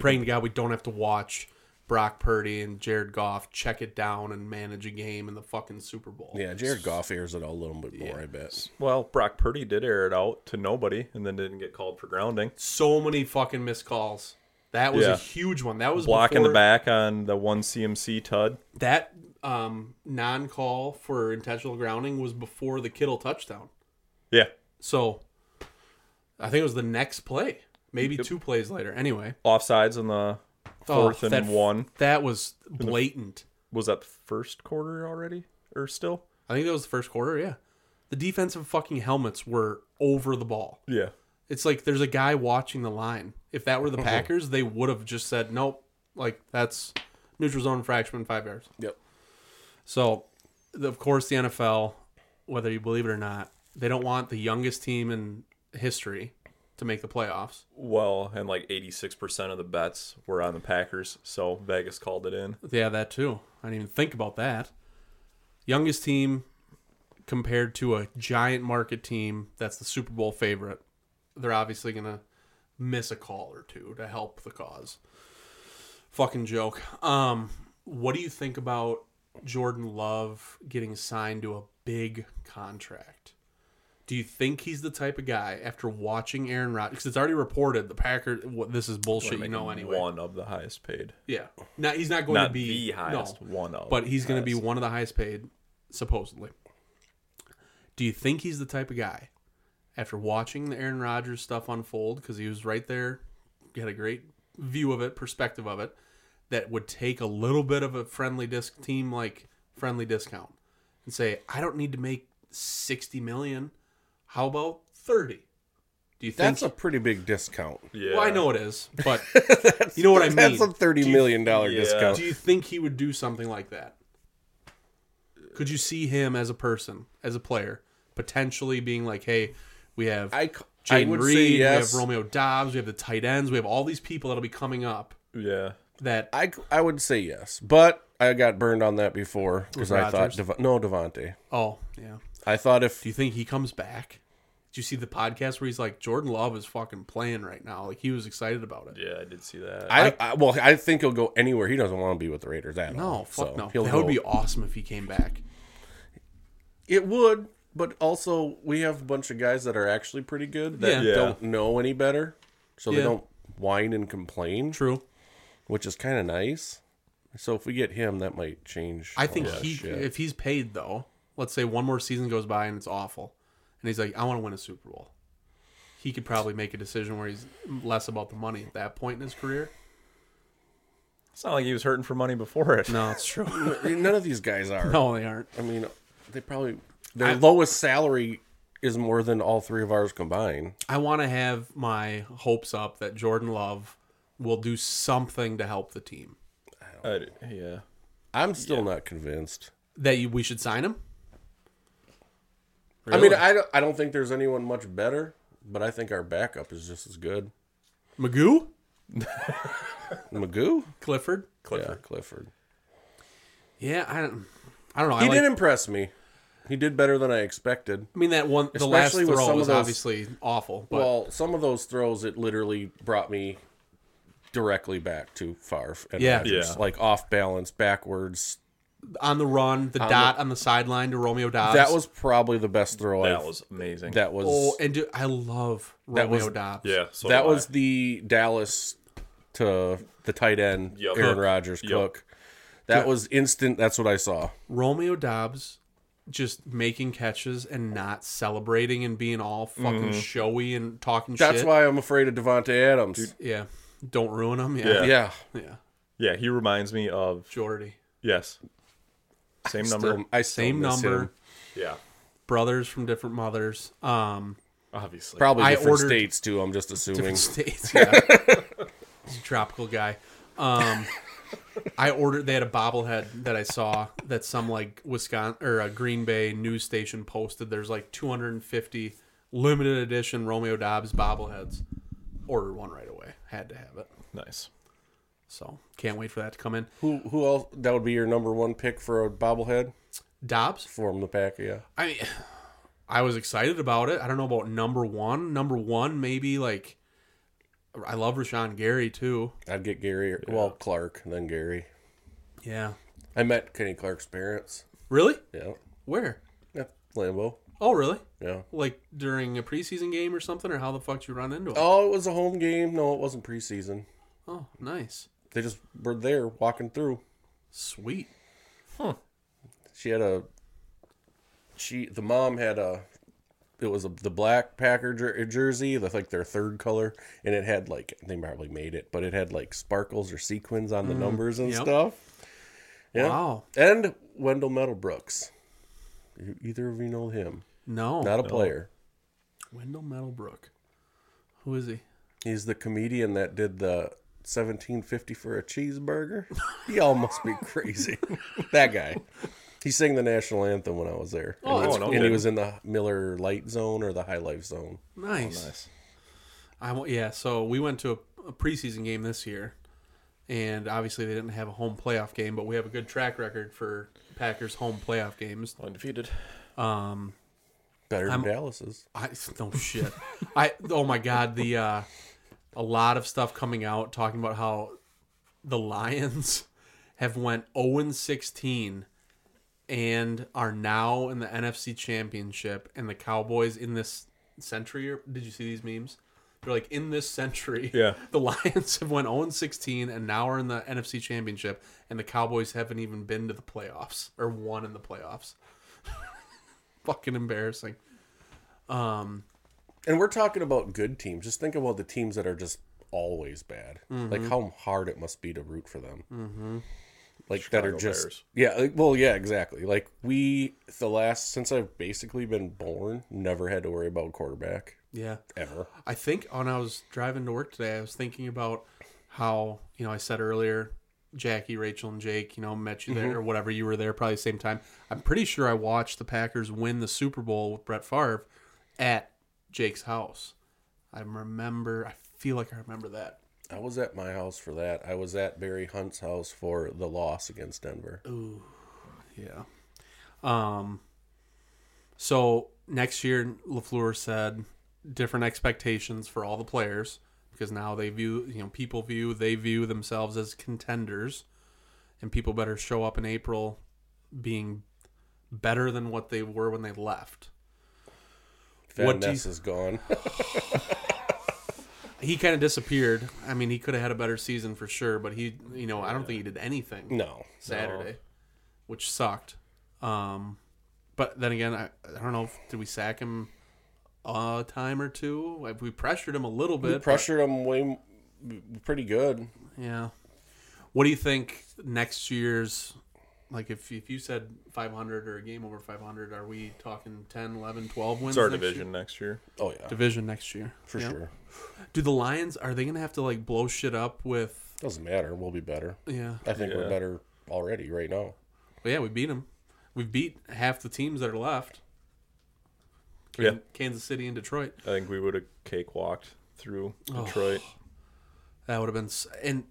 Speaker 4: praying to God we don't have to watch Brock Purdy and Jared Goff check it down and manage a game in the fucking Super Bowl.
Speaker 3: *laughs* yeah, Jared Goff airs it all a little bit more. I bet.
Speaker 5: Well, Brock Purdy did air it out to nobody and then didn't get called for grounding.
Speaker 4: So many fucking missed calls. That was
Speaker 5: Yeah.
Speaker 4: a huge one. That was
Speaker 5: Block in the
Speaker 4: before-
Speaker 5: back on the one CMC Tud.
Speaker 4: That um, non-call for intentional grounding was before the Kittle touchdown.
Speaker 5: Yeah.
Speaker 4: So I think it was the next play, maybe two plays later. Anyway,
Speaker 5: Offsides in the fourth
Speaker 4: Oh,
Speaker 5: and
Speaker 4: that-
Speaker 5: one.
Speaker 4: That was blatant.
Speaker 5: Was that the first quarter already? Or still?
Speaker 4: I think that was the first quarter. Yeah, the defensive fucking helmets were over the ball.
Speaker 5: Yeah.
Speaker 4: It's like there's a guy watching the line. If that were the Packers, they would have just said, "Nope, like that's neutral zone infraction, five yards."
Speaker 3: Yep.
Speaker 4: So, the- of course, the NFL, whether you believe it or not, they don't want the youngest team in history to make the playoffs.
Speaker 5: Well, and like 86% of the bets were on the Packers, so Vegas called it in.
Speaker 4: Yeah, that too. I didn't even think about that. Youngest team compared to a giant market team that's the Super Bowl favorite. They're obviously going to miss a call or two to help the cause. Fucking joke. Um, what do you think about Jordan Love getting signed to a big contract? Do you think he's the type of guy after watching Aaron Rodgers? Because it's already reported the Packers. What this is bullshit. You
Speaker 5: Making
Speaker 4: know anyway.
Speaker 5: One of the highest paid.
Speaker 4: Yeah. Now he's not going
Speaker 5: Not
Speaker 4: to be
Speaker 5: the highest,
Speaker 4: no,
Speaker 5: one of.
Speaker 4: but he's going to be
Speaker 5: highest.
Speaker 4: one of the highest paid, supposedly. Do you think he's the type of guy, after watching the Aaron Rodgers stuff unfold, because he was right there, he had a great view of it, perspective of it, that would take a little bit of a friendly disc team like friendly discount and say, I don't need to make sixty million. How about thirty? Do you think?
Speaker 3: That's a pretty big discount.
Speaker 5: Yeah.
Speaker 4: Well, I know it is, but you know what I mean.
Speaker 3: *laughs* That's a thirty million dollar
Speaker 5: Yeah.
Speaker 3: discount.
Speaker 4: Do you think he would do something like that? Could you see him as a person, as a player, potentially being like, "Hey, we have
Speaker 3: I c- I
Speaker 4: Jaden
Speaker 3: would
Speaker 4: Reed,
Speaker 3: say
Speaker 4: we
Speaker 3: yes.
Speaker 4: have Romeo Dobbs, we have the tight ends, we have all these people that'll be coming up
Speaker 5: Yeah.
Speaker 4: that
Speaker 3: I, I would say yes, but I got burned on that before because
Speaker 4: With
Speaker 3: I thought
Speaker 4: Rodgers?
Speaker 3: Dev- no Devonte.
Speaker 4: oh yeah.
Speaker 3: I thought if
Speaker 4: Do you think he comes back? Did you see the podcast where he's like, Jordan Love is fucking playing right now? Like he was excited about it.
Speaker 5: Yeah, I did see that.
Speaker 3: I, I well, I think he'll go anywhere. He doesn't want to be with the Raiders at all.
Speaker 4: No, fuck
Speaker 3: So
Speaker 4: no.
Speaker 3: he'll
Speaker 4: That would
Speaker 3: go-
Speaker 4: be awesome if he came back.
Speaker 3: It would, but also we have a bunch of guys that are actually pretty good
Speaker 4: Yeah.
Speaker 3: that
Speaker 5: Yeah.
Speaker 3: don't know any better, so they
Speaker 4: Yeah.
Speaker 3: don't whine and complain,
Speaker 4: True.
Speaker 3: which is kind of nice. So if we get him, that might change.
Speaker 4: I
Speaker 3: a
Speaker 4: think
Speaker 3: lot of
Speaker 4: he
Speaker 3: Oh, shit.
Speaker 4: if he's paid though, let's say one more season goes by and it's awful, and he's like, I want to win a Super Bowl. He could probably make a decision where he's less about the money at that point in his career.
Speaker 5: it's not like he was hurting for money before it.
Speaker 4: No, it's true. *laughs*
Speaker 3: *laughs* none of these guys are.
Speaker 4: no, they aren't.
Speaker 3: I mean, they probably their lowest salary is more than all three of ours combined.
Speaker 4: I want to have my hopes up that Jordan Love will do something to help the team.
Speaker 5: I d- yeah.
Speaker 3: I'm still not convinced.
Speaker 4: That you, we should sign him.
Speaker 3: I mean, I don't, I don't think there's anyone much better, but I think our backup is just as good.
Speaker 4: Magoo
Speaker 3: Magoo?
Speaker 4: Clifford.
Speaker 3: Yeah, Clifford.
Speaker 4: Yeah, I don't. I don't know.
Speaker 3: He
Speaker 4: I, like,
Speaker 3: did impress me. He did better than I expected.
Speaker 4: I mean, that one, the last
Speaker 3: Especially with
Speaker 4: throw
Speaker 3: some
Speaker 4: was
Speaker 3: of those-
Speaker 4: obviously awful. But
Speaker 3: well, some of those throws it literally brought me directly back to Favre and
Speaker 4: Yeah.
Speaker 3: Rodgers.
Speaker 5: Yeah.
Speaker 3: like off balance, backwards.
Speaker 4: on the run, the dot on the sideline to Romeo Dobbs.
Speaker 3: That was probably the best throw.
Speaker 5: That
Speaker 3: I've,
Speaker 5: was amazing.
Speaker 3: that was
Speaker 4: Oh, and dude, I love Romeo
Speaker 3: was-
Speaker 4: Dobbs.
Speaker 5: yeah. So
Speaker 3: that
Speaker 5: do I.
Speaker 3: was the Dallas to the tight end
Speaker 5: Yep.
Speaker 3: Aaron
Speaker 5: Cook.
Speaker 3: Rodgers
Speaker 5: Yep.
Speaker 3: Cook. That was instant. That's what I saw.
Speaker 4: Romeo Dobbs just making catches and not celebrating and being all fucking showy and talking
Speaker 3: Mm-hmm. That's
Speaker 4: shit.
Speaker 3: why I'm afraid of Devonte Adams.
Speaker 4: Yeah. Don't ruin him.
Speaker 5: Yeah.
Speaker 4: Yeah.
Speaker 3: yeah,
Speaker 4: Yeah.
Speaker 5: Yeah, he reminds me of
Speaker 4: Jordy.
Speaker 5: yes. Same number.
Speaker 3: Still- I still
Speaker 4: Same
Speaker 3: miss
Speaker 4: number.
Speaker 3: him.
Speaker 5: Yeah.
Speaker 4: Brothers from different mothers. Um,
Speaker 5: Obviously.
Speaker 3: Probably
Speaker 4: I
Speaker 3: different
Speaker 4: ordered-
Speaker 3: states too. I'm just assuming.
Speaker 4: different states. Yeah. He's a tropical guy. Um, I ordered. They had a bobblehead that I saw that some like Wisconsin or a Green Bay news station posted. There's like 250 limited edition Romeo Dobbs bobbleheads. Ordered one right away. Had to have it.
Speaker 5: Nice.
Speaker 4: So can't wait for that to come in.
Speaker 3: Who who else? That would be your number one pick for a bobblehead
Speaker 4: Dobbs.
Speaker 3: from the pack. Yeah,
Speaker 4: I mean, I was excited about it. I don't know about number one. Number one, maybe like. I love Rashawn Gary too.
Speaker 3: I'd get Gary. Or, Well, Clark, and then Gary.
Speaker 4: Yeah.
Speaker 3: I met Kenny Clark's parents.
Speaker 4: Really?
Speaker 3: Yeah,
Speaker 4: Where?
Speaker 3: yeah, Lambo.
Speaker 4: Oh, really?
Speaker 3: Yeah.
Speaker 4: Like during a preseason game or something, or how the fuck did you run into it? Oh,
Speaker 3: Oh, it was a home game. No, it wasn't preseason.
Speaker 4: nice,
Speaker 3: They just were there walking through.
Speaker 4: sweet.
Speaker 3: she had a she the mom had a it was a, the black Packer jer- jersey, the, like their third color, and it had like they probably made it, but it had like sparkles or sequins on the numbers and
Speaker 4: Mm, yep.
Speaker 3: stuff. Yeah.
Speaker 4: Wow.
Speaker 3: And Wendell Metalbrooks. You- Either of you know him?
Speaker 4: No,
Speaker 3: Not a player.
Speaker 4: Wendell Metalbrook. Who is he?
Speaker 3: He's the comedian that did the seventeen fifty for a cheeseburger. *laughs* Y'all must be crazy. *laughs* that guy. He sang the national anthem when I was there.
Speaker 4: Oh, that's
Speaker 5: Oh, no
Speaker 4: cool.
Speaker 3: and he
Speaker 5: kidding.
Speaker 3: was in the Miller Light Zone or the High Life Zone.
Speaker 4: Nice.
Speaker 5: Nice.
Speaker 4: I wa- yeah. So we went to a, a preseason game this year, and obviously they didn't have a home playoff game, but we have a good track record for Packers home playoff games.
Speaker 5: Undefeated.
Speaker 4: Um,
Speaker 3: Better than Dallas's.
Speaker 4: I no shit. I oh my god, the uh a lot of stuff coming out talking about how the Lions have went 0 and 16 and are now in the NFC Championship and the Cowboys in this century or did you see these memes? They're like in this century.
Speaker 5: Yeah.
Speaker 4: *laughs* The Lions have went 0 and 16 and now are in the NFC Championship and the Cowboys haven't even been to the playoffs or won in the playoffs. *laughs* Fucking embarrassing.
Speaker 3: And we're talking about good teams. Just think about the teams that are just always bad. Like how hard it must be to root for them. Mm-hmm. Like that are
Speaker 5: Chicago
Speaker 3: just
Speaker 5: Bears.
Speaker 3: yeah. like- Well, yeah, exactly. Like we the last since I've basically been born, never had to worry about quarterback
Speaker 4: Yeah.
Speaker 3: ever.
Speaker 4: I think when I was driving to work today, I was thinking about how, you know, I said earlier, Jackie, Rachel, and Jake, you know, met you there or whatever. You were there probably the same time. I'm pretty sure I watched the Packers win the Super Bowl with Brett Favre at Jake's house. I remember, I feel like I remember that.
Speaker 3: I was at my house for that. I was at Barry Hunt's house for the loss against Denver.
Speaker 4: Yeah. Um, So next year, Lafleur said different expectations for all the players because now they view you know people view they view themselves as contenders, and people better show up in April being better than what they were when they left. What
Speaker 3: What
Speaker 4: do you-
Speaker 3: is gone. *laughs*
Speaker 4: He kind of disappeared. I mean, he could have had a better season for sure, but he you know I don't think he did anything.
Speaker 3: no.
Speaker 4: Saturday,
Speaker 5: Oh.
Speaker 4: which sucked. Um, but then again, I, I don't know. If, did we sack him a time or two? Like, We pressured him a little bit.
Speaker 3: We
Speaker 4: but-
Speaker 3: pressured him way m- pretty good.
Speaker 4: yeah. What do you think next year's? Like if, if you said 500 or a game over 500, are we talking 10, 11, 12 wins?
Speaker 5: It's our
Speaker 4: next
Speaker 5: division
Speaker 4: year?
Speaker 5: next year.
Speaker 3: Oh yeah,
Speaker 4: Division next year.
Speaker 3: for
Speaker 4: Yeah.
Speaker 3: sure.
Speaker 4: Do the Lions, are they going to have to like blow shit up with,
Speaker 3: Doesn't matter. We'll be better.
Speaker 4: yeah.
Speaker 3: I think
Speaker 5: Yeah.
Speaker 3: we're better already right now.
Speaker 4: But yeah, we beat them. We beat half the teams that are left.
Speaker 5: Yeah.
Speaker 4: Kansas City and Detroit.
Speaker 5: I think we would have cakewalked through Detroit.
Speaker 4: That would have been, s- and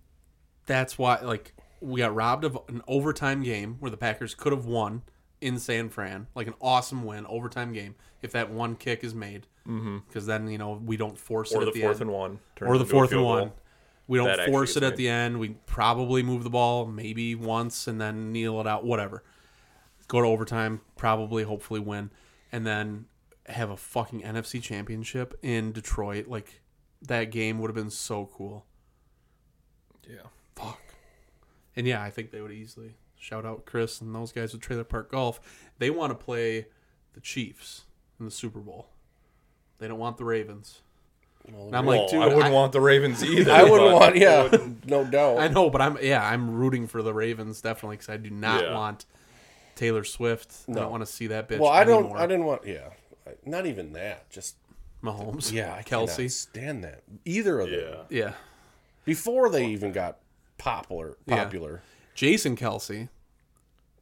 Speaker 4: that's why like we got robbed of an overtime game where the Packers could have won in San Fran, like an awesome win, overtime game. If that one kick is made, because then you know we don't force
Speaker 5: Mm-hmm. Or
Speaker 4: it
Speaker 5: the
Speaker 4: at the
Speaker 5: fourth
Speaker 4: end,
Speaker 5: and one. turns
Speaker 4: or the
Speaker 5: into a
Speaker 4: fourth and
Speaker 5: field goal.
Speaker 4: one. We
Speaker 5: That
Speaker 4: don't
Speaker 5: actually
Speaker 4: force
Speaker 5: gets
Speaker 4: it at
Speaker 5: made.
Speaker 4: the end. We probably move the ball maybe once and then kneel it out, whatever. Go to overtime, probably, hopefully win, and then have a fucking NFC championship in Detroit. Like, that game would have been so cool.
Speaker 5: Yeah.
Speaker 4: Fuck. And yeah, I think they would easily shout out Chris and those guys with Trailer Park Golf. They want to play the Chiefs in the Super Bowl. They don't want the Ravens.
Speaker 3: Well,
Speaker 4: And I'm
Speaker 5: Well,
Speaker 4: like, dude,
Speaker 5: I wouldn't
Speaker 4: I-
Speaker 5: want the Ravens
Speaker 3: *laughs*
Speaker 5: either.
Speaker 3: I wouldn't
Speaker 5: but-
Speaker 3: want. Yeah, *laughs* no doubt.
Speaker 4: I know, but I'm yeah, I'm rooting for the Ravens definitely because I do not
Speaker 5: Yeah.
Speaker 4: want Taylor Swift. I
Speaker 3: No.
Speaker 4: don't want to see that bitch.
Speaker 3: well, I don't.
Speaker 4: anymore.
Speaker 3: I didn't want. Yeah, I- not even that. Just
Speaker 4: Mahomes.
Speaker 3: yeah, I
Speaker 4: Kelsey.
Speaker 3: cannot stand that either of them.
Speaker 5: Yeah.
Speaker 4: Yeah,
Speaker 3: Before they even got popular,
Speaker 4: Yeah.
Speaker 3: popular.
Speaker 4: Jason Kelsey.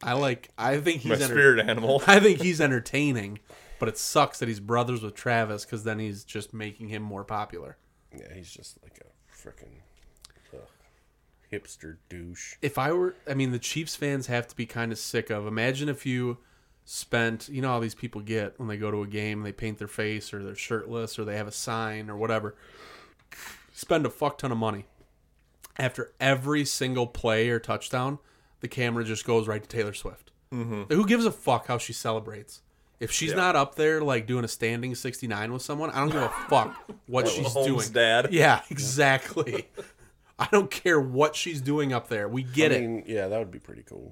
Speaker 4: I like. I think
Speaker 5: My
Speaker 4: he's. enter-
Speaker 3: *laughs*
Speaker 5: spirit animal.
Speaker 4: *laughs* I think he's entertaining, but it sucks that he's brothers with Travis because then he's just making him more popular.
Speaker 3: Yeah. he's just like a freaking hipster douche.
Speaker 4: if I were, I mean, the Chiefs fans have to be kind of sick of. Imagine if you spent, you know, how these people get when they go to a game, they paint their face or they're shirtless or they have a sign or whatever. Spend a fuck ton of money. After every single play or touchdown, the camera just goes right to Taylor Swift. Like, who gives a fuck how she celebrates? If she's not up there like doing a standing 69 with someone, I don't give a fuck what she's
Speaker 5: Mahomes'
Speaker 4: doing.
Speaker 5: dad.
Speaker 3: *laughs*
Speaker 4: Yeah, exactly. I don't care what she's doing up there. We get
Speaker 3: I
Speaker 4: it.
Speaker 3: mean, yeah, that would be pretty cool.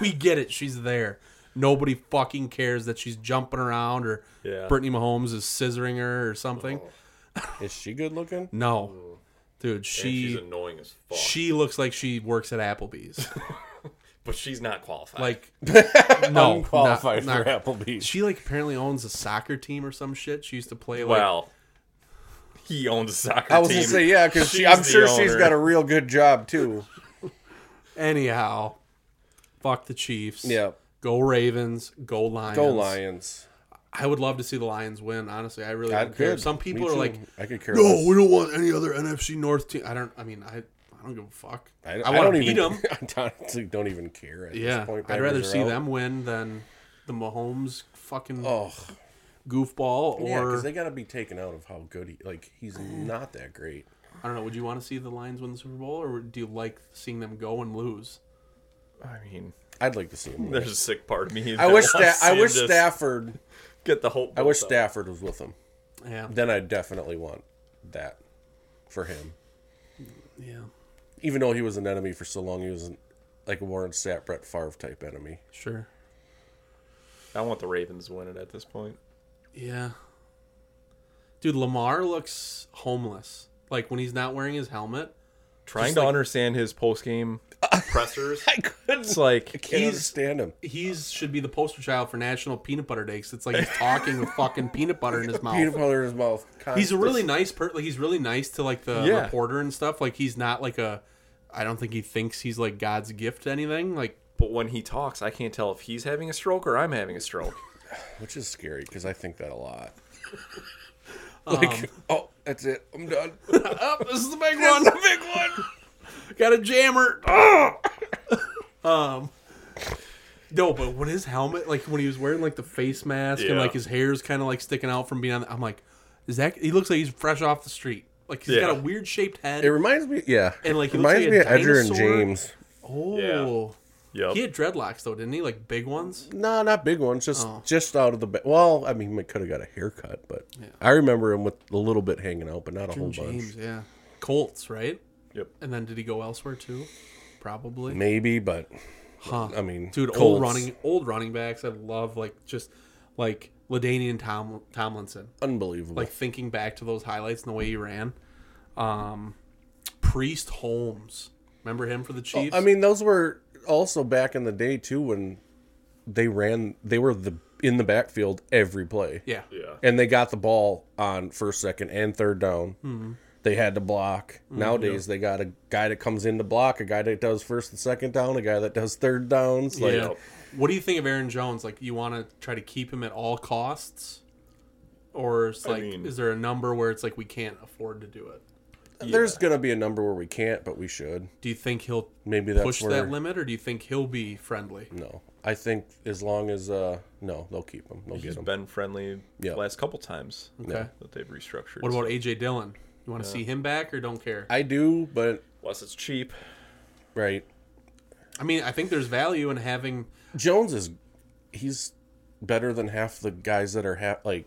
Speaker 4: We get it. She's there. Nobody fucking cares that she's jumping around or
Speaker 5: Yeah.
Speaker 4: Brittany Mahomes is scissoring her or something.
Speaker 3: Oh. Is she good looking?
Speaker 4: No. Dude,
Speaker 5: she's
Speaker 4: she
Speaker 5: annoying as fuck.
Speaker 4: she looks like she works at
Speaker 3: *laughs*
Speaker 4: Applebee's.
Speaker 5: but she's not qualified.
Speaker 4: Like *laughs* no,
Speaker 3: Unqualified
Speaker 4: not-
Speaker 3: for
Speaker 4: not-
Speaker 3: Applebee's.
Speaker 4: She like apparently owns a soccer team or some shit. She used to play like
Speaker 5: well, he owns a soccer
Speaker 3: I was
Speaker 5: team.
Speaker 3: gonna say yeah, because she,
Speaker 5: She's
Speaker 3: I'm
Speaker 5: the
Speaker 3: sure she's
Speaker 5: owner.
Speaker 3: got a real good job too.
Speaker 4: anyhow. Fuck the Chiefs.
Speaker 3: Yeah.
Speaker 4: Go Ravens. Go Lions.
Speaker 3: Go Lions.
Speaker 4: I would love to see the Lions win. Honestly, I really
Speaker 3: I
Speaker 4: don't care.
Speaker 3: could.
Speaker 4: Some
Speaker 3: Me
Speaker 4: people are
Speaker 3: too.
Speaker 4: like,
Speaker 3: I could care.
Speaker 4: No,
Speaker 3: less.
Speaker 4: we don't want any other NFC North team. I don't. I mean, I I don't give a fuck. I, want to beat
Speaker 3: even, *laughs*
Speaker 4: them.
Speaker 3: I honestly don't even care. At
Speaker 4: Yeah,
Speaker 3: this point.
Speaker 4: I'd rather
Speaker 3: Packers are
Speaker 4: see
Speaker 3: out.
Speaker 4: them win than the Mahomes fucking
Speaker 3: Oh,
Speaker 4: goofball.
Speaker 3: yeah,
Speaker 4: Or
Speaker 3: because they got to be taken out of how good he. Like *sighs* he's not that great.
Speaker 4: I don't know. Would you want to see the Lions win the Super Bowl, or do you like seeing them go and lose?
Speaker 5: I mean,
Speaker 3: I'd like to see him. win.
Speaker 5: there's a sick part of me.
Speaker 3: I
Speaker 4: *laughs*
Speaker 3: wish
Speaker 5: that
Speaker 3: that. I wish
Speaker 5: just
Speaker 3: Stafford.
Speaker 5: Get the hope.
Speaker 3: I wish
Speaker 5: built up.
Speaker 3: Stafford was with him.
Speaker 4: Yeah,
Speaker 3: Then I definitely want that for him.
Speaker 4: yeah,
Speaker 3: Even though he was an enemy for so long, he was an, like a Warren Sapp, Brett Favre type enemy.
Speaker 4: sure.
Speaker 5: I want the Ravens to win it at this point.
Speaker 4: Yeah, dude, Lamar looks homeless. Like when he's not wearing his helmet.
Speaker 5: Trying
Speaker 4: Just
Speaker 5: to
Speaker 4: like-
Speaker 5: understand his post game pressers.
Speaker 3: I couldn't.
Speaker 5: It's like
Speaker 3: Can't
Speaker 4: He's-
Speaker 3: understand him.
Speaker 4: He's should be the poster child for National Peanut Butter Day. 'cause it's like he's talking with fucking peanut butter in his mouth.
Speaker 3: Peanut butter in his mouth.
Speaker 4: he's a
Speaker 3: constant.
Speaker 4: really nice per like he's really nice to like the
Speaker 5: Yeah.
Speaker 4: reporter and stuff like he's not like a i don't think he thinks he's like god's gift to anything like *laughs*
Speaker 5: but when he talks, I can't tell if he's having a stroke or I'm having a stroke.
Speaker 3: which is scary because I think that a
Speaker 4: *laughs*
Speaker 3: lot. Like,
Speaker 4: Um,
Speaker 3: oh, that's it. I'm done.
Speaker 4: oh this is the big one big *laughs* one got a jammer um No, but when his helmet, like when he was wearing like the face mask and
Speaker 5: Yeah.
Speaker 4: like his hair's kind of like sticking out from being on. The, I'm like, is that? He looks like he's fresh off the street. Like he's got
Speaker 5: Yeah.
Speaker 4: a weird shaped head.
Speaker 3: It reminds me, yeah.
Speaker 4: *laughs* And, like, it looks
Speaker 3: reminds
Speaker 4: like
Speaker 3: me
Speaker 4: a
Speaker 3: of Edger and
Speaker 4: dinosaur.
Speaker 3: James.
Speaker 4: oh,
Speaker 5: Yep.
Speaker 4: he had dreadlocks though, didn't he? Like big ones.
Speaker 3: No, not big ones. Just
Speaker 4: Oh.
Speaker 3: just out of the. Ba- well, I mean, he could have got a haircut, but I remember him with a little bit hanging out, but not a whole
Speaker 4: James,
Speaker 3: bunch.
Speaker 4: yeah. Colts, right?
Speaker 5: Yep.
Speaker 4: And then did he go elsewhere too? Probably.
Speaker 3: Maybe, but
Speaker 4: Huh.
Speaker 3: I mean,
Speaker 4: dude,
Speaker 3: Colts.
Speaker 4: old running, old running backs. I love like just like Ladainian Tom Tomlinson.
Speaker 3: unbelievable.
Speaker 4: Like thinking back to those highlights and the way he ran. Um, Priest Holmes, remember him for the Chiefs?
Speaker 3: Oh, I mean, those were also back in the day too when they ran. They were the in the backfield every play.
Speaker 4: yeah,
Speaker 5: Yeah.
Speaker 3: and they got the ball on first, second, and third down.
Speaker 4: Mm-hmm.
Speaker 3: They had to block. Nowadays, they got a guy that comes in to block, a guy that does first and second down, a guy that does third downs. Like,
Speaker 4: yeah. uh, What do you think of Aaron Jones? Like, you want to try to keep him at all costs, or it's
Speaker 5: I
Speaker 4: like,
Speaker 5: mean-
Speaker 4: is there a number where it's like we can't afford to do it?
Speaker 3: there's gonna be a number where we can't, but we should.
Speaker 4: Do you think he'll
Speaker 3: Maybe that's
Speaker 4: push
Speaker 3: where.
Speaker 4: that limit, or do you think he'll be friendly?
Speaker 3: no, I think as long as uh, no, they'll keep him. They'll
Speaker 5: He's
Speaker 3: get him.
Speaker 5: been friendly
Speaker 3: Yeah.
Speaker 5: the last couple times
Speaker 4: Okay.
Speaker 5: that they've restructured.
Speaker 4: What about
Speaker 5: so-
Speaker 4: AJ Dillon? You want to see him back or don't care? I,
Speaker 3: I do, but
Speaker 5: unless it's cheap?
Speaker 3: right,
Speaker 4: mean, I think there's value in having.
Speaker 3: Jones is he's better than half the guys that are ha- like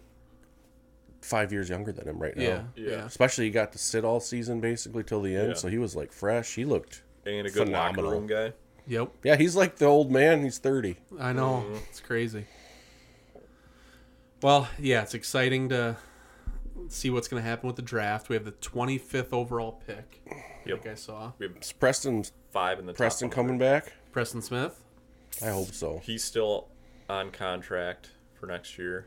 Speaker 3: five years younger than him right now.
Speaker 4: Yeah, yeah.
Speaker 5: Yeah.
Speaker 3: Especially he got to sit all season basically till the end,
Speaker 5: Yeah.
Speaker 3: so he was like fresh. He looked
Speaker 5: And a good
Speaker 3: Phenomenal.
Speaker 5: locker room guy.
Speaker 4: Yep,
Speaker 3: yeah, he's like the old man. He's thirty.
Speaker 4: I know
Speaker 5: Mm-hmm.
Speaker 4: it's crazy. Well, yeah, it's exciting to see what's going to happen with the draft. We have the 25th overall pick.
Speaker 5: Yep.
Speaker 4: Like I saw
Speaker 3: Is Preston
Speaker 5: Five in the top
Speaker 3: Preston
Speaker 5: 100.
Speaker 3: coming back?
Speaker 4: Preston Smith.
Speaker 3: I hope so.
Speaker 5: He's still on contract for next year.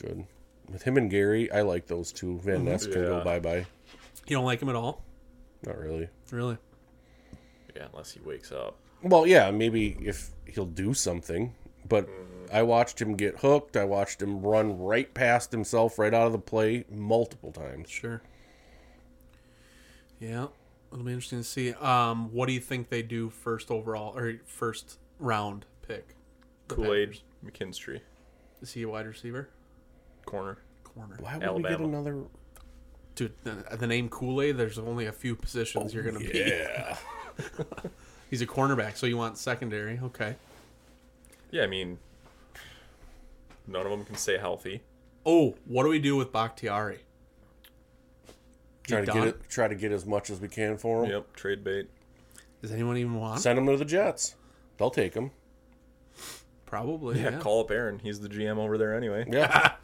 Speaker 3: Good. With him and Gary, I like those two. Van Ness can go
Speaker 5: Mhm. Yeah.
Speaker 3: bye bye.
Speaker 4: You don't like him at all,
Speaker 3: Not really.
Speaker 4: really?
Speaker 5: Yeah, unless he wakes up.
Speaker 3: Well, yeah, maybe if he'll do something. But I watched him get hooked. I watched him run right past himself, right out of the play, multiple times.
Speaker 4: Sure. Yeah, it'll be interesting to see. Um, what do you think they do first overall or first round pick? The
Speaker 5: Kool Aid
Speaker 4: Packers.
Speaker 5: McKinstry,
Speaker 4: Is he a wide receiver?
Speaker 5: corner.
Speaker 4: Corner.
Speaker 3: Why would we get
Speaker 5: Alabama.
Speaker 3: another?
Speaker 5: *coughs*
Speaker 3: *coughs*
Speaker 4: Dude, the, the name Kool Aid. There's only a few positions you're gonna
Speaker 5: Oh,
Speaker 4: be.
Speaker 3: Yeah,
Speaker 4: He's a cornerback, so you want secondary. Okay.
Speaker 5: Yeah, I mean, none of them can stay healthy.
Speaker 4: Oh, what do we do with Bakhtiari?
Speaker 3: try to get
Speaker 4: done?
Speaker 3: it. Try to get as much as we can for him.
Speaker 5: Yep, trade bait.
Speaker 4: Does anyone even want?
Speaker 3: Send him to the Jets. They'll take him.
Speaker 4: Probably.
Speaker 5: Yeah,
Speaker 4: Yeah.
Speaker 5: call up Aaron. He's the GM over there anyway. *laughs*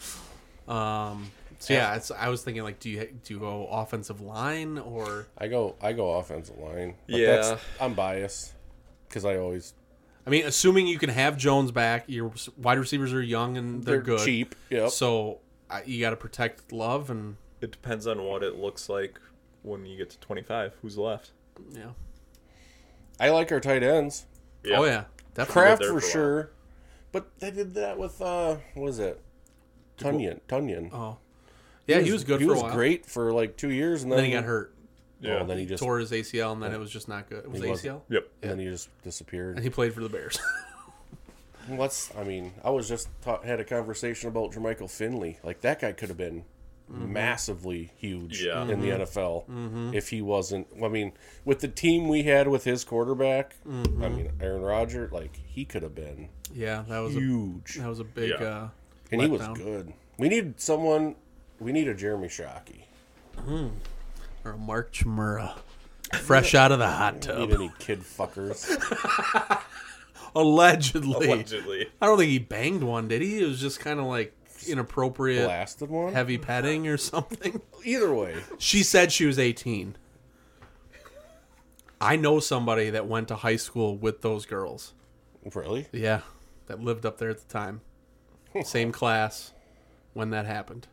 Speaker 3: Yeah,
Speaker 4: So yeah, it's, I was thinking like, do you do you go offensive line or?
Speaker 3: I go. I go offensive line. But
Speaker 5: Yeah.
Speaker 3: that's, I'm biased because I always
Speaker 4: I mean, assuming you can have Jones back, your s- wide receivers are young and they're,
Speaker 3: they're
Speaker 4: good.
Speaker 3: cheap. Yep.
Speaker 4: So I, you got to protect Love and
Speaker 5: It depends on what it looks like when you get to 25. Who's left?
Speaker 4: yeah.
Speaker 3: I like our tight ends.
Speaker 4: Oh yeah, definitely.
Speaker 3: Kraft
Speaker 5: there for a
Speaker 3: for,
Speaker 5: while.
Speaker 3: sure. But they did that with uh, what was it? Tunyon. Tunyon.
Speaker 4: Oh, yeah, he was, good
Speaker 3: He
Speaker 4: for
Speaker 3: was
Speaker 4: a while.
Speaker 3: great for like two years, and then,
Speaker 4: Then he got hurt,
Speaker 3: Yeah. then he just
Speaker 4: tore his ACL, and then it was just not good. It was
Speaker 3: He wasn't-
Speaker 4: ACL,
Speaker 5: Yep.
Speaker 3: and then he just disappeared.
Speaker 4: and he played for the Bears. *laughs*
Speaker 3: What's I mean? I was just ta had a conversation about Jermichael Finley. Like that guy could have been massively huge
Speaker 5: Yeah.
Speaker 3: in the NFL if he wasn't. I mean, with the team we had with his quarterback, I mean Aaron Rodgers, like he could have been
Speaker 4: yeah, that was a,
Speaker 3: huge,
Speaker 4: that was a big.
Speaker 5: Yeah.
Speaker 4: Uh,
Speaker 3: and he was
Speaker 4: letdown.
Speaker 3: good. We need someone. We need a Jeremy Shockey.
Speaker 4: or Mark Chmura,
Speaker 3: *laughs*
Speaker 4: fresh out of the hot
Speaker 3: We
Speaker 4: tub,
Speaker 3: need any kid fuckers.
Speaker 4: allegedly.
Speaker 5: *laughs* Allegedly.
Speaker 4: I don't think he banged one, did he? It was just kind of like inappropriate,
Speaker 3: Blasted one.
Speaker 4: heavy petting or something.
Speaker 3: Either way,
Speaker 4: She said she was 18. I know somebody that went to high school with those girls.
Speaker 3: really.
Speaker 4: Yeah, that lived up there at
Speaker 3: *laughs*
Speaker 4: the time. Same class when that happened.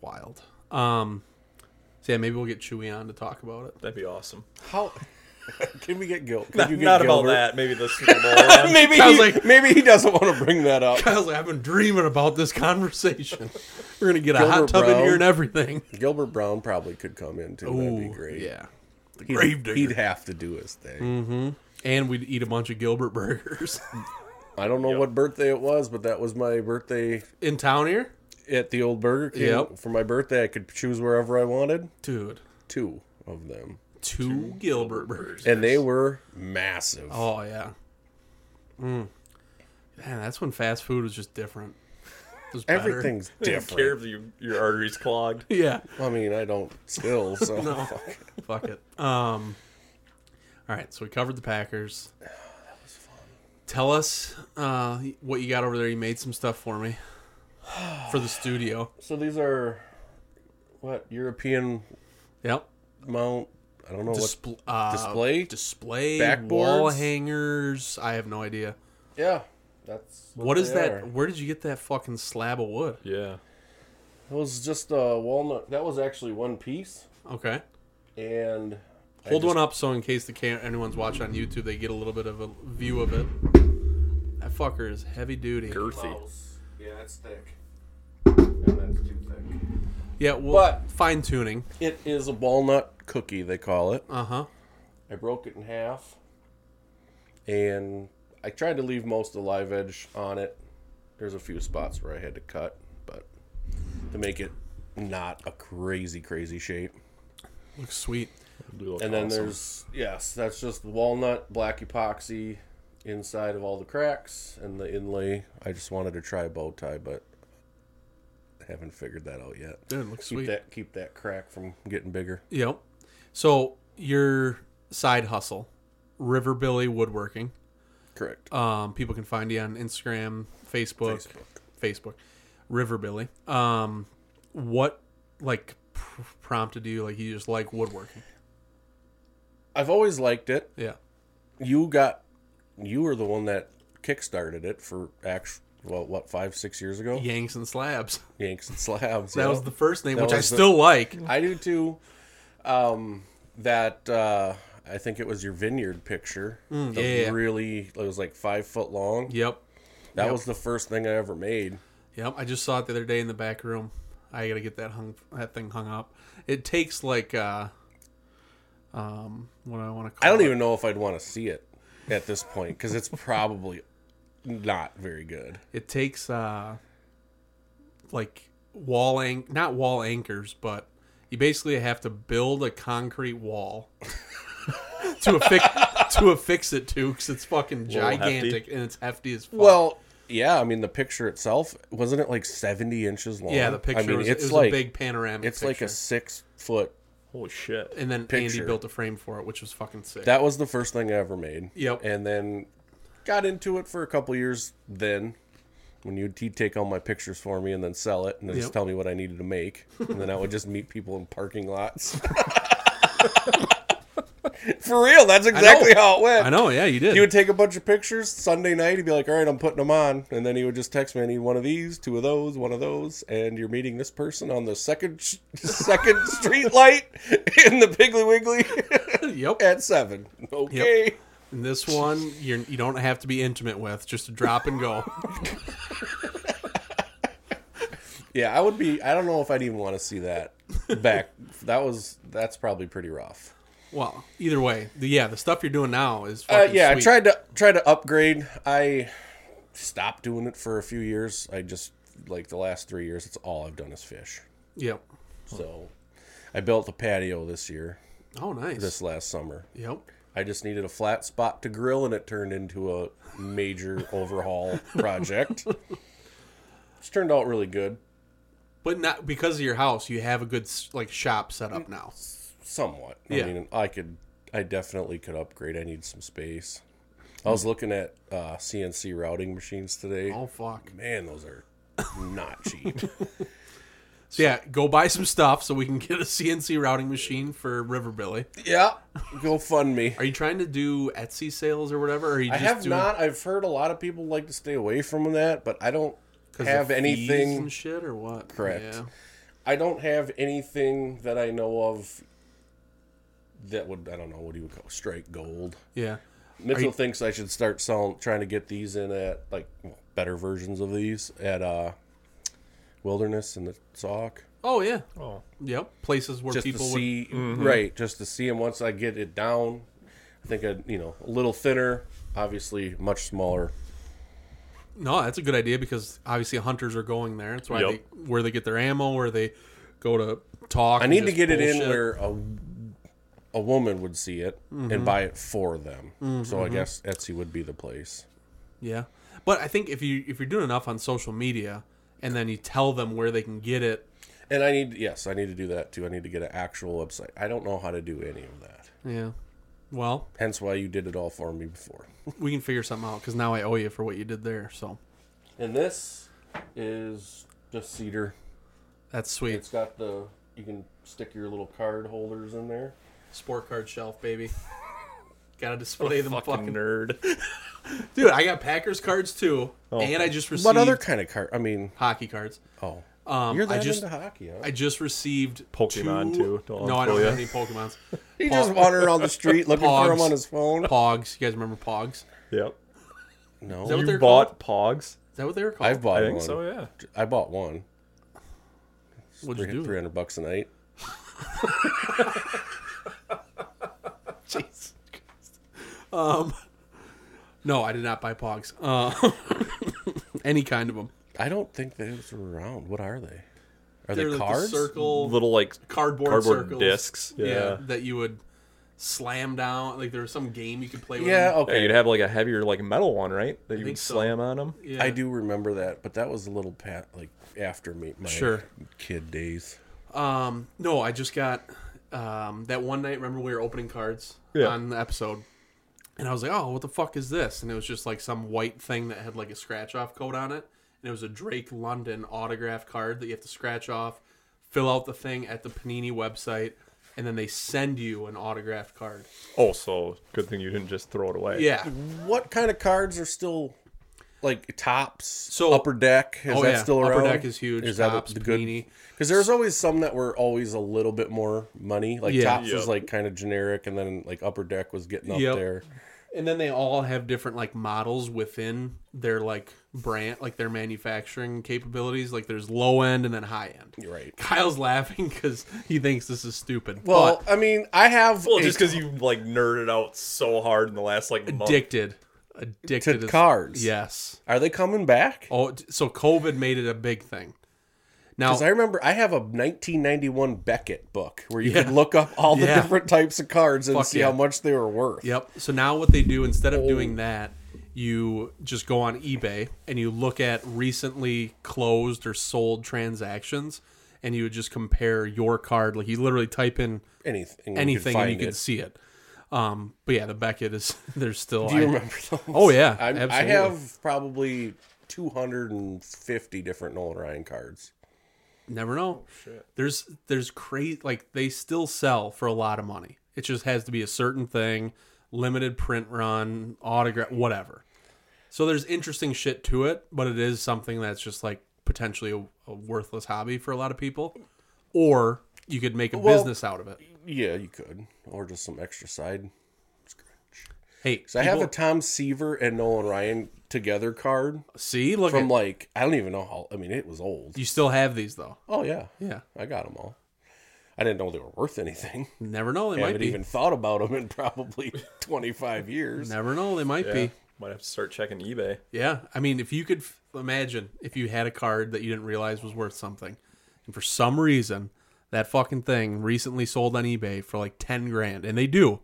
Speaker 4: Wild. Um so yeah, maybe we'll get Chewy on to talk about it. *laughs*
Speaker 5: That'd be awesome.
Speaker 3: How *laughs* can we get guilt?
Speaker 5: *laughs* Not, not about that. Maybe the Super Bowl. one.
Speaker 3: Maybe
Speaker 4: I was
Speaker 3: he,
Speaker 4: like-
Speaker 3: maybe he doesn't want to bring that up.
Speaker 4: I was like, I've been dreaming about this conversation. *laughs* We're gonna get a
Speaker 3: Gilbert
Speaker 4: hot tub in
Speaker 3: Brown.
Speaker 4: here and everything.
Speaker 3: Gilbert Brown probably could come in too. That'd be
Speaker 4: Ooh,
Speaker 3: great.
Speaker 4: Yeah. The
Speaker 3: He'd,
Speaker 4: grave digger. Mm.
Speaker 3: he'd have to do his thing.
Speaker 4: and we'd eat a bunch of Gilbert burgers. *laughs*
Speaker 3: I don't know what birthday it was, but that was my birthday
Speaker 4: in town here,
Speaker 3: at the old Burger King.
Speaker 4: Yep.
Speaker 3: For my birthday, I could choose wherever I wanted.
Speaker 4: dude.
Speaker 3: Two of them,
Speaker 4: Two, Gilbert burgers.
Speaker 3: and they were massive.
Speaker 4: Oh yeah. Mm. Man, that's when fast food was just different. It was better.
Speaker 3: Everything's
Speaker 5: They don't care
Speaker 3: different.
Speaker 5: if you, your arteries clogged.
Speaker 4: *laughs* Yeah.
Speaker 3: I mean, I don't still.
Speaker 4: *laughs*
Speaker 3: So
Speaker 4: Fuck it. Um. All right, so we covered the Packers. *sighs* that was fun. Tell us uh, what you got over there. You made some stuff for *sighs* me for the studio.
Speaker 3: so these are what European
Speaker 4: Yep.
Speaker 3: mount. I don't know what.
Speaker 4: Displ- uh,
Speaker 3: display?
Speaker 4: display, wall
Speaker 3: Backboards?
Speaker 4: hangers. I have no idea.
Speaker 3: Yeah, that's
Speaker 4: What is
Speaker 3: they
Speaker 4: that?
Speaker 3: are.
Speaker 4: Where did you get that fucking slab of wood?
Speaker 5: Yeah.
Speaker 3: It was just a walnut. That was actually one piece,
Speaker 4: Okay.
Speaker 3: and I
Speaker 4: Hold
Speaker 3: just-
Speaker 4: one up so in case the can- anyone's watching on YouTube, they get a little bit of a view of it. That fucker is heavy duty.
Speaker 5: Girthy.
Speaker 3: Yeah, that's thick. And that's too thick.
Speaker 4: Yeah, well,
Speaker 3: But-
Speaker 4: fine tuning.
Speaker 3: It is a walnut cookie, they call it.
Speaker 4: Uh huh.
Speaker 3: I broke it in half, and I tried to leave most of the live edge on it. There's a few spots where I had to cut, but to make it not a crazy, crazy shape.
Speaker 4: Looks sweet.
Speaker 5: Do look
Speaker 3: And then
Speaker 5: awesome.
Speaker 3: there's yes, that's just the walnut black epoxy inside of all the cracks and the inlay. I just wanted to try a bow tie, but I haven't figured that out yet.
Speaker 4: Dude, looks
Speaker 3: keep
Speaker 4: sweet.
Speaker 3: that keep that crack from getting bigger.
Speaker 4: Yep. So your side hustle, Riverbilly Woodworking.
Speaker 3: Correct.
Speaker 4: Um, people can find you on Instagram, Facebook, Facebook, Riverbilly. Um, what like pr- prompted you? Like you just like woodworking?
Speaker 3: I've always liked it.
Speaker 4: Yeah.
Speaker 3: You got you were the one that kickstarted it for actual well what five six years ago
Speaker 4: Yanks and slabs.
Speaker 3: Yanks and Slabs.
Speaker 4: That
Speaker 3: yeah.
Speaker 4: was the first name,
Speaker 3: That
Speaker 4: which I
Speaker 3: was the- *laughs*
Speaker 4: still like.
Speaker 3: I do too. Um, that uh, I think it was your vineyard picture. The
Speaker 4: Mm, yeah, yeah.
Speaker 3: really it was like five foot long.
Speaker 4: Yep.
Speaker 3: that was the first thing I ever made.
Speaker 4: Yep. I just saw it the other day in the back room. I gotta get that hung that thing hung up. It takes like uh um what do I want to
Speaker 3: I
Speaker 4: call
Speaker 3: don't
Speaker 4: it?
Speaker 3: even know if I'd want to see it at this point because it's probably not very good.
Speaker 4: it takes uh like wall anch- not wall anchors, but you basically have to build a concrete wall *laughs* to affix to affix it to because it's fucking
Speaker 5: Little hefty.
Speaker 4: gigantic and it's hefty as fuck.
Speaker 3: Well, yeah, I mean the picture itself wasn't it like seventy inches long?
Speaker 4: yeah, the picture
Speaker 3: I mean,
Speaker 4: was,
Speaker 3: it's
Speaker 4: it was
Speaker 3: like
Speaker 4: a big panoramic.
Speaker 3: it's like a
Speaker 4: picture.
Speaker 3: six foot.
Speaker 5: Holy shit.
Speaker 4: and then Andy
Speaker 3: picture.
Speaker 4: built a frame for it, which was fucking sick.
Speaker 3: That was the first thing I ever made.
Speaker 4: Yep.
Speaker 3: And then got into it for a couple years then when you'd he'd take all my pictures for me and then sell it and then
Speaker 4: Yep.
Speaker 3: just tell me what I needed to make. And then I would just meet people in parking
Speaker 4: *laughs*
Speaker 3: lots. for real, that's exactly how it went.
Speaker 4: I know, yeah, you did.
Speaker 3: He would take a bunch of pictures Sunday night. He'd be like, "All right, I'm putting them on," and then he would just text me, "I need one of these, two of those, one of those." And you're meeting this person on the second sh- *laughs* second street light in the Piggly Wiggly *laughs*
Speaker 4: *laughs* yep.
Speaker 3: at seven. Okay.
Speaker 4: And this one, you're, you don't have to be intimate with. Just drop and
Speaker 3: *laughs*
Speaker 4: go.
Speaker 3: Yeah, I would be. I don't know if I'd even want to see that back. *laughs* that was. That's probably pretty rough.
Speaker 4: well, either way, the, yeah, the stuff you're doing now is
Speaker 3: Uh,
Speaker 4: fucking
Speaker 3: yeah, I
Speaker 4: sweet.
Speaker 3: tried to try to upgrade. I stopped doing it for a few years. I just like the last three years. It's all I've done is fish.
Speaker 4: Yep.
Speaker 3: So I built a patio this year,
Speaker 4: Oh, nice.
Speaker 3: this last summer.
Speaker 4: Yep.
Speaker 3: I just needed a flat spot to grill, and it turned into a major
Speaker 4: *laughs*
Speaker 3: overhaul project. It's turned out really good,
Speaker 4: But not because of your house, you have a good s- like shop set up now.
Speaker 3: somewhat.
Speaker 4: Yeah.
Speaker 3: I mean, I could, I definitely could upgrade. I need some space. I was looking at uh, CNC routing machines today.
Speaker 4: Oh fuck.
Speaker 3: Man, those are not
Speaker 4: *laughs*
Speaker 3: cheap. *laughs*
Speaker 4: So yeah, go buy some stuff so we can get a CNC routing machine for Riverbilly.
Speaker 3: yeah, go fund me.
Speaker 4: Are you trying to do Etsy sales or whatever? Or are you
Speaker 3: I
Speaker 4: just
Speaker 3: have
Speaker 4: doing
Speaker 3: not. I've heard a lot of people like to stay away from that, but I don't
Speaker 4: 'cause
Speaker 3: have
Speaker 4: of fees
Speaker 3: anything.
Speaker 4: and shit or what?
Speaker 3: Correct.
Speaker 4: Yeah.
Speaker 3: I don't have anything that I know of that would I don't know what do you would call it? strike gold.
Speaker 4: Yeah.
Speaker 3: Mitchell thinks I should start selling, trying to get these in at like better versions of these at uh Wilderness and the Sauk,
Speaker 4: Oh yeah.
Speaker 5: Oh.
Speaker 4: Yep. Places where
Speaker 3: just to
Speaker 4: people would
Speaker 3: see
Speaker 4: Mm-hmm.
Speaker 3: right, just to see them. Once I get it uh, down, I think I you know a little thinner, obviously much smaller.
Speaker 4: No, that's a good idea because obviously hunters are going there. That's why
Speaker 5: Yep.
Speaker 4: they, where they get their ammo, where they go to talk.
Speaker 3: I need to get it in where a, a woman would see it
Speaker 4: Mm-hmm.
Speaker 3: and buy it for them. So I guess Etsy would be the place.
Speaker 4: Yeah, but I think if you if you're doing enough on social media and then you tell them where they can get it,
Speaker 3: And I need yes, I need to do that too. I need to get an actual website. I don't know how to do any of that.
Speaker 4: yeah. Well,
Speaker 3: Hence why you did it all for me before.
Speaker 4: we can figure something out because now I owe you for what you did there. So
Speaker 3: And this is just cedar.
Speaker 4: that's sweet.
Speaker 3: It's got the you can stick your little card holders in there.
Speaker 4: Sport card shelf, baby. *laughs* Gotta display them,
Speaker 5: fucking,
Speaker 4: fucking.
Speaker 5: nerd.
Speaker 4: Dude, I got Packers cards too, and I just received
Speaker 3: What other kind of card? I mean,
Speaker 4: hockey cards.
Speaker 3: oh,
Speaker 4: Um,
Speaker 3: you're
Speaker 4: I
Speaker 3: that
Speaker 4: just
Speaker 3: into hockey, huh?
Speaker 4: I just received
Speaker 5: Pokemon,
Speaker 4: two...
Speaker 5: too. Don't
Speaker 4: no, I don't
Speaker 5: fool ya.
Speaker 4: have any Pokemons.
Speaker 3: he just wandering around the
Speaker 4: *laughs*
Speaker 3: street looking for him
Speaker 4: Pogs.
Speaker 3: on his phone.
Speaker 4: Pogs. You guys remember Pogs? Is
Speaker 5: Yep.
Speaker 3: No,
Speaker 4: that what
Speaker 5: You
Speaker 4: they're
Speaker 5: bought Pogs?
Speaker 4: Is that what they were called?
Speaker 3: I've bought
Speaker 5: I think
Speaker 3: one.
Speaker 5: so, yeah.
Speaker 3: I bought one.
Speaker 4: What'd you
Speaker 3: Three
Speaker 4: do?
Speaker 3: hundred bucks a night.
Speaker 4: Jeez. Um, no, I did not buy Pogs. Uh, *laughs* any kind of them.
Speaker 3: I don't think those were around. What are they? Are
Speaker 4: They're
Speaker 3: they
Speaker 4: like the
Speaker 3: cards?
Speaker 4: circle
Speaker 5: Little like
Speaker 4: cardboard,
Speaker 5: cardboard
Speaker 4: circles.
Speaker 5: discs. Yeah.
Speaker 4: that you would slam down. Like there was some game you could play with.
Speaker 3: yeah, oh,
Speaker 4: them.
Speaker 5: Yeah,
Speaker 3: okay.
Speaker 5: you'd have like a heavier like metal one, right? That you
Speaker 4: think
Speaker 5: would
Speaker 4: so.
Speaker 5: slam on them.
Speaker 4: yeah.
Speaker 3: I do remember that, but that was a little pat like after me my
Speaker 4: Sure.
Speaker 3: kid days.
Speaker 4: Um, no, I just got um, that one night. Remember we were opening cards
Speaker 5: Yeah.
Speaker 4: on the episode, and I was like, "Oh, what the fuck is this?" And it was just like some white thing that had like a scratch off code on it, and it was a Drake London autograph card that you have to scratch off, fill out the thing at the Panini website, and then they send you an autographed card.
Speaker 5: Also, Oh, good thing you didn't just throw it away.
Speaker 4: Yeah,
Speaker 3: What kind of cards are still like tops?
Speaker 4: So-
Speaker 3: upper deck is
Speaker 4: Oh,
Speaker 3: that
Speaker 4: yeah.
Speaker 3: still
Speaker 4: Upper
Speaker 3: around?
Speaker 4: Deck is huge, Topps, Panini.
Speaker 3: Because there's always some that were always a little bit more money. Like
Speaker 4: Yeah.
Speaker 3: tops was
Speaker 5: Yep.
Speaker 3: like kind of generic, and then like upper deck was getting up
Speaker 4: Yep.
Speaker 3: there.
Speaker 4: and then they all have different like models within their like brand, like their manufacturing capabilities. Like there's low end and then high end.
Speaker 3: You're right.
Speaker 4: Kyle's laughing *laughs* because he thinks this is stupid.
Speaker 3: Well,
Speaker 4: but
Speaker 3: I mean, I have
Speaker 5: Well,
Speaker 3: a-
Speaker 5: just because you like nerded out so hard in the last like month.
Speaker 4: addicted, addicted
Speaker 3: To
Speaker 4: as-
Speaker 3: cards.
Speaker 4: Yes.
Speaker 3: are they coming back?
Speaker 4: Oh, d- so COVID made it a big thing. Now,
Speaker 3: Because I remember I have a 1991 Beckett book where you
Speaker 4: Yeah.
Speaker 3: could look up all the
Speaker 4: Yeah.
Speaker 3: different types of cards and
Speaker 4: Fuck
Speaker 3: see
Speaker 4: yeah.
Speaker 3: how much they were worth.
Speaker 4: yep. So now what they do instead of
Speaker 3: Oh.
Speaker 4: doing that, you just go on eBay and you look at recently closed or sold transactions, and you would just compare your card. Like you literally type in
Speaker 3: Anything.
Speaker 4: anything and you
Speaker 3: could
Speaker 4: can see it. Um, but yeah, the Beckett is *laughs* there's still.
Speaker 3: Do you
Speaker 4: I-
Speaker 3: remember those?
Speaker 4: Oh, yeah,
Speaker 3: I'm, I
Speaker 4: absolutely.
Speaker 3: have probably 250 different Nolan Ryan cards.
Speaker 4: Never
Speaker 3: Oh,
Speaker 4: know. There's there's crazy like they still sell for a lot of money. It just has to be a certain thing, limited print run, autograph, whatever. So there's interesting shit to it, but it is something that's just like potentially a, a worthless hobby for a lot of people, or you could make a
Speaker 3: Well-
Speaker 4: business out of it.
Speaker 3: Yeah, you could, or just some extra side.
Speaker 4: Hey,
Speaker 3: So I have a
Speaker 4: people-
Speaker 3: Tom Seaver and Nolan Ryan together card
Speaker 4: see. Look,
Speaker 3: from
Speaker 4: at,
Speaker 3: like I don't even know how. I mean, it was old.
Speaker 4: you still have these though.
Speaker 3: Oh yeah,
Speaker 4: Yeah,
Speaker 3: I got them all. I didn't know they were worth anything.
Speaker 4: never know. They
Speaker 3: I
Speaker 4: might
Speaker 3: haven't
Speaker 4: be.
Speaker 3: even thought about them in probably *laughs* 25 years.
Speaker 4: Never know. They might
Speaker 5: Yeah.
Speaker 4: be.
Speaker 5: Might have to start checking eBay.
Speaker 4: Yeah, I mean, if you could f- imagine if you had a card that you didn't realize was worth something, and for some reason that fucking thing recently sold on eBay for like ten grand, and they do.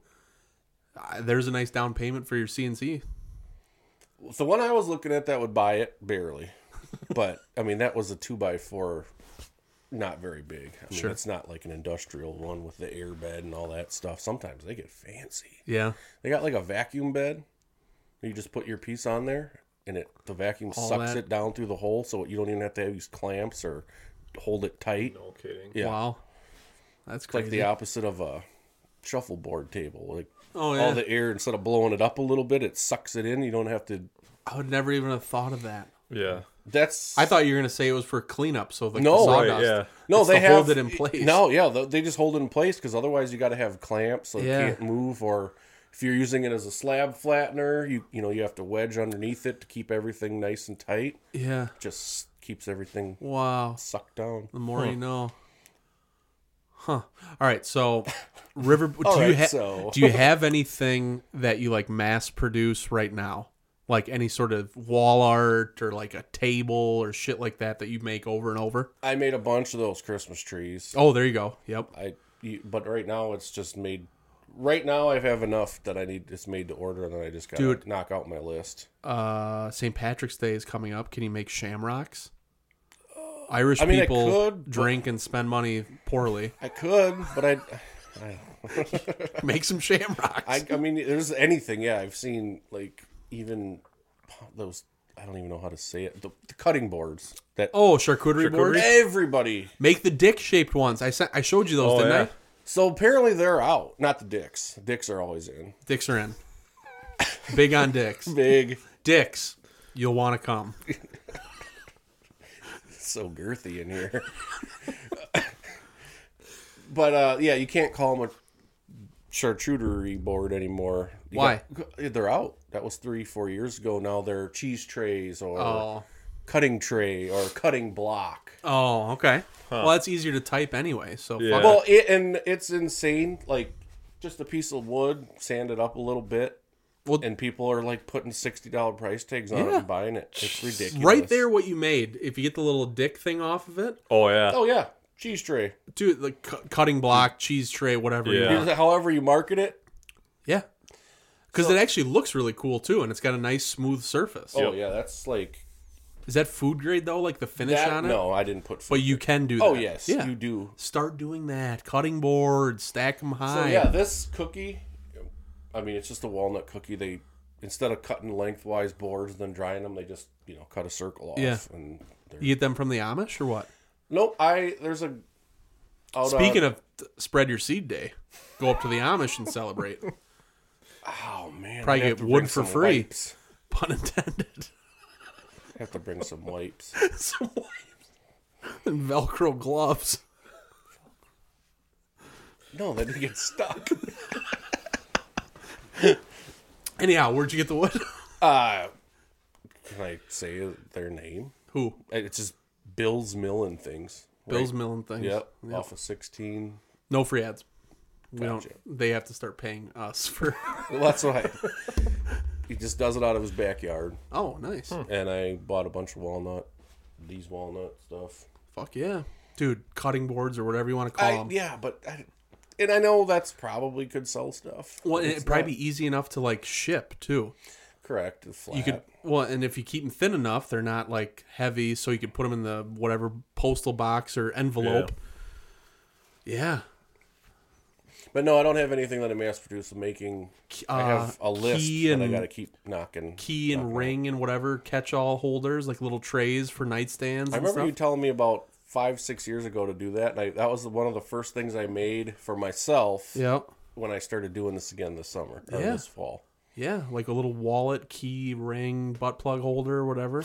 Speaker 4: Uh, there's a nice down payment for your CNC.
Speaker 3: The one I was looking at that would buy it barely, but I mean that was a two by four, not very big. I mean,
Speaker 4: Sure.
Speaker 3: it's not like an industrial one with the air bed and all that stuff. Sometimes they get fancy.
Speaker 4: Yeah,
Speaker 3: They got like a vacuum bed. You just put your piece on there, and it the vacuum
Speaker 4: All
Speaker 3: sucks
Speaker 4: that-
Speaker 3: it down through the hole, so you don't even have to use clamps or hold it tight.
Speaker 5: No kidding.
Speaker 3: Yeah.
Speaker 4: wow, that's
Speaker 3: Like
Speaker 4: crazy.
Speaker 3: the opposite of a shuffleboard table. Like
Speaker 4: oh yeah,
Speaker 3: all the air instead of blowing it up a little bit, it sucks it in. You don't have to.
Speaker 4: I would never even have thought of that.
Speaker 5: Yeah.
Speaker 3: That's
Speaker 4: I thought you were gonna say it was for cleanup, so like, the
Speaker 3: No, right,
Speaker 4: sawdust.
Speaker 5: Oh, yeah.
Speaker 3: No,
Speaker 4: It's
Speaker 3: they
Speaker 4: to
Speaker 3: have
Speaker 4: hold it in place.
Speaker 3: No, yeah, th- they just hold it in place because otherwise you got to have clamps so
Speaker 4: Yeah.
Speaker 3: it can't move. Or if you're using it as a slab flattener, you you know you have to wedge underneath it to keep everything nice and tight.
Speaker 4: yeah.
Speaker 3: Just keeps everything
Speaker 4: Wow.
Speaker 3: sucked down.
Speaker 4: The more you know. Huh. All right.
Speaker 3: *laughs*
Speaker 4: So, River, do you
Speaker 3: Alright,
Speaker 4: ha-
Speaker 3: so.
Speaker 4: do you have anything that you like mass produce right now? like any sort of wall art or like a table or shit like that that you make over and over?
Speaker 3: I made a bunch of those Christmas trees.
Speaker 4: Oh, there you go. Yep.
Speaker 3: I, you, but right now it's just made. Right now I have enough that I need. It's made to order, and then I just gotta
Speaker 4: Dude.
Speaker 3: knock out my list.
Speaker 4: Uh, St. Patrick's Day is coming up. Can you make shamrocks? Irish
Speaker 3: Uh, I mean, I
Speaker 4: people
Speaker 3: could, but-
Speaker 4: drink and spend money
Speaker 3: *laughs*
Speaker 4: poorly.
Speaker 3: I could, but I, I,
Speaker 4: Make some shamrocks.
Speaker 3: I, I mean, there's anything. Yeah, I've seen like even those. I don't even know how to say it. The, the cutting boards that
Speaker 4: oh, charcuterie, boards.
Speaker 3: everybody.
Speaker 4: Make the dick shaped ones. I sent, I showed you those,
Speaker 5: Oh,
Speaker 4: didn't
Speaker 5: yeah.
Speaker 4: I?
Speaker 3: So apparently they're out. Not the dicks. Dicks are always in.
Speaker 4: Dicks are in. Big on dicks.
Speaker 3: Big,
Speaker 4: Dicks, you'll want to come.
Speaker 3: so girthy in here. *laughs* but uh, yeah, you can't call them a charcuterie board anymore. You
Speaker 4: Why?
Speaker 3: got- they're out. That was three, four years ago. Now they're cheese trays or
Speaker 4: Oh,
Speaker 3: cutting tray or cutting block.
Speaker 4: oh, okay. Well, that's easier to type anyway. So
Speaker 5: Yeah.
Speaker 4: fuck
Speaker 3: Well, it, and it's insane. Like just a piece of wood, sand it up a little bit.
Speaker 4: Well-
Speaker 3: and people are like putting sixty dollar price tags on it
Speaker 4: Yeah.
Speaker 3: and buying it. It's ridiculous.
Speaker 4: right there what you made if you get the little dick thing off of it
Speaker 5: Oh yeah.
Speaker 3: Oh yeah, cheese tray.
Speaker 4: dude like cu- cutting block cheese tray whatever you
Speaker 5: Yeah.
Speaker 4: want.
Speaker 3: Here's- However you market it.
Speaker 4: yeah because it actually looks really cool too and it's got a nice smooth surface
Speaker 3: Oh yeah, that's like
Speaker 4: is that food grade though like the finish
Speaker 3: that.
Speaker 4: on it
Speaker 3: No, I didn't put.
Speaker 4: but you can do that
Speaker 3: Oh yes,
Speaker 4: yeah
Speaker 3: you do.
Speaker 4: start doing that cutting board stack them high
Speaker 3: So yeah, this cookie. I mean, it's just a walnut cookie. They instead of cutting lengthwise boards and then drying them, they just you know cut a circle off.
Speaker 4: Yeah.
Speaker 3: And they're...
Speaker 4: you get them from the amish or what
Speaker 3: nope. I there's a. Out uh,
Speaker 4: speaking of th- spread your seed day go up to the amish and celebrate
Speaker 3: *laughs* oh man,
Speaker 4: probably
Speaker 3: I have
Speaker 4: get
Speaker 3: to
Speaker 4: wood
Speaker 3: bring
Speaker 4: for
Speaker 3: some
Speaker 4: free.
Speaker 3: Wipes.
Speaker 4: pun intended
Speaker 3: I have to bring some wipes. *laughs*
Speaker 4: Some wipes *laughs* and velcro gloves
Speaker 3: No, then you get stuck. *laughs*
Speaker 4: anyhow where'd you get the wood *laughs*
Speaker 3: Uh, can I say their name? Uh,
Speaker 4: who
Speaker 3: It's just Bill's Mill and things.
Speaker 4: Bill's milling things.
Speaker 3: Yep, off of sixteen.
Speaker 4: No free ads. We
Speaker 3: Gotcha.
Speaker 4: don't. They have to start paying us for. *laughs*
Speaker 3: Well, that's what I. *laughs* he just does it out of his backyard,
Speaker 4: oh, nice.
Speaker 3: and I bought a bunch of walnut, these walnut stuff.
Speaker 4: Fuck yeah, dude. Cutting boards or whatever you want to call
Speaker 3: I,
Speaker 4: them.
Speaker 3: yeah, but I, and I know that's probably could sell stuff.
Speaker 4: Well, and
Speaker 3: It's
Speaker 4: it'd probably
Speaker 3: not
Speaker 4: be easy enough to like ship too.
Speaker 3: correct. it's Flat.
Speaker 4: You could well, and if you keep them thin enough, they're not like heavy, so you could put them in the whatever postal box or envelope. Yeah.
Speaker 3: but no, I don't have anything that I mass produce. I'm making. I have
Speaker 4: Uh,
Speaker 3: a list
Speaker 4: key
Speaker 3: that I
Speaker 4: and-
Speaker 3: got to keep knocking.
Speaker 4: Key and
Speaker 3: knocking out.
Speaker 4: ring and whatever catch-all holders, like little trays for nightstands.
Speaker 3: I
Speaker 4: and
Speaker 3: remember
Speaker 4: stuff.
Speaker 3: you telling me about five, six years ago to do that, and I, that was one of the first things I made for myself
Speaker 4: Yep.
Speaker 3: when I started doing this again this summer or
Speaker 4: Yeah.
Speaker 3: this fall.
Speaker 4: Yeah, like a little wallet, key, ring, butt plug holder, or whatever.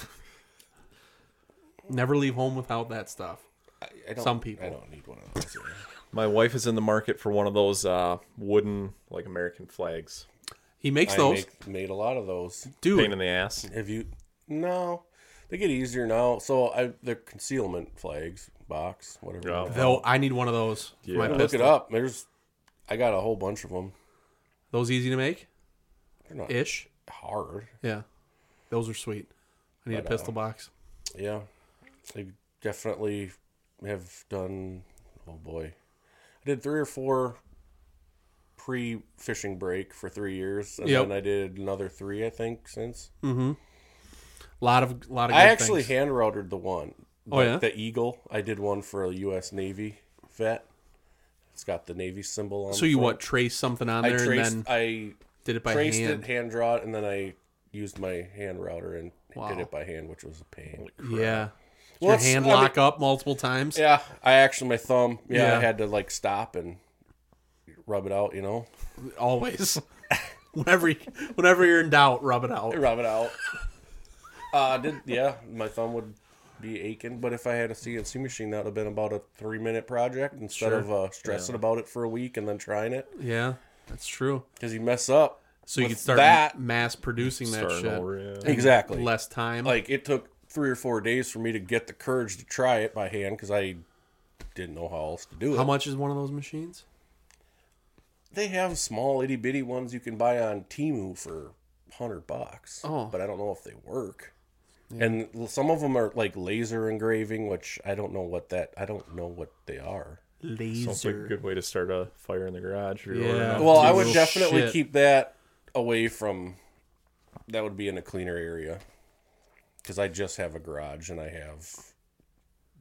Speaker 4: Never leave home without that stuff.
Speaker 3: I don't,
Speaker 4: Some people.
Speaker 3: I don't need one of those. yeah.
Speaker 5: My wife is in the market for one of those uh, wooden like American flags.
Speaker 4: He makes
Speaker 3: I
Speaker 4: those,
Speaker 3: make, made a lot of those.
Speaker 4: dude.
Speaker 5: Pain in the ass.
Speaker 3: Have you? No, they get easier now. So I the concealment flags box, whatever.
Speaker 5: Oh.
Speaker 3: you call
Speaker 4: Though I need one of those. for
Speaker 5: Yeah.
Speaker 4: my
Speaker 3: it. Look it
Speaker 4: pistol.
Speaker 3: up. There's, I got a whole bunch of them.
Speaker 4: Those easy to make,
Speaker 3: They're not
Speaker 4: ish.
Speaker 3: hard.
Speaker 4: Yeah, those are sweet. I need a
Speaker 3: uh,
Speaker 4: pistol box.
Speaker 3: Yeah, they definitely have done. Oh boy, I did three or four pre fishing break for three years, and
Speaker 4: Yep.
Speaker 3: then I did another three, I think, since.
Speaker 4: A lot of, lot of.
Speaker 3: I
Speaker 4: good
Speaker 3: actually
Speaker 4: things.
Speaker 3: hand routed the one.
Speaker 4: Oh,
Speaker 3: the,
Speaker 4: yeah?
Speaker 3: the eagle. I did one for a U.S. Navy vet. It's got the Navy symbol on.
Speaker 4: So
Speaker 3: the
Speaker 4: you what?
Speaker 3: front.
Speaker 4: Trace something on
Speaker 3: I
Speaker 4: there
Speaker 3: traced.
Speaker 4: and then
Speaker 3: I
Speaker 4: did it by
Speaker 3: traced
Speaker 4: hand.
Speaker 3: it, hand draw it, and then I used my hand router and
Speaker 4: Wow.
Speaker 3: did it by hand, which was a pain.
Speaker 4: Yeah. Did
Speaker 3: Well,
Speaker 4: Your
Speaker 3: it's-
Speaker 4: hand
Speaker 3: I mean-
Speaker 4: lock up multiple times.
Speaker 3: Yeah, I actually my thumb. Yeah,
Speaker 4: Yeah.
Speaker 3: I had to like stop and rub it out. You know, *laughs*
Speaker 4: Always. whenever, you, whenever you're in doubt, rub it out.
Speaker 3: rub it out. Uh, did yeah, my thumb would be aching, but if I had a CNC machine, that would have been about a three minute project instead
Speaker 4: Sure.
Speaker 3: of uh, stressing about it for a week and then trying it
Speaker 4: Yeah, that's true.
Speaker 3: because you mess up.
Speaker 4: So you
Speaker 3: With
Speaker 4: could start
Speaker 3: that-
Speaker 4: mass producing that
Speaker 5: Starting
Speaker 4: shit.
Speaker 5: over, yeah.
Speaker 4: in
Speaker 3: Exactly.
Speaker 4: Less time.
Speaker 3: Like it took three or four days for me to get the courage to try it by hand because I didn't know how else to do it.
Speaker 4: how much is one of those machines?
Speaker 3: They have small itty bitty ones you can buy on Timu for hundred bucks.
Speaker 4: Oh.
Speaker 3: but I don't know if they work. And l- some of them are like laser engraving, which I don't know what that. I don't know what they are.
Speaker 5: Sounds like a
Speaker 4: Laser.
Speaker 5: good way to start a fire in the garage. Or
Speaker 4: Yeah.
Speaker 5: yeah.
Speaker 3: Well, I
Speaker 4: Dude,
Speaker 3: would definitely
Speaker 4: shit.
Speaker 3: keep that away from. That would be in a cleaner area, because I just have a garage and I have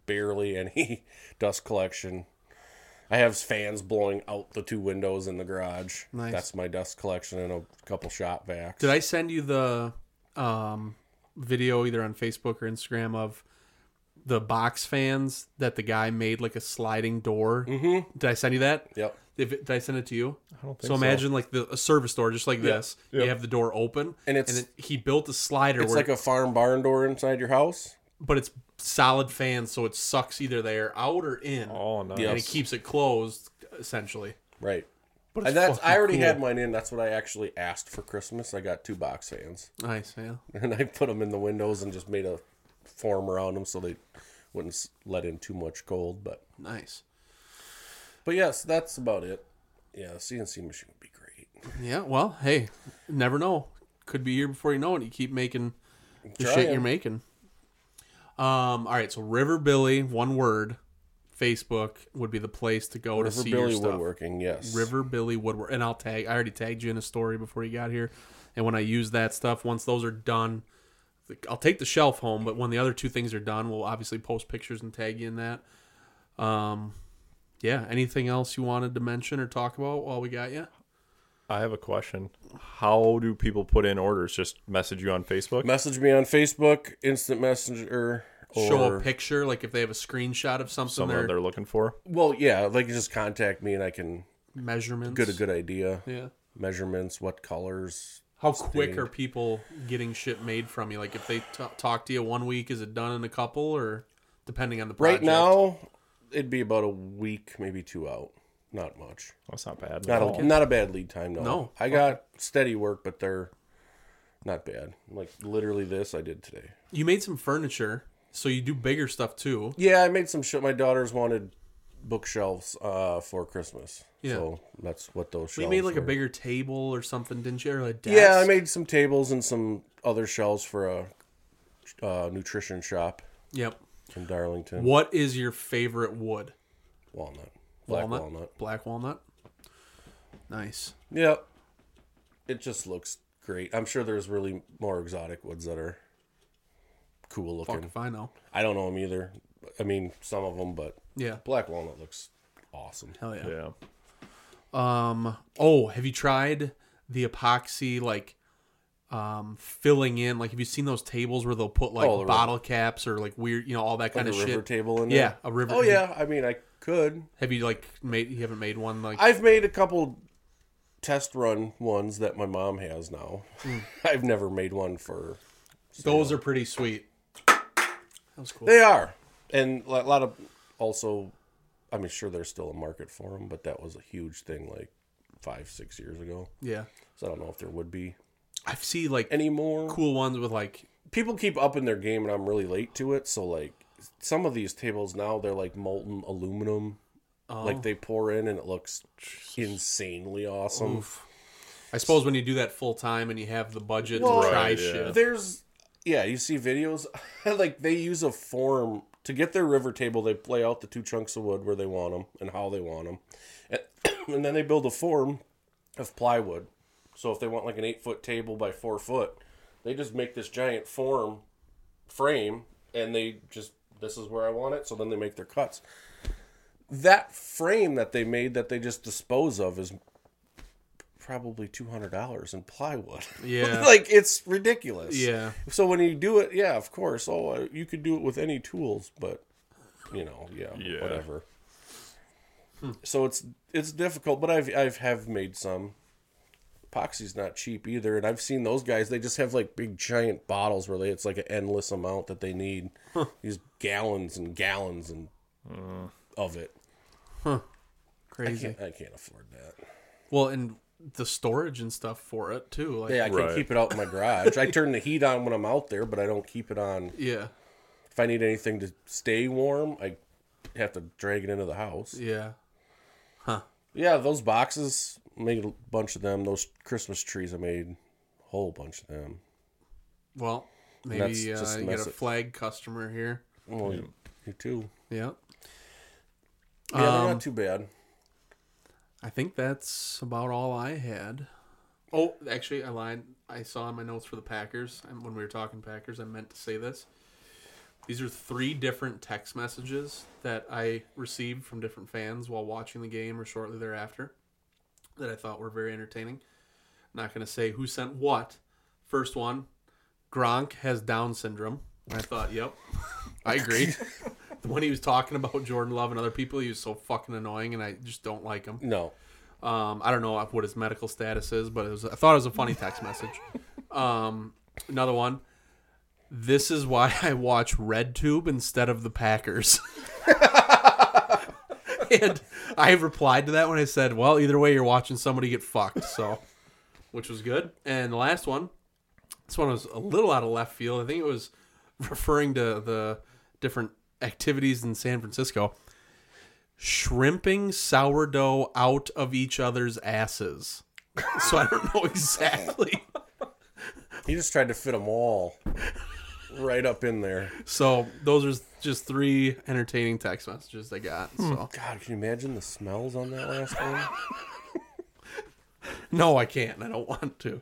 Speaker 3: barely any *laughs* dust collection. I have fans blowing out the two windows in the garage.
Speaker 4: Nice.
Speaker 3: That's my dust collection and a couple shop vacs.
Speaker 4: Did I send you the um, video either on Facebook or Instagram of the box fans that the guy made like a sliding door? Mm-hmm. Did I send you that?
Speaker 3: Yep.
Speaker 4: If it- Did I send it to you? I
Speaker 5: don't
Speaker 4: so
Speaker 5: think so.
Speaker 4: imagine like the, a service door just like this. You have the door open,
Speaker 3: And it's-
Speaker 4: then he built a slider.
Speaker 3: It's
Speaker 4: where
Speaker 3: like a farm barn door inside your house.
Speaker 4: but it's solid fans, so it sucks either there out or in,
Speaker 5: Oh, nice.
Speaker 4: and it keeps it closed essentially.
Speaker 3: Right.
Speaker 4: But
Speaker 3: And that's I already
Speaker 4: fucking
Speaker 3: had
Speaker 4: cool.
Speaker 3: mine in. That's what I actually asked for Christmas. I got two box fans,
Speaker 4: nice, yeah.
Speaker 3: and I put them in the windows and just made a form around them so they wouldn't s- let in too much cold. But
Speaker 4: Nice.
Speaker 3: but yes, that's about it. Yeah, the CNC machine would be great.
Speaker 4: Yeah, well, hey, never know. Could be a year before you know it. You keep making the shit
Speaker 3: Trying.
Speaker 4: you're making. Um, all right, so River Billy, one word, Facebook would be the place to go to
Speaker 3: River
Speaker 4: see your
Speaker 3: Billy
Speaker 4: stuff.
Speaker 3: woodworking, yes.
Speaker 4: River Billy Woodward, and I'll tag. I already tagged you in a story before you got here, and when I use that stuff, once those are done, I'll take the shelf home. But when the other two things are done, we'll obviously post pictures and tag you in that. Um, yeah. Anything else you wanted to mention or talk about while we got you?
Speaker 5: I have a question. How do people put in orders? Just message you on Facebook?
Speaker 3: Message me on Facebook, instant messenger, or
Speaker 4: Show a picture, like if they have a screenshot of something,
Speaker 5: Someone
Speaker 4: their
Speaker 5: they're looking for?
Speaker 3: Well, yeah, like just contact me and I can
Speaker 4: measurements.
Speaker 3: get a good idea.
Speaker 4: Yeah.
Speaker 3: Measurements, what colors.
Speaker 4: How quick are people getting shit made from you? Like if they t- talk to you one week, is it done in a couple or depending on the
Speaker 3: Right
Speaker 4: project?
Speaker 3: now, it'd be about a week, maybe two out. Not much.
Speaker 5: That's not bad.
Speaker 3: Not
Speaker 5: at
Speaker 3: a,
Speaker 5: all.
Speaker 3: not a bad lead time, no.
Speaker 4: No,
Speaker 3: I got steady work, but they're not bad. Like literally this I did today.
Speaker 4: You made some furniture, so you do bigger stuff too.
Speaker 3: Yeah, I made some shit. My daughters wanted bookshelves uh, for Christmas.
Speaker 4: Yeah.
Speaker 3: So that's what those shelves
Speaker 4: We made like a
Speaker 3: were.
Speaker 4: bigger table or something, didn't you? Or a desk?
Speaker 3: Yeah, I made some tables and some other shelves for a uh, nutrition shop
Speaker 4: Yep.
Speaker 3: in Darlington.
Speaker 4: What is your favorite wood?
Speaker 3: Walnut. Black walnut.
Speaker 4: Black walnut. Nice.
Speaker 3: Yep. It just looks great. I'm sure there's really more exotic woods that are cool
Speaker 4: Fuck
Speaker 3: looking.
Speaker 4: if I know.
Speaker 3: I don't know them either. I mean, some of them, but
Speaker 4: Yeah.
Speaker 3: black walnut looks awesome.
Speaker 4: Hell yeah.
Speaker 5: Yeah.
Speaker 4: Um. Oh, have you tried the epoxy like? Um, filling in like have you seen those tables where they'll put like
Speaker 3: Oh, the river-
Speaker 4: bottle caps or like weird you know all that
Speaker 3: Like
Speaker 4: kind
Speaker 3: a
Speaker 4: of
Speaker 3: river
Speaker 4: shit
Speaker 3: table in
Speaker 4: Yeah,
Speaker 3: there.
Speaker 4: a river-
Speaker 3: Oh yeah, I mean, I could.
Speaker 4: have you like made you haven't made one like
Speaker 3: I've made a couple test run ones that my mom has now.
Speaker 4: Mm.
Speaker 3: *laughs* I've never made one for.
Speaker 4: those are pretty sweet that was cool
Speaker 3: They are, and a lot of also. I mean, sure, there's still a market for them, but that was a huge thing like five, six years ago.
Speaker 4: yeah
Speaker 3: So I don't know if there would be
Speaker 4: I see like
Speaker 3: anymore.
Speaker 4: cool ones with like
Speaker 3: people keep upping their game and I'm really late to it. So like some of these tables now they're like molten aluminum. Like they pour in and it looks insanely awesome.
Speaker 4: I suppose when you do that full time and you have the budget
Speaker 3: Well,
Speaker 4: to try
Speaker 5: Right,
Speaker 3: *laughs*
Speaker 5: yeah.
Speaker 4: shit.
Speaker 3: There's yeah, you see videos *laughs* like they use a form to get their river table. They play out the two chunks of wood where they want them and how they want them, and, *clears throat* and then they build a form of plywood. So if they want like an eight foot table by four foot, they just make this giant form frame and they just this is where I want it. So then they make their cuts. That frame that they made that they just dispose of is probably two hundred dollars in plywood. *laughs*
Speaker 4: Yeah.
Speaker 3: like it's ridiculous.
Speaker 4: Yeah.
Speaker 3: So when you do it, yeah, of course. Oh, uh, you could do it with any tools, but you know, yeah,
Speaker 5: Yeah.
Speaker 3: whatever. So it's it's difficult, but I've I've have made some. Epoxy's not cheap either, and I've seen those guys. They just have like big giant bottles where they it's like an endless amount that they need. These gallons and gallons and
Speaker 5: Uh.
Speaker 3: of it. I
Speaker 4: Crazy.
Speaker 3: can't, I can't afford that.
Speaker 4: Well, and the storage and stuff for it too. Like
Speaker 3: Yeah, I can
Speaker 5: Right.
Speaker 3: keep it out in my garage. I turn the heat on when I'm out there, but I don't keep it on.
Speaker 4: yeah.
Speaker 3: If I need anything to stay warm, I have to drag it into the house.
Speaker 4: Yeah.
Speaker 3: Yeah, those boxes made a bunch of them. Those Christmas trees I made, whole bunch of them.
Speaker 4: Well,
Speaker 3: That's
Speaker 4: maybe uh,
Speaker 3: just
Speaker 4: you get a
Speaker 3: mess it.
Speaker 4: flag customer here.
Speaker 3: Well, you, you too.
Speaker 4: Yeah.
Speaker 3: Yeah, they're not too bad.
Speaker 4: I think that's about all I had. Oh, actually, I lied. I saw in my notes for the Packers and when we were talking Packers. I meant to say this. These are three different text messages that I received from different fans while watching the game or shortly thereafter that I thought were very entertaining. not going to say who sent what. First one Gronk has Down syndrome. I thought, yep, *laughs* I agree. *laughs* when he was talking about Jordan Love and other people, he was so fucking annoying, and I just don't like him.
Speaker 3: No,
Speaker 4: Um, I don't know what his medical status is, but it was, I thought it was a funny text message. Um, another one. This is why *laughs* I watch RedTube instead of the Packers. *laughs* and I replied to that when I said, "Well, either way, you're watching somebody get fucked." So, which was good. And the last one. This one was a little out of left field. I think it was referring to the different activities in San Francisco shrimping sourdough out of each other's asses. So I don't know exactly.
Speaker 3: he just tried to fit them all right up in there.
Speaker 4: So those are just three entertaining text messages I got. So
Speaker 3: God, can you imagine the smells on that last one?
Speaker 4: no, I can't. I don't want to.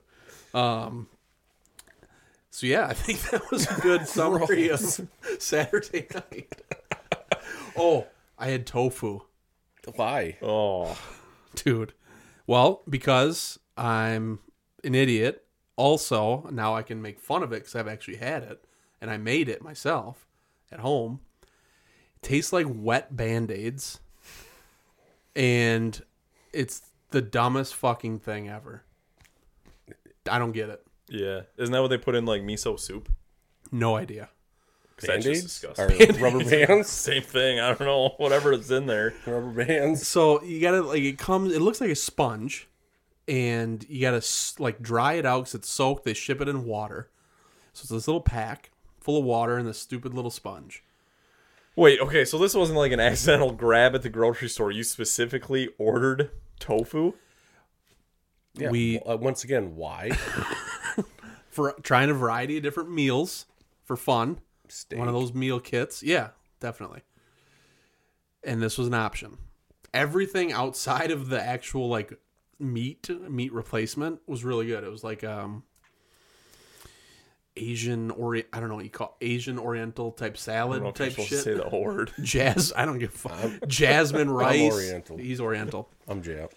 Speaker 4: Um. So yeah, I think that was a good summary of Saturday night. oh, I had tofu,
Speaker 3: Why?
Speaker 5: Oh,
Speaker 4: dude. Well, because I'm an idiot. Also, now I can make fun of it because I've actually had it and I made it myself at home. It tastes like wet band aids, and it's the dumbest fucking thing ever. I don't get it.
Speaker 5: yeah. Isn't that what they put in like miso soup?
Speaker 4: No idea.
Speaker 5: 'Cause that's just
Speaker 3: Band-Aids?
Speaker 5: disgusting.
Speaker 3: Or rubber bands?
Speaker 5: *laughs* Same thing. I don't know. *laughs* Whatever is in there.
Speaker 3: Rubber bands.
Speaker 4: So you gotta like it comes. It looks like a sponge, and you gotta s- like dry it out because it's soaked. They ship it in water, so it's this little pack full of water and this stupid little sponge.
Speaker 5: Wait. Okay. So this wasn't like an accidental grab at the grocery store. You specifically ordered tofu.
Speaker 3: Yeah.
Speaker 4: We-
Speaker 3: uh, once again, why?
Speaker 4: for trying a variety of different meals for fun.
Speaker 3: Steak.
Speaker 4: One of those meal kits. Yeah, definitely. And this was an option. Everything outside of the actual like meat meat replacement was really good. It was like um Asian orient I don't know what you call Asian Oriental type
Speaker 5: I
Speaker 4: salad
Speaker 5: don't know if you're
Speaker 4: type
Speaker 5: supposed to say
Speaker 4: shit.
Speaker 5: the whole word.
Speaker 4: Jazz I don't give a fuck. Jasmine rice.
Speaker 3: Oriental.
Speaker 4: He's Oriental.
Speaker 3: I'm Jap.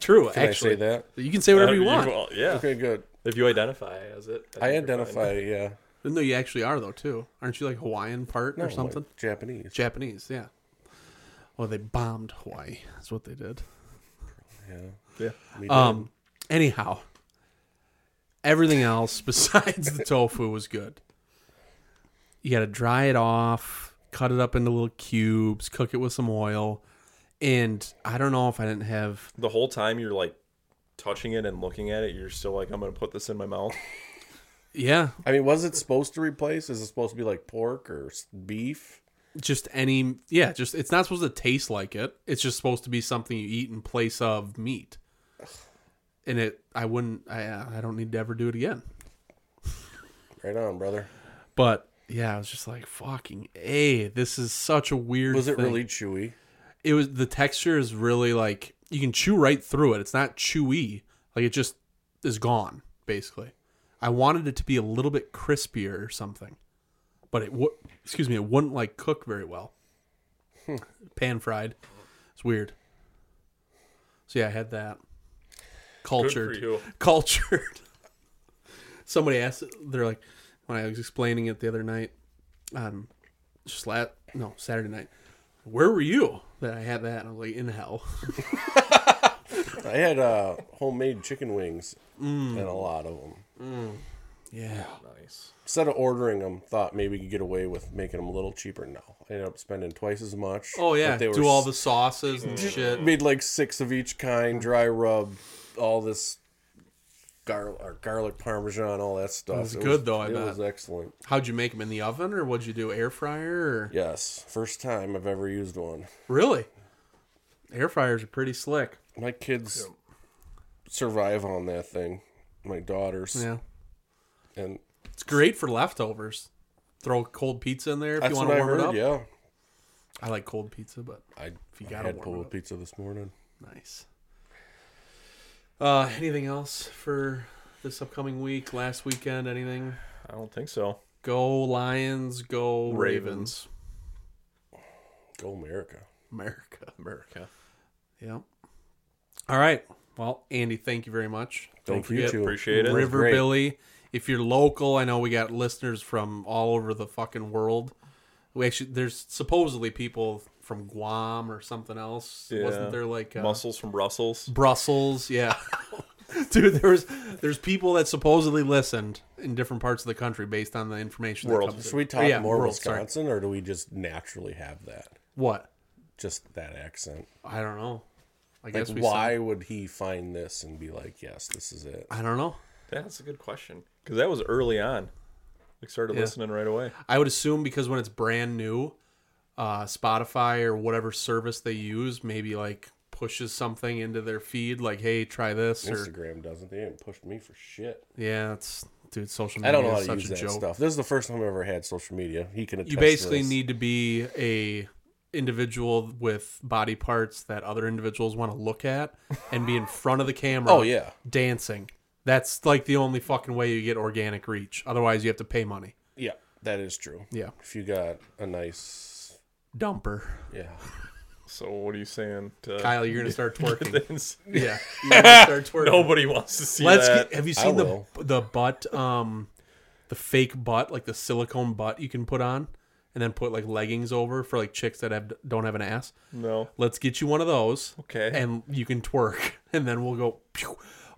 Speaker 4: True,
Speaker 3: Can
Speaker 4: actually.
Speaker 3: I say that?
Speaker 4: You can say *laughs*
Speaker 5: Uh, *laughs*
Speaker 4: whatever you want.
Speaker 5: well, yeah.
Speaker 3: Okay, good.
Speaker 5: If you identify as it. then
Speaker 3: I
Speaker 5: you're fine.
Speaker 3: identify, uh, yeah.
Speaker 4: No, you actually are though too. Aren't you like Hawaiian part
Speaker 3: No,
Speaker 4: or
Speaker 3: like,
Speaker 4: something?
Speaker 3: Japanese.
Speaker 4: Japanese, yeah. Well, they bombed Hawaii. That's what they did.
Speaker 5: Yeah.
Speaker 3: We did.
Speaker 4: Um. Anyhow, everything else *laughs* besides the tofu was good. You got to dry it off, cut it up into little cubes, cook it with some oil, and I don't know if I didn't have
Speaker 5: The whole time you're like touching it and looking at it, you're still like, I'm gonna put this in my mouth.
Speaker 4: yeah,
Speaker 3: I mean, was it supposed to replace? Is it supposed to be like pork or s- beef?
Speaker 4: just any yeah, just it's not supposed to taste like it. It's just supposed to be something you eat in place of meat. And it, I wouldn't, I, I don't need to ever do it again.
Speaker 3: Right on, brother.
Speaker 4: But yeah, I was just like, fucking a, this is such a weird.
Speaker 3: Was it
Speaker 4: thing.
Speaker 3: really chewy?
Speaker 4: It was the texture is really like you can chew right through it. It's not chewy. Like it just is gone basically. I wanted it to be a little bit crispier or something, but it would. Excuse me, it wouldn't like cook very well.
Speaker 3: Hmm.
Speaker 4: Pan fried. It's weird. So yeah, I had that. Cultured
Speaker 5: you.
Speaker 4: *laughs* cultured. Somebody asked, they're like, when I was explaining it the other night, um, just la no Saturday night, where were you that I had that? And I was like, in hell.
Speaker 3: I had uh, homemade chicken wings and a lot of them.
Speaker 4: Yeah,
Speaker 5: Nice.
Speaker 3: Instead of ordering them, thought maybe you could get away with making them a little cheaper. No, I ended up spending twice as much.
Speaker 4: oh yeah,
Speaker 3: But they were
Speaker 4: do all
Speaker 3: s- Mm.
Speaker 4: the sauces and shit.
Speaker 3: made like six of each kind, dry rub, all this garlic, or garlic parmesan, all that stuff. It
Speaker 4: was good, though, I
Speaker 3: it
Speaker 4: bet.
Speaker 3: was excellent.
Speaker 4: How'd you make them in the oven, or what'd you do, air fryer? Or...
Speaker 3: Yes, first time I've ever used one.
Speaker 4: Really, air fryers are pretty slick.
Speaker 3: My kids survive on that thing. My daughters
Speaker 4: Yeah.
Speaker 3: and
Speaker 4: It's great for leftovers. Throw cold pizza in there if
Speaker 3: that's
Speaker 4: you want
Speaker 3: what
Speaker 4: to
Speaker 3: I heard.
Speaker 4: warm it up.
Speaker 3: Yeah,
Speaker 4: I like cold pizza, but
Speaker 3: I,
Speaker 4: you
Speaker 3: I
Speaker 4: gotta
Speaker 3: had
Speaker 4: warm
Speaker 3: pulled
Speaker 4: up.
Speaker 3: pizza this morning.
Speaker 4: nice. Uh, anything else for this upcoming week? Last weekend? Anything?
Speaker 5: I don't think so.
Speaker 4: Go Lions! Go Ravens!
Speaker 5: Ravens.
Speaker 3: Go America.
Speaker 4: America!
Speaker 5: America.
Speaker 4: Yep. All right. Well, Andy, thank you very much.
Speaker 3: Thank you too.
Speaker 5: Appreciate it.
Speaker 4: River
Speaker 3: great.
Speaker 4: Billy. If you're local, I know we got listeners from all over the fucking world. We actually there's supposedly people from Guam or something else.
Speaker 5: Yeah.
Speaker 4: Wasn't there like uh,
Speaker 5: Muscles from Russell's.
Speaker 4: Brussels? Yeah. *laughs* Dude, there was there's people that supposedly listened in different parts of the country based on the information.
Speaker 5: World.
Speaker 4: That comes
Speaker 3: Should we talk
Speaker 4: yeah,
Speaker 3: more
Speaker 4: world, sorry.
Speaker 3: Wisconsin, or do we just naturally have that?
Speaker 4: What?
Speaker 3: Just that accent.
Speaker 4: I don't know. I
Speaker 3: Like,
Speaker 4: guess we
Speaker 3: why
Speaker 4: sound-
Speaker 3: would he find this and be like, "Yes, this is it"?
Speaker 4: I don't know.
Speaker 5: That's a good question because that was early on. Like started listening right away.
Speaker 4: I would assume because when it's brand new, uh, Spotify or whatever service they use maybe like pushes something into their feed, like "Hey, try this." Or
Speaker 3: Instagram doesn't. They didn't push me for shit.
Speaker 4: yeah, it's dude, social media
Speaker 3: I don't know how to
Speaker 4: is such
Speaker 3: use
Speaker 4: a
Speaker 3: that
Speaker 4: joke.
Speaker 3: stuff. This is the first time I've ever had social media. He can. attest
Speaker 4: You
Speaker 3: to
Speaker 4: basically
Speaker 3: this.
Speaker 4: need to be a individual with body parts that other individuals want to look at and be in front of the camera.
Speaker 3: Oh, yeah.
Speaker 4: dancing. That's like the only fucking way you get organic reach. Otherwise, you have to pay money.
Speaker 3: Yeah, that is true.
Speaker 4: Yeah,
Speaker 3: If you got a nice,
Speaker 4: dumper.
Speaker 3: yeah,
Speaker 5: So what are you saying, to
Speaker 3: Uh,
Speaker 4: Kyle, you're
Speaker 3: *laughs*
Speaker 4: gonna start
Speaker 5: *laughs*
Speaker 4: twerking.
Speaker 5: This-
Speaker 4: *laughs* yeah, you're gonna start twerking.
Speaker 5: Nobody wants to see
Speaker 4: Let's
Speaker 5: that.
Speaker 4: get, have you
Speaker 3: I
Speaker 4: seen the
Speaker 3: will.
Speaker 4: the butt um the fake butt like the silicone butt you can put on and then put like leggings over for like chicks that have don't have an ass.
Speaker 5: no.
Speaker 4: Let's get you one of those.
Speaker 5: Okay.
Speaker 4: And you can twerk *laughs* and then we'll go pew.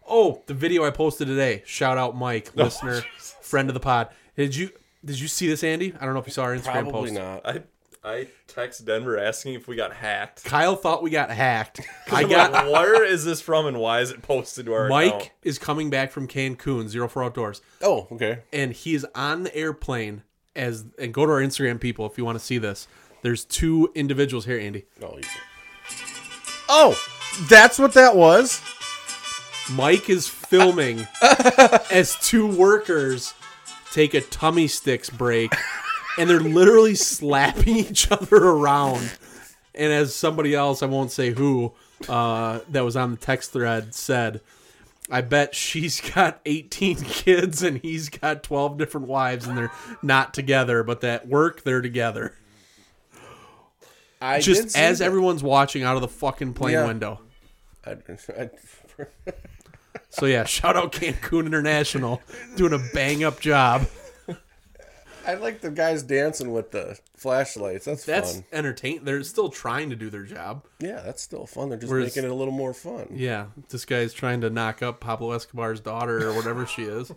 Speaker 4: Oh, the video I posted today. Shout out Mike,
Speaker 3: Oh,
Speaker 4: listener, friend of the pod. Did you did you see this Andy? I don't know if you saw our Instagram
Speaker 3: probably
Speaker 4: post.
Speaker 3: not.
Speaker 5: I I text Denver asking if we got hacked.
Speaker 4: Kyle thought we
Speaker 3: *laughs*
Speaker 4: got hacked. I
Speaker 5: I'm
Speaker 4: got
Speaker 5: like, where is this from and why is it posted to our account?
Speaker 4: Mike is coming back from Cancun, Zero for Outdoors.
Speaker 3: Oh, okay.
Speaker 4: and he is on the airplane as and go to our Instagram people if you want to see this. There's two individuals here, Andy.
Speaker 3: Oh, easy. Oh, that's what that was.
Speaker 4: Mike is filming as two workers take a tummy sticks break and they're literally slapping each other around. And as somebody else, I won't say who, uh, that was on the text thread said, I bet she's got 18 kids and he's got 12 different wives and they're not together, but that work, they're together.
Speaker 3: I did
Speaker 4: Just
Speaker 3: see
Speaker 4: as
Speaker 3: that.
Speaker 4: everyone's watching out of the fucking plane
Speaker 3: Yeah.
Speaker 4: window.
Speaker 3: I, I,
Speaker 4: So yeah, *laughs* shout out Cancun International doing a bang up job.
Speaker 3: I like the guys dancing with the flashlights. That's,
Speaker 4: That's
Speaker 3: fun.
Speaker 4: entertain. They're still trying to do their job.
Speaker 3: Yeah, that's still fun. They're just
Speaker 4: Whereas-
Speaker 3: making it a little more fun.
Speaker 4: Yeah, this guy's trying to knock up Pablo Escobar's daughter or whatever she *laughs* is.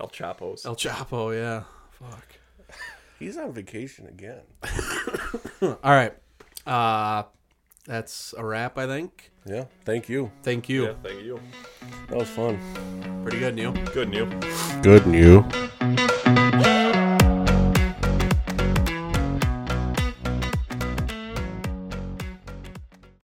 Speaker 5: El Chapo's.
Speaker 4: El Chapo. Yeah. Fuck.
Speaker 3: He's on vacation again.
Speaker 4: All right. Uh, that's a wrap. I think.
Speaker 3: Yeah, thank you.
Speaker 4: Thank you.
Speaker 5: yeah, thank you.
Speaker 3: That was fun.
Speaker 4: Pretty good, Neil.
Speaker 5: Good new.
Speaker 3: Good new.